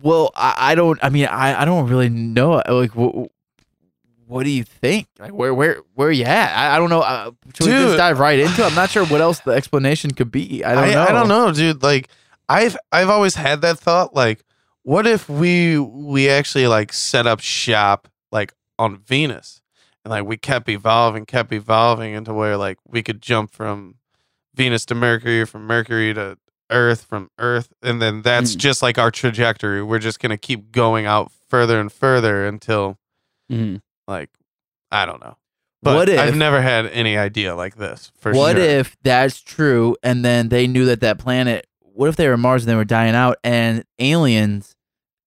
[SPEAKER 2] Well, I, I don't. I mean, I, I don't really know. Like, wh- wh- what do you think? Like, where where where are you at? I, I don't know. Uh, should we
[SPEAKER 1] Dude.
[SPEAKER 2] just dive right into? it? I'm not sure what else the explanation could be. I don't know.
[SPEAKER 1] I don't know, dude. Like, I've I've always had that thought. Like, what if we we actually like set up shop like on Venus, and like we kept evolving, kept evolving into where like we could jump from Venus to Mercury, from Mercury to Earth, from Earth, and then that's
[SPEAKER 3] Mm.
[SPEAKER 2] Hmm.
[SPEAKER 1] just like our trajectory. We're just gonna keep going out further and further until
[SPEAKER 3] Mhm.
[SPEAKER 1] like I don't know. But
[SPEAKER 2] What if-
[SPEAKER 1] I've never had any idea like this. For
[SPEAKER 2] What
[SPEAKER 1] sure.
[SPEAKER 2] if that's true? And then they knew that that planet. What if they were Mars and they were dying out, and aliens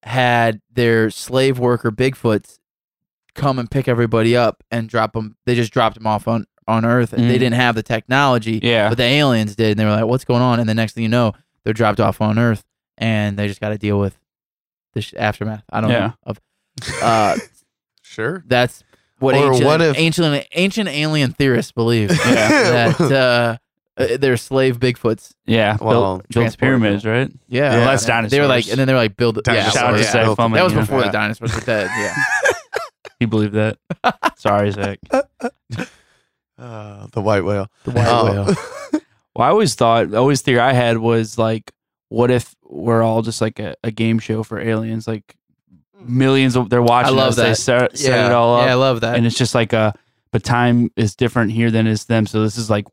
[SPEAKER 2] had their slave worker Bigfoots come and pick everybody up and drop them? They just dropped them off on on Earth, and they
[SPEAKER 1] Mm-hmm.
[SPEAKER 3] Mm.
[SPEAKER 2] didn't have the technology.
[SPEAKER 3] Yeah.
[SPEAKER 2] But the aliens did, and they were like, "What's going on?" And the next thing you know, they're dropped off on Earth, and they just got to deal with the sh- aftermath. I don't
[SPEAKER 3] Yeah.
[SPEAKER 2] know. Of, uh,
[SPEAKER 1] sure?
[SPEAKER 2] that's what
[SPEAKER 1] Or
[SPEAKER 2] ancient,
[SPEAKER 1] what if-
[SPEAKER 2] ancient ancient alien theorists believe
[SPEAKER 1] Yeah.
[SPEAKER 2] that uh, Uh, they're slave Bigfoots.
[SPEAKER 3] Yeah,
[SPEAKER 1] Well,
[SPEAKER 3] built, built the
[SPEAKER 2] transport
[SPEAKER 3] pyramids, right?
[SPEAKER 2] Yeah,
[SPEAKER 1] Yeah.
[SPEAKER 3] Well, that's
[SPEAKER 2] They were like,
[SPEAKER 3] dinosaurs.
[SPEAKER 2] and then they were like, build. Yeah,
[SPEAKER 1] Dinosaurs,
[SPEAKER 3] Shout out to
[SPEAKER 2] yeah.
[SPEAKER 1] Zach
[SPEAKER 3] Zach Fellman.
[SPEAKER 2] That was
[SPEAKER 3] yeah.
[SPEAKER 2] before
[SPEAKER 1] Yeah.
[SPEAKER 2] the dinosaurs were dead. Yeah.
[SPEAKER 3] He believed that. Sorry, Zach.
[SPEAKER 1] Uh, the white whale.
[SPEAKER 2] The white
[SPEAKER 1] Oh.
[SPEAKER 2] whale.
[SPEAKER 3] Well, I always thought, the always theory I had was like, what if we're all just like a, a game show for aliens? Like millions of they're watching
[SPEAKER 2] love
[SPEAKER 3] us. They
[SPEAKER 2] that.
[SPEAKER 3] set, set
[SPEAKER 2] yeah.
[SPEAKER 3] it all up,
[SPEAKER 2] Yeah, I love that.
[SPEAKER 3] and it's just like a. But time is different here than it is them. So this is like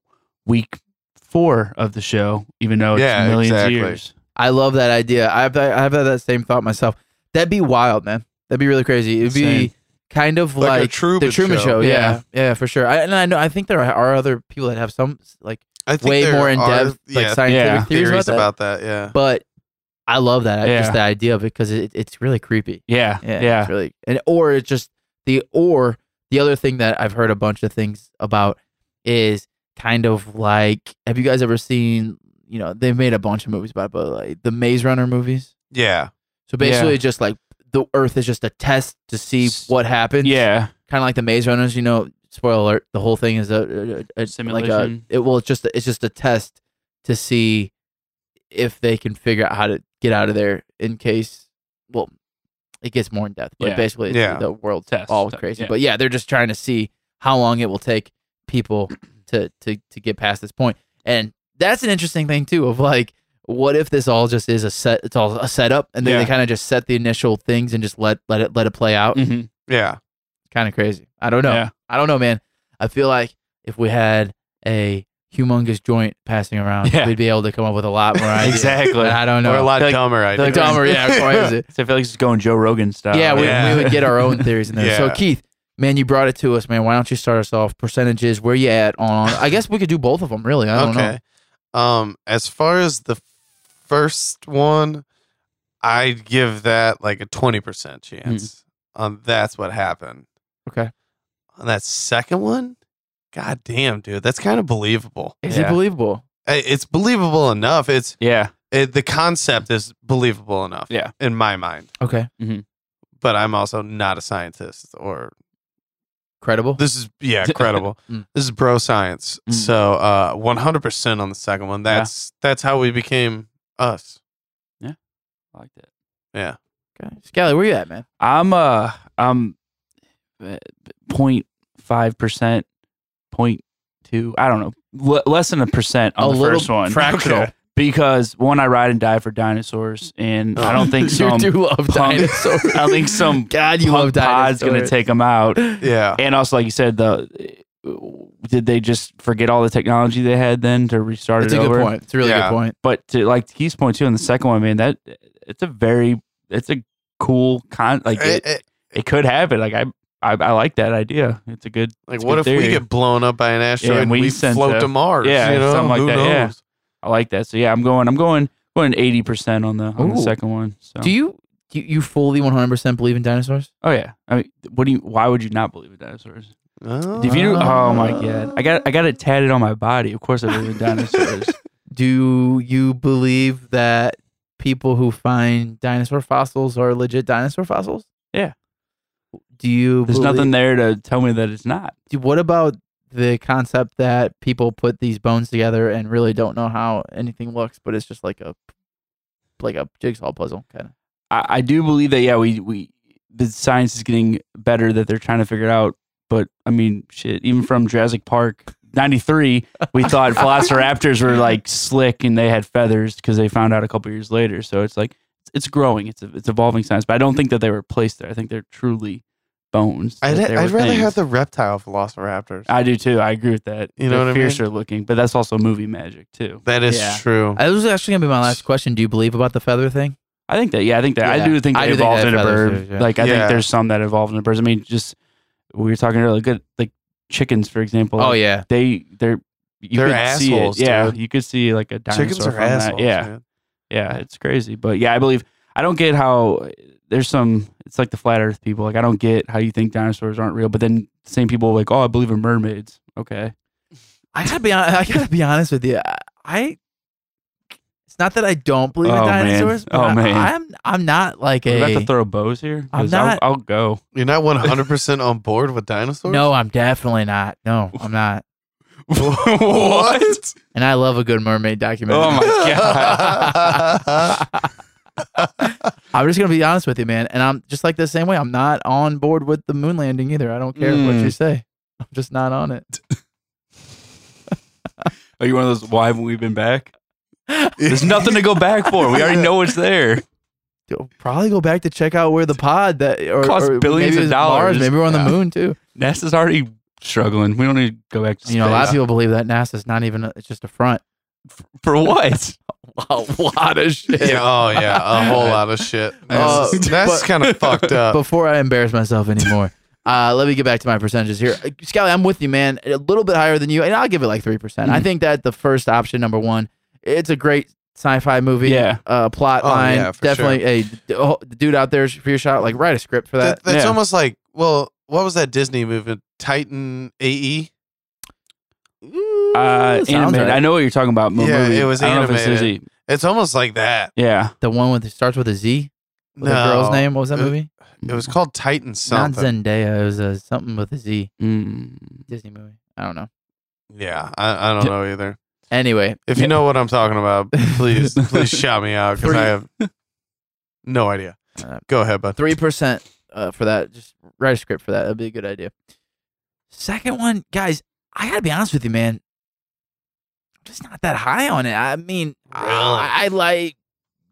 [SPEAKER 3] week four of the show, even though it's
[SPEAKER 1] Yeah,
[SPEAKER 3] millions
[SPEAKER 1] exactly.
[SPEAKER 3] of years.
[SPEAKER 2] I love that idea. I've I've had that same thought myself. That'd be wild, man. That'd be really crazy. It'd be
[SPEAKER 3] Insane.
[SPEAKER 2] kind of
[SPEAKER 1] Like,
[SPEAKER 2] like,
[SPEAKER 1] a Truman
[SPEAKER 2] the Truman Show. Yeah. yeah, for sure. I, and I know I think there are other people that have some like
[SPEAKER 1] I think
[SPEAKER 2] way
[SPEAKER 1] there
[SPEAKER 2] more in
[SPEAKER 1] are,
[SPEAKER 2] depth
[SPEAKER 1] yeah,
[SPEAKER 2] like scientific
[SPEAKER 3] Yeah.
[SPEAKER 2] theories,
[SPEAKER 1] theories
[SPEAKER 2] about,
[SPEAKER 1] about that. Yeah.
[SPEAKER 2] that. But I love that I-
[SPEAKER 3] Yeah.
[SPEAKER 2] just the idea of it because it, it's really creepy.
[SPEAKER 3] Yeah,
[SPEAKER 2] Yeah,
[SPEAKER 3] yeah,
[SPEAKER 2] It's really and or it's just the or the other thing that I've heard a bunch of things about is kind of like have you guys ever seen you know they've made a bunch of movies about it, but like the Maze Runner movies.
[SPEAKER 1] Yeah.
[SPEAKER 2] So basically, just like the Earth is just a test to see
[SPEAKER 3] S-
[SPEAKER 2] what happens.
[SPEAKER 3] yeah.
[SPEAKER 2] kind of like the Maze Runners. You know, spoiler alert: the whole thing is a, a, a Like
[SPEAKER 3] Simulation.
[SPEAKER 2] a, it well, it's just it's just a test to see if they can figure out how to get out of there in case. Well, it gets more in depth, but
[SPEAKER 3] Yeah.
[SPEAKER 2] basically, it's
[SPEAKER 1] Yeah.
[SPEAKER 2] the world
[SPEAKER 3] Test.
[SPEAKER 2] all
[SPEAKER 3] Test,
[SPEAKER 2] crazy.
[SPEAKER 3] yeah.
[SPEAKER 2] But yeah, they're just trying to see how long it will take people to to to get past this point. And that's an interesting thing too. Of like, what if this all just is a set? It's all a setup, and then
[SPEAKER 3] Yeah.
[SPEAKER 2] they kind of just set the initial things and just let let it let it play out.
[SPEAKER 3] Mhm.
[SPEAKER 1] Yeah.
[SPEAKER 2] Kind of crazy. I don't know.
[SPEAKER 3] Yeah.
[SPEAKER 2] I don't know, man. I feel like if we had a humongous joint passing around,
[SPEAKER 3] Yeah.
[SPEAKER 2] we'd be able to come up with a lot more ideas.
[SPEAKER 3] Exactly.
[SPEAKER 2] And I don't know.
[SPEAKER 1] We're a lot
[SPEAKER 3] Like-
[SPEAKER 1] dumber. I
[SPEAKER 3] like
[SPEAKER 1] think.
[SPEAKER 2] dumber, yeah, crazy.
[SPEAKER 3] So I feel like it's going Joe Rogan style.
[SPEAKER 2] yeah, we,
[SPEAKER 1] Yeah.
[SPEAKER 2] we would get our own theories in there. So
[SPEAKER 1] Yeah.
[SPEAKER 2] Keith, man, you brought it to us, man. Why don't you start us off? Percentages, where you at on? I guess we could do both of them, really. I don't know.
[SPEAKER 1] okay. Um, as far as the first one, I'd give that like a twenty percent chance. Um, that's what happened.
[SPEAKER 2] Mm-hmm. Okay.
[SPEAKER 1] On that second one, god damn, dude, that's kind of believable.
[SPEAKER 2] Is it
[SPEAKER 3] Yeah.
[SPEAKER 2] believable?
[SPEAKER 1] I- It's believable enough. It's
[SPEAKER 3] yeah,
[SPEAKER 1] it, the concept is believable enough.
[SPEAKER 3] Yeah.
[SPEAKER 1] in my mind.
[SPEAKER 2] Okay.
[SPEAKER 1] But I'm also not a scientist, or
[SPEAKER 2] Credible.
[SPEAKER 1] this is yeah, credible.
[SPEAKER 2] Mm.
[SPEAKER 1] This is bro science.
[SPEAKER 3] Mm.
[SPEAKER 1] So, uh, 100 percent on the second one.
[SPEAKER 3] Yeah.
[SPEAKER 1] That's that's how we became us.
[SPEAKER 3] I like that.
[SPEAKER 2] okay. Scally, where you at, man?
[SPEAKER 3] I'm uh I'm uh, point five percent, point two. I don't know, l- less than a percent on
[SPEAKER 2] A
[SPEAKER 3] the
[SPEAKER 2] little
[SPEAKER 3] first one.
[SPEAKER 2] fractional.
[SPEAKER 3] Okay. because one, I ride and die for dinosaurs, and
[SPEAKER 2] Oh.
[SPEAKER 3] I don't think
[SPEAKER 2] you
[SPEAKER 3] some.
[SPEAKER 2] do love
[SPEAKER 3] punk-
[SPEAKER 2] dinosaurs.
[SPEAKER 3] I think some
[SPEAKER 2] God, you
[SPEAKER 3] punk
[SPEAKER 2] love
[SPEAKER 3] pod's
[SPEAKER 2] dinosaurs.
[SPEAKER 3] gonna take them out.
[SPEAKER 1] Yeah,
[SPEAKER 3] And also, like you said, the did they just forget all the technology they had then to restart
[SPEAKER 2] It's
[SPEAKER 3] it
[SPEAKER 2] a
[SPEAKER 3] over?
[SPEAKER 2] good point. It's a really
[SPEAKER 1] Yeah.
[SPEAKER 2] good point.
[SPEAKER 3] but to like to Keith's point too in the second one, man, that it's a very it's a cool con like
[SPEAKER 1] Eh,
[SPEAKER 3] it,
[SPEAKER 1] eh,
[SPEAKER 3] it could happen. Like I, I I like that idea. It's a good
[SPEAKER 1] like
[SPEAKER 3] it's a
[SPEAKER 1] what
[SPEAKER 3] good
[SPEAKER 1] if we
[SPEAKER 3] theory.
[SPEAKER 1] get blown up by an asteroid
[SPEAKER 3] Yeah,
[SPEAKER 1] and
[SPEAKER 3] we
[SPEAKER 1] we
[SPEAKER 3] sent
[SPEAKER 1] float
[SPEAKER 3] a-
[SPEAKER 1] to Mars?
[SPEAKER 3] yeah,
[SPEAKER 1] you know?
[SPEAKER 3] something like
[SPEAKER 1] Who
[SPEAKER 3] that,
[SPEAKER 1] knows?
[SPEAKER 3] yeah. I like that. So yeah, I'm going I'm going going eighty percent on the on the
[SPEAKER 2] Ooh.
[SPEAKER 3] second one. So
[SPEAKER 2] Do you do you fully one hundred percent believe in dinosaurs?
[SPEAKER 3] oh yeah. I mean what do you why would you not believe in dinosaurs?
[SPEAKER 1] Oh.
[SPEAKER 3] If you
[SPEAKER 2] Uh,
[SPEAKER 3] oh my god. I got I got it tatted on my body. Of course I believe in dinosaurs.
[SPEAKER 2] Do you believe that people who find dinosaur fossils are legit dinosaur fossils?
[SPEAKER 3] Yeah.
[SPEAKER 2] Do you?
[SPEAKER 3] There's
[SPEAKER 2] believe-
[SPEAKER 3] nothing there to tell me that it's not.
[SPEAKER 2] do- What about the concept that people put these bones together and really don't know how anything looks, but it's just like a like a jigsaw puzzle kind of?
[SPEAKER 3] I, I do believe that yeah we we the science is getting better that they're trying to figure it out but i mean shit even from jurassic park 93 we thought velociraptors were like slick and they had feathers because they found out a couple years later so it's like it's, it's growing it's it's evolving science but i don't think that they were placed there i think they're truly bones
[SPEAKER 1] I'd,
[SPEAKER 3] that they were
[SPEAKER 1] I'd rather
[SPEAKER 3] things.
[SPEAKER 1] have the reptile velociraptors.
[SPEAKER 3] i do too i agree with that
[SPEAKER 1] You know
[SPEAKER 3] They're
[SPEAKER 1] what I mean?
[SPEAKER 3] fiercer looking but that's also movie magic too
[SPEAKER 1] that is
[SPEAKER 3] Yeah.
[SPEAKER 1] true.
[SPEAKER 2] That was actually gonna be my last question. Do you believe about the feather thing?
[SPEAKER 3] I think that. Yeah, I think that.
[SPEAKER 2] Yeah.
[SPEAKER 3] I do think
[SPEAKER 2] I
[SPEAKER 3] that
[SPEAKER 2] do think
[SPEAKER 3] evolved
[SPEAKER 2] that
[SPEAKER 3] into
[SPEAKER 2] feathers
[SPEAKER 3] birds.
[SPEAKER 2] do, yeah.
[SPEAKER 3] Like I
[SPEAKER 1] Yeah.
[SPEAKER 3] think there's some that evolved into birds. I mean, just we were talking earlier, good like chickens, for example.
[SPEAKER 2] oh yeah.
[SPEAKER 3] they they're you
[SPEAKER 1] They're
[SPEAKER 3] could
[SPEAKER 1] assholes,
[SPEAKER 3] See it. Yeah,
[SPEAKER 1] dude.
[SPEAKER 3] you could see like a dinosaur
[SPEAKER 1] Chickens are
[SPEAKER 3] from that.
[SPEAKER 1] assholes.
[SPEAKER 3] Yeah,
[SPEAKER 1] man.
[SPEAKER 3] yeah, it's crazy. But yeah, I believe I don't get how there's some. It's like the flat Earth people. Like I don't get how you think dinosaurs aren't real, but then same people are like, oh, I believe in mermaids. Okay,
[SPEAKER 2] I gotta be. hon- I gotta be honest with you. I- I. It's not that I don't believe in
[SPEAKER 3] Oh, man.
[SPEAKER 2] dinosaurs. but
[SPEAKER 3] Oh,
[SPEAKER 2] I,
[SPEAKER 3] man.
[SPEAKER 2] I'm. I'm not like
[SPEAKER 3] we about
[SPEAKER 2] a.
[SPEAKER 3] to throw bows here. 'Cause
[SPEAKER 2] I'm
[SPEAKER 3] I'll-
[SPEAKER 2] not-
[SPEAKER 3] I'll, go.
[SPEAKER 1] You're not 100 percent on board with dinosaurs.
[SPEAKER 2] No, I'm definitely not. No, I'm not.
[SPEAKER 1] what?
[SPEAKER 2] And I love a good mermaid documentary.
[SPEAKER 3] Oh my god.
[SPEAKER 2] I'm just gonna be honest with you, man. And I'm just like the same way. I'm not on board with the moon landing either. I don't care what
[SPEAKER 3] Mm.
[SPEAKER 2] you say. I'm just not on it.
[SPEAKER 3] Are you one of those why haven't we been back? There's nothing to go back for. We already know it's there.
[SPEAKER 2] You'll probably go back to check out where the pod that or,
[SPEAKER 3] Costs
[SPEAKER 2] or
[SPEAKER 3] billions
[SPEAKER 2] maybe
[SPEAKER 3] of
[SPEAKER 2] it was Mars,
[SPEAKER 3] dollars.
[SPEAKER 2] maybe we're on
[SPEAKER 3] Yeah.
[SPEAKER 2] the moon too.
[SPEAKER 3] NASA's already struggling. We don't need to go back to space.
[SPEAKER 2] You know, a lot of people believe that NASA's not even a, it's just a front.
[SPEAKER 3] for what?
[SPEAKER 2] A lot of shit.
[SPEAKER 1] yeah, oh yeah, a whole lot of shit.
[SPEAKER 2] Uh,
[SPEAKER 1] That's, that's
[SPEAKER 2] but-
[SPEAKER 1] kind of fucked up.
[SPEAKER 2] Before I embarrass myself anymore, uh, let me get back to my percentages here. Uh, Scally, I'm with you, man. A little bit higher than you, and I'll give it like 3%. I think that the first option, number one, it's a great sci fi movie.
[SPEAKER 3] Yeah.
[SPEAKER 2] Uh, plot
[SPEAKER 1] Oh,
[SPEAKER 2] line.
[SPEAKER 1] yeah, for
[SPEAKER 2] Definitely a dude out there for your shot. Like, write a script for
[SPEAKER 1] That-
[SPEAKER 2] that.
[SPEAKER 1] that's
[SPEAKER 3] yeah.
[SPEAKER 1] almost like well, what was that Disney movie? Titan E? AE.
[SPEAKER 2] Ooh,
[SPEAKER 3] Uh,
[SPEAKER 2] sounds
[SPEAKER 3] animated.
[SPEAKER 2] right.
[SPEAKER 3] I know what you're talking about. mo-
[SPEAKER 1] Yeah,
[SPEAKER 3] movie.
[SPEAKER 1] it was
[SPEAKER 3] I don't know if it's
[SPEAKER 1] animated.
[SPEAKER 3] Disney.
[SPEAKER 1] It's almost like that.
[SPEAKER 3] Yeah.
[SPEAKER 2] The one with it starts with a Z.
[SPEAKER 1] No,
[SPEAKER 2] With The girl's name. What was that
[SPEAKER 1] Uh,
[SPEAKER 2] movie?
[SPEAKER 1] It was called Titan something.
[SPEAKER 2] Not Zendaya. It was uh, something with a Z.
[SPEAKER 3] Mm.
[SPEAKER 2] Disney movie. I don't know.
[SPEAKER 1] yeah, I, I don't know either.
[SPEAKER 2] Anyway,
[SPEAKER 1] If you know what I'm talking about, please please shout me out because I have no idea.
[SPEAKER 2] Uh,
[SPEAKER 1] Go ahead, bud.
[SPEAKER 2] three percent uh, for that. Just write a script for that. That'd be a good idea. Second one, guys, I gotta be honest with you, man. I'm just not that high on it. I mean, I, I like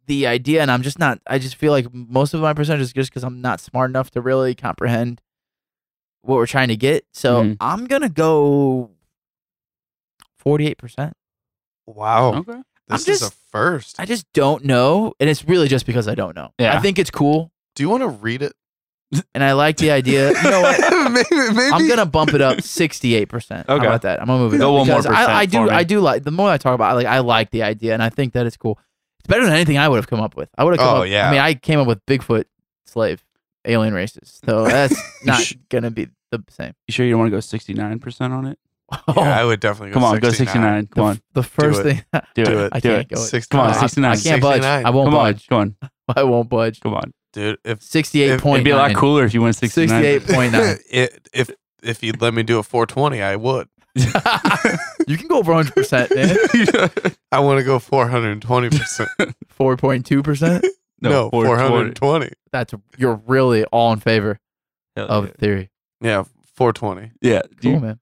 [SPEAKER 2] the idea, and I'm just not. I just feel like most of my percentage is just because I'm not smart enough to really comprehend what we're trying to get. So
[SPEAKER 3] Mhm.
[SPEAKER 2] I'm gonna go forty-eight percent.
[SPEAKER 1] Wow,
[SPEAKER 3] Okay.
[SPEAKER 1] this
[SPEAKER 2] I'm
[SPEAKER 1] is a
[SPEAKER 2] just-
[SPEAKER 1] first.
[SPEAKER 2] I just don't know, and it's really just because I don't know.
[SPEAKER 3] Yeah.
[SPEAKER 2] I think it's cool,
[SPEAKER 1] Do you want to read it?
[SPEAKER 2] and I like the idea. You know what?
[SPEAKER 1] maybe maybe
[SPEAKER 2] I'm gonna bump it up 68. percent How
[SPEAKER 3] Okay.
[SPEAKER 2] about that? I'm gonna move it
[SPEAKER 3] Go
[SPEAKER 2] up
[SPEAKER 3] one more
[SPEAKER 2] because I, I
[SPEAKER 3] percent for
[SPEAKER 2] do.
[SPEAKER 3] me.
[SPEAKER 2] I do like the more I talk about. it, Like I like the idea, and I think that it's cool. It's better than anything I would have come up with. I would have. come
[SPEAKER 1] Oh,
[SPEAKER 2] up,
[SPEAKER 1] yeah.
[SPEAKER 2] I mean, I came up with Bigfoot, slave, alien races. So that's not gonna be the same. Oh,
[SPEAKER 3] You sure you don't want to go 69% on it?
[SPEAKER 1] Yeah, I would definitely go
[SPEAKER 3] Come
[SPEAKER 1] 69.
[SPEAKER 3] on, go 69.
[SPEAKER 2] the,
[SPEAKER 3] Come on.
[SPEAKER 2] f- the first
[SPEAKER 1] it.
[SPEAKER 2] thing.
[SPEAKER 3] Do,
[SPEAKER 1] Do
[SPEAKER 3] it.
[SPEAKER 1] it.
[SPEAKER 2] I
[SPEAKER 3] Do
[SPEAKER 2] can't
[SPEAKER 3] it.
[SPEAKER 2] go. with-
[SPEAKER 1] 69.
[SPEAKER 3] Come on,
[SPEAKER 2] I-
[SPEAKER 3] 69.
[SPEAKER 2] I can't budge.
[SPEAKER 1] 69.
[SPEAKER 2] I won't
[SPEAKER 3] Come on.
[SPEAKER 2] budge.
[SPEAKER 3] Come on.
[SPEAKER 2] I won't budge.
[SPEAKER 3] Come on.
[SPEAKER 1] dude. If
[SPEAKER 2] 68
[SPEAKER 3] It'd be a lot cooler if you went 69.
[SPEAKER 2] 68.9.
[SPEAKER 1] it, if if you'd let me do a 420, I would.
[SPEAKER 2] you can go over 100 percent,
[SPEAKER 1] I want to go 420 percent.
[SPEAKER 2] 4.2 percent.
[SPEAKER 1] No, 420.
[SPEAKER 2] That's you're really all in favor
[SPEAKER 3] Hell
[SPEAKER 2] of
[SPEAKER 3] yeah.
[SPEAKER 2] the theory.
[SPEAKER 1] Yeah, 420.
[SPEAKER 3] Yeah. Do
[SPEAKER 2] Cool,
[SPEAKER 3] you-
[SPEAKER 2] man.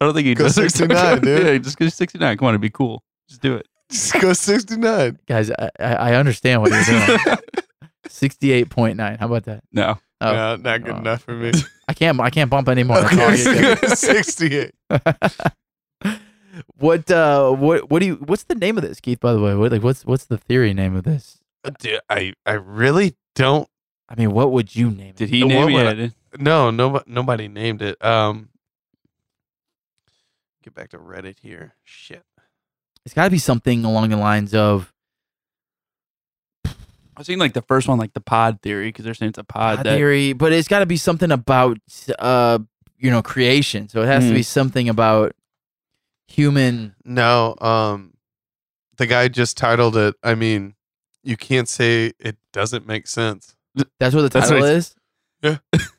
[SPEAKER 3] I don't think you
[SPEAKER 1] Go 69, dude.
[SPEAKER 3] Yeah, just go 69. Come on, it'd be cool. Just do it.
[SPEAKER 1] Just go 69.
[SPEAKER 2] guys, I, I I understand what you're doing. Sixty-eight point nine. How about that?
[SPEAKER 3] no.
[SPEAKER 2] Oh.
[SPEAKER 1] no, not good
[SPEAKER 2] Oh.
[SPEAKER 1] enough for me.
[SPEAKER 2] I can't I can't bump anymore. That's all I
[SPEAKER 1] okay,
[SPEAKER 2] get
[SPEAKER 1] 68.
[SPEAKER 2] to. what uh what what do you what's the name of this, Keith? By the way, what like what's what's the theory name of this?
[SPEAKER 1] Dude, I I really don't
[SPEAKER 2] I mean, what would you name it?
[SPEAKER 3] Did he
[SPEAKER 1] The
[SPEAKER 3] name
[SPEAKER 1] woman-
[SPEAKER 3] it? Yeah,
[SPEAKER 1] No, no, nobody named it. Um, get back to Reddit here. Shit.
[SPEAKER 2] It's got to be something along the lines of
[SPEAKER 3] I was thinking like the first one, like the pod theory, because they're saying it's a pod,
[SPEAKER 2] pod
[SPEAKER 3] that
[SPEAKER 2] theory, but it's got to be something about uh you know creation. So it has to
[SPEAKER 3] Mm.
[SPEAKER 2] be something about human.
[SPEAKER 1] No, um, the guy just titled it. I mean, you can't say it doesn't make sense.
[SPEAKER 2] That's what the
[SPEAKER 3] That's what
[SPEAKER 2] title is.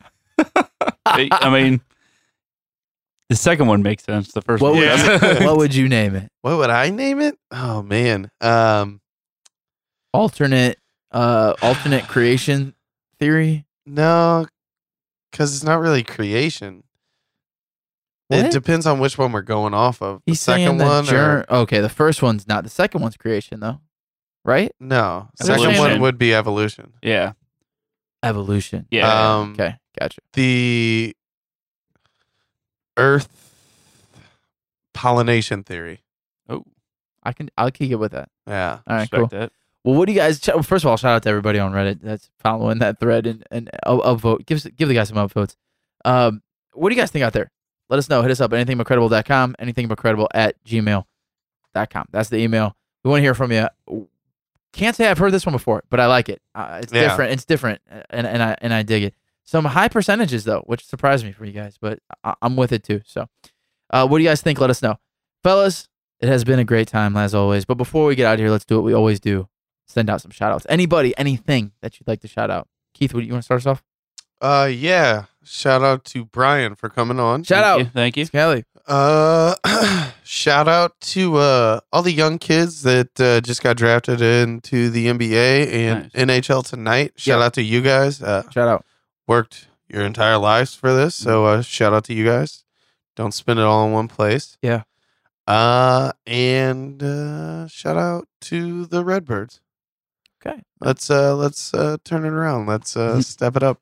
[SPEAKER 3] They- I mean, the second one makes sense. The first
[SPEAKER 2] What
[SPEAKER 3] one,
[SPEAKER 2] would
[SPEAKER 1] Yeah.
[SPEAKER 2] you, what would you name it?
[SPEAKER 1] What would I name it? Oh man. Um,
[SPEAKER 2] alternate uh alternate creation theory
[SPEAKER 1] no, because it's not really creation. It
[SPEAKER 2] What?
[SPEAKER 1] depends on which one we're going off of. The
[SPEAKER 2] he's saying
[SPEAKER 1] second
[SPEAKER 2] the
[SPEAKER 1] one, or-
[SPEAKER 2] germ okay the first one's not the second one's creation though right
[SPEAKER 1] no, second one
[SPEAKER 3] Evolution.
[SPEAKER 1] would be evolution.
[SPEAKER 3] yeah,
[SPEAKER 2] evolution
[SPEAKER 3] yeah.
[SPEAKER 1] Um,
[SPEAKER 2] okay gotcha
[SPEAKER 1] the earth pollination theory.
[SPEAKER 2] i can i'll kick it with that
[SPEAKER 1] Yeah.
[SPEAKER 2] all right
[SPEAKER 3] Respect
[SPEAKER 2] cool
[SPEAKER 3] that.
[SPEAKER 2] well what do you guys ch- well, first of all shout out to everybody on reddit that's following that thread and and up- upvote give us- give the guys some upvotes um what do you guys think out there let us know hit us up anythingbutcredible.com anythingbutcredible at gmail.com that's the email we want to hear from you can't say I've heard this one before, but I like it. Uh, it's
[SPEAKER 1] Yeah.
[SPEAKER 2] different. It's different, uh, and and I and I dig it. Some high percentages though, which surprised me for you guys, but I, I'm with it too. So, uh, what do you guys think? Let us know, fellas. It has been a great time as always. But before we get out of here, let's do what we always do: send out some shout outs. Anybody, anything that you'd like to shout out. Keith, what, you want to start us off?
[SPEAKER 1] Uh yeah. Shout out to Brian for coming on.
[SPEAKER 2] Shout
[SPEAKER 3] Thank
[SPEAKER 2] out,
[SPEAKER 3] you, thank you.
[SPEAKER 2] Kelly.
[SPEAKER 1] Uh, shout out to uh, all the young kids that uh, just got drafted into the NBA and NHL tonight. Shout out to you guys. Uh,
[SPEAKER 2] Shout out.
[SPEAKER 1] worked your entire lives for this, so
[SPEAKER 3] Mm-hmm.
[SPEAKER 1] uh, shout out to you guys. Don't spend it all in one place.
[SPEAKER 2] Yeah.
[SPEAKER 1] Uh, and uh, shout out to the Redbirds.
[SPEAKER 2] Okay.
[SPEAKER 1] Let's uh let's uh turn it around. Let's uh step it up.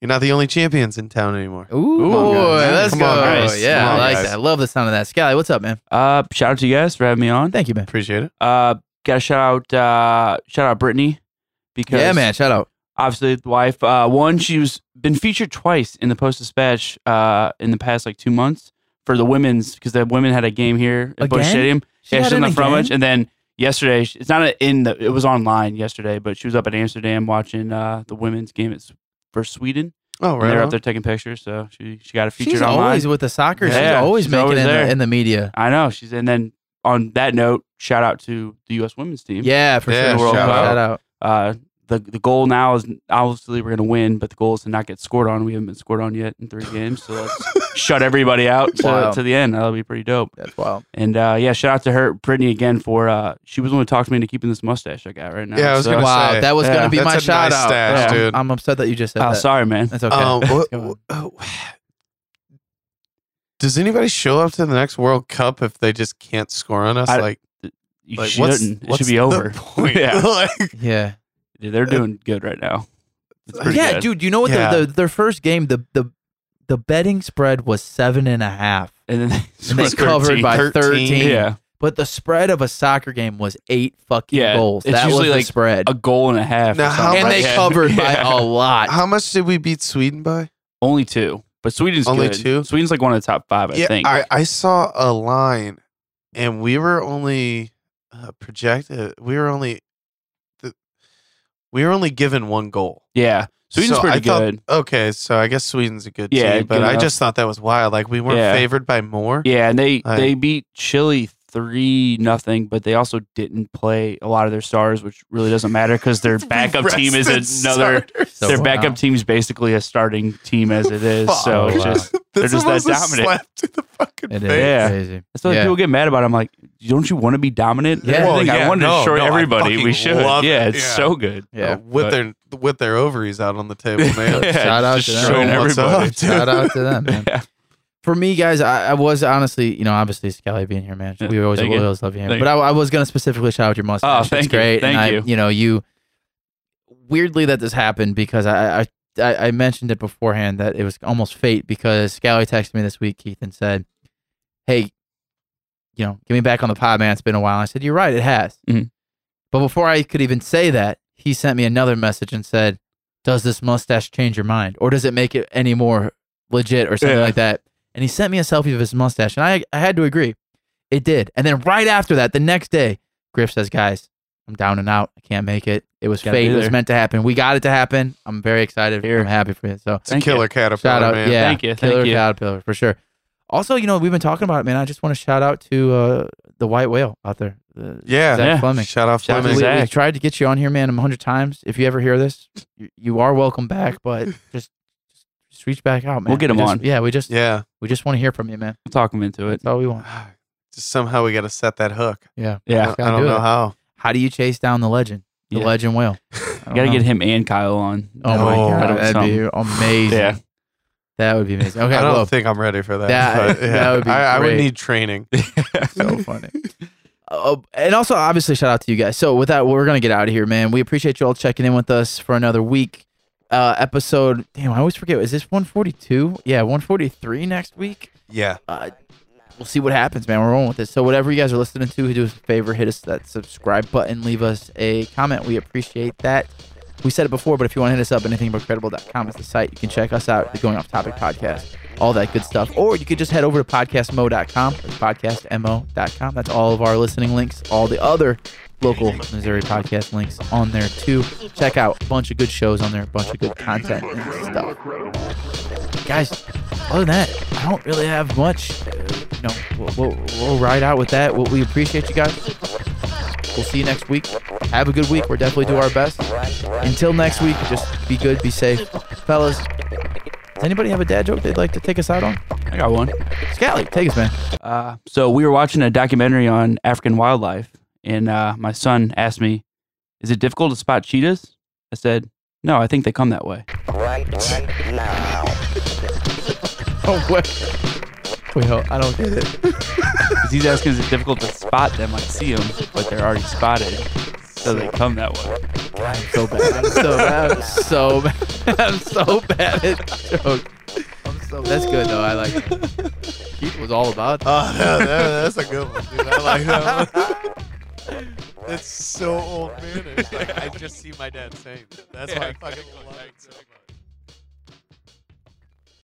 [SPEAKER 1] You're not the only champions in town anymore.
[SPEAKER 2] Ooh,
[SPEAKER 1] Come on, guys.
[SPEAKER 2] let's
[SPEAKER 1] Come
[SPEAKER 2] go.
[SPEAKER 1] on,
[SPEAKER 3] guys.
[SPEAKER 2] Yeah,
[SPEAKER 1] Come on,
[SPEAKER 2] I like
[SPEAKER 1] guys.
[SPEAKER 2] that. I love the sound of that. Scally, what's up, man?
[SPEAKER 3] Uh, shout out to you guys for having me on.
[SPEAKER 2] Thank you, man.
[SPEAKER 1] Appreciate it.
[SPEAKER 3] Uh, gotta shout out, uh, shout out Brittany because
[SPEAKER 2] Yeah, man. Shout out.
[SPEAKER 3] obviously the wife. Uh, one, she was been featured twice in the Post Dispatch uh, in the past like two months for the women's because the women had a game here at Bush
[SPEAKER 2] Again?
[SPEAKER 3] Stadium. yeah,
[SPEAKER 2] got
[SPEAKER 3] she's
[SPEAKER 2] in
[SPEAKER 3] on the front
[SPEAKER 2] again?
[SPEAKER 3] much, and then yesterday she- it's not in the it was online yesterday, but she was up at Amsterdam watching uh, the women's game at, S- for Sweden.
[SPEAKER 1] Oh,
[SPEAKER 3] And
[SPEAKER 1] right.
[SPEAKER 3] they were
[SPEAKER 1] on.
[SPEAKER 3] up there taking pictures, so she she got it featured
[SPEAKER 2] She's
[SPEAKER 3] online.
[SPEAKER 2] always with the soccer. she's
[SPEAKER 3] Yeah,
[SPEAKER 2] always
[SPEAKER 3] she's
[SPEAKER 2] making
[SPEAKER 3] always
[SPEAKER 2] it in
[SPEAKER 3] there.
[SPEAKER 2] the, in the media.
[SPEAKER 3] I know she's and then on that note, shout out to the U.S. women's team.
[SPEAKER 2] Yeah, for
[SPEAKER 1] Yeah,
[SPEAKER 2] sure.
[SPEAKER 3] shout
[SPEAKER 2] shout,
[SPEAKER 3] out.
[SPEAKER 2] out.
[SPEAKER 3] Uh, the the goal now is obviously we're gonna win, but the goal is to not get scored on. We haven't been scored on yet in three games, so let's shut everybody out to,
[SPEAKER 2] Wow.
[SPEAKER 3] to the end. That'll be pretty dope.
[SPEAKER 2] That's wild.
[SPEAKER 3] And uh, yeah, shout out to her, Brittany, again for uh, she was the one who talked me into keeping this mustache I got right now.
[SPEAKER 1] Yeah, I was gonna
[SPEAKER 2] wow,
[SPEAKER 1] say,
[SPEAKER 2] that was
[SPEAKER 3] yeah,
[SPEAKER 2] gonna be
[SPEAKER 1] that's
[SPEAKER 2] my
[SPEAKER 1] a
[SPEAKER 2] shout
[SPEAKER 1] nice
[SPEAKER 2] out.
[SPEAKER 1] stash,
[SPEAKER 2] Yeah.
[SPEAKER 1] dude.
[SPEAKER 2] I'm upset that you just said
[SPEAKER 3] Oh,
[SPEAKER 2] that.
[SPEAKER 3] sorry, man.
[SPEAKER 2] That's okay.
[SPEAKER 1] Um, what-
[SPEAKER 3] Come on.
[SPEAKER 1] oh, does anybody show up to the next World Cup if they just can't score on us?
[SPEAKER 3] I-
[SPEAKER 1] like,
[SPEAKER 3] You
[SPEAKER 1] like what's,
[SPEAKER 3] shouldn't. It
[SPEAKER 1] what's
[SPEAKER 3] should be
[SPEAKER 1] the
[SPEAKER 3] over.
[SPEAKER 1] point?
[SPEAKER 3] Yeah.
[SPEAKER 1] Like,
[SPEAKER 2] yeah.
[SPEAKER 3] Dude, they're doing good right now. It's pretty
[SPEAKER 2] yeah,
[SPEAKER 3] good.
[SPEAKER 2] dude. You know what?
[SPEAKER 1] Yeah.
[SPEAKER 2] The, the their first game, the the the betting spread was seven and a half,
[SPEAKER 3] And then they,
[SPEAKER 2] and they
[SPEAKER 3] scored
[SPEAKER 2] covered
[SPEAKER 3] 13.
[SPEAKER 2] by
[SPEAKER 1] 13.
[SPEAKER 2] thirteen.
[SPEAKER 3] yeah
[SPEAKER 2] But the spread of a soccer game was eight fucking
[SPEAKER 3] Yeah,
[SPEAKER 2] goals.
[SPEAKER 3] it's
[SPEAKER 2] that was
[SPEAKER 3] usually
[SPEAKER 2] the
[SPEAKER 3] like
[SPEAKER 2] spread,
[SPEAKER 3] a goal and a half. or
[SPEAKER 1] Now, how
[SPEAKER 3] something.
[SPEAKER 2] and
[SPEAKER 1] much-
[SPEAKER 2] they
[SPEAKER 3] Yeah.
[SPEAKER 2] covered by
[SPEAKER 3] Yeah.
[SPEAKER 2] a lot.
[SPEAKER 1] how much did we beat Sweden by?
[SPEAKER 3] Only two, but Sweden's
[SPEAKER 1] Only
[SPEAKER 3] good.
[SPEAKER 1] two?
[SPEAKER 3] Sweden's like one of the top five, I think.
[SPEAKER 1] I, I saw a line, and we were only uh, projected. We were only, the, we were only given one goal.
[SPEAKER 3] yeah, Sweden's
[SPEAKER 1] So
[SPEAKER 3] pretty
[SPEAKER 1] I thought-
[SPEAKER 3] good.
[SPEAKER 1] Okay, so I guess Sweden's a good
[SPEAKER 3] Yeah,
[SPEAKER 1] team, but
[SPEAKER 3] good
[SPEAKER 1] I
[SPEAKER 3] enough.
[SPEAKER 1] just thought that was wild. Like we weren't
[SPEAKER 3] Yeah.
[SPEAKER 1] favored by more.
[SPEAKER 3] yeah, and they
[SPEAKER 1] I-
[SPEAKER 3] they beat Chile three nothing, but they also didn't play a lot of their stars, which really doesn't matter because their backup team is
[SPEAKER 1] Rested
[SPEAKER 3] another.
[SPEAKER 1] starters.
[SPEAKER 2] So,
[SPEAKER 3] their
[SPEAKER 2] wow.
[SPEAKER 3] backup team's basically a starting team as it is, so
[SPEAKER 1] Fuck.
[SPEAKER 3] it's just
[SPEAKER 1] That's
[SPEAKER 3] just
[SPEAKER 1] the
[SPEAKER 3] that
[SPEAKER 1] most a
[SPEAKER 3] dominant.
[SPEAKER 1] slap to the fucking
[SPEAKER 2] It is
[SPEAKER 1] face.
[SPEAKER 3] Yeah.
[SPEAKER 2] crazy.
[SPEAKER 3] that's what
[SPEAKER 2] Yeah.
[SPEAKER 3] people get mad about. I'm like, don't you want to be dominant?
[SPEAKER 2] Yeah.
[SPEAKER 3] I,
[SPEAKER 2] Well,
[SPEAKER 3] think I
[SPEAKER 1] yeah,
[SPEAKER 3] want to
[SPEAKER 1] no,
[SPEAKER 3] destroy
[SPEAKER 1] no, I
[SPEAKER 3] everybody.
[SPEAKER 1] fucking
[SPEAKER 3] We should.
[SPEAKER 1] love it.
[SPEAKER 3] Yeah, it's
[SPEAKER 1] Yeah.
[SPEAKER 3] so good.
[SPEAKER 2] Yeah.
[SPEAKER 1] Uh, with
[SPEAKER 3] But-
[SPEAKER 1] their with their ovaries out on the table, man.
[SPEAKER 3] Yeah,
[SPEAKER 2] uh, Shout out to them.
[SPEAKER 3] destroying
[SPEAKER 1] Show 'em what's up,
[SPEAKER 3] everybody.
[SPEAKER 1] dude.
[SPEAKER 2] Shout out to them, man.
[SPEAKER 3] Yeah.
[SPEAKER 2] For me, guys, I, I was honestly, you know, obviously Scally being here, man.
[SPEAKER 3] Yeah,
[SPEAKER 2] We always,
[SPEAKER 3] thank
[SPEAKER 2] we
[SPEAKER 3] you.
[SPEAKER 2] always love you,
[SPEAKER 3] Thank
[SPEAKER 2] but I, I was gonna specifically shout out your mustache.
[SPEAKER 3] thank
[SPEAKER 2] it's
[SPEAKER 3] you.
[SPEAKER 2] great.
[SPEAKER 3] Thank
[SPEAKER 2] and I,
[SPEAKER 3] you.
[SPEAKER 2] you know, you weirdly that this happened because I, I, I, I mentioned it beforehand that it was almost fate because Scally texted me this week, Keith, and said, "Hey, you know, get me back on the pod, man. It's been a while." I said, "You're right. It has."
[SPEAKER 3] Mhm.
[SPEAKER 2] But before I could even say that, he sent me another message and said, "Does this mustache change your mind, or does it make it any more legit, or something
[SPEAKER 3] Yeah.
[SPEAKER 2] like that?" And he sent me a selfie of his mustache, and I, I had to agree, it did. And then right after that, the next day, Griff says, "Guys, I'm down and out. I can't make it. It was
[SPEAKER 3] Gotta
[SPEAKER 2] fate.
[SPEAKER 3] be
[SPEAKER 2] It was
[SPEAKER 3] there."
[SPEAKER 2] meant to happen. We got it to happen. I'm very excited.
[SPEAKER 3] Here.
[SPEAKER 2] I'm happy for you." So
[SPEAKER 1] It's a
[SPEAKER 3] Thank you.
[SPEAKER 1] killer caterpillar,
[SPEAKER 2] shout out,
[SPEAKER 1] man.
[SPEAKER 2] yeah,
[SPEAKER 3] Thank you, thank
[SPEAKER 2] killer
[SPEAKER 3] you.
[SPEAKER 2] caterpillar for sure. Also, you know, we've been talking about it, man. I just want to shout out to uh, the white whale out there, uh,
[SPEAKER 1] Yeah.
[SPEAKER 2] Zach
[SPEAKER 3] Yeah.
[SPEAKER 2] Fleming.
[SPEAKER 1] Shout out
[SPEAKER 3] Shout out
[SPEAKER 2] We,
[SPEAKER 3] to
[SPEAKER 1] Fleming.
[SPEAKER 2] we
[SPEAKER 3] Zach.
[SPEAKER 2] tried to get you on here, man, a hundred times. If you ever hear this, you, you are welcome back, but just, just reach back out, man.
[SPEAKER 3] We'll get him
[SPEAKER 2] We just-
[SPEAKER 3] on.
[SPEAKER 2] Yeah, we just
[SPEAKER 1] Yeah.
[SPEAKER 2] we just want to hear from you, man.
[SPEAKER 3] We'll talk them into it.
[SPEAKER 2] That's all we want.
[SPEAKER 1] Just somehow we got to set that hook.
[SPEAKER 2] Yeah.
[SPEAKER 3] Yeah.
[SPEAKER 1] I, I don't
[SPEAKER 2] do
[SPEAKER 1] know
[SPEAKER 2] it.
[SPEAKER 1] how.
[SPEAKER 2] How do you chase down the legend, the
[SPEAKER 3] Yeah.
[SPEAKER 2] legend whale? I don't
[SPEAKER 3] Gotta
[SPEAKER 2] know.
[SPEAKER 3] get him and Kyle on.
[SPEAKER 2] Oh my
[SPEAKER 1] No.
[SPEAKER 2] god,
[SPEAKER 1] That'd
[SPEAKER 2] that'd be amazing.
[SPEAKER 3] Yeah.
[SPEAKER 2] That would be amazing. Okay,
[SPEAKER 1] I don't
[SPEAKER 2] well,
[SPEAKER 1] think I'm ready for that.
[SPEAKER 2] that-
[SPEAKER 1] but, yeah.
[SPEAKER 2] that would be
[SPEAKER 1] I, I would
[SPEAKER 2] great.
[SPEAKER 1] need training.
[SPEAKER 2] so funny. Uh, and also, obviously, shout out to you guys. So, with that, we're gonna get out of here, man. We appreciate you all checking in with us for another week. Uh, episode. Damn, I always forget. Is this 142? Yeah, 143 next week.
[SPEAKER 1] Yeah.
[SPEAKER 2] Uh, we'll see what happens, man. We're rolling with this. So, whatever you guys are listening to, do us a favor, hit us that subscribe button, leave us a comment. We appreciate that. We said it before, but if you want to hit us up, anythingbutcredible.com is the site. You can check us out, the Going Off Topic podcast, all that good stuff. Or you could just head over to podcastmo.com, or podcastmo.com. That's all of our listening links, all the other local Missouri podcast links on there too. Check out a bunch of good shows on there, a bunch of good content and stuff. Guys, other than that, I don't really have much. Uh, you know, we'll, we'll, we'll ride out with that. We'll, we appreciate you guys. We'll see you next week. Have a good week. We'll definitely do our best. Until next week, just be good, be safe. Fellas, does anybody have a dad joke they'd like to take us out on?
[SPEAKER 3] I got one.
[SPEAKER 2] Scally, take us, man.
[SPEAKER 3] Uh, so we were watching a documentary on African wildlife, and uh, my son asked me, "Is it difficult to spot cheetahs?" I said, "No, I think they come that way."
[SPEAKER 2] Oh, wait. Wait, hold, I don't get it.
[SPEAKER 3] 'Cause he's asking, "Is it difficult to spot them? Like see them, but they're already spotted, so they come that way."
[SPEAKER 2] So bad. I'm so bad. I'm so bad. I'm so bad at joke. I'm so That's good though. I like it. Keith was all about.
[SPEAKER 1] Oh, yeah, that- that's a good one, dude. I like that one. It's so old man. Like, I just see my dad saying that. That's why I fucking love it so much.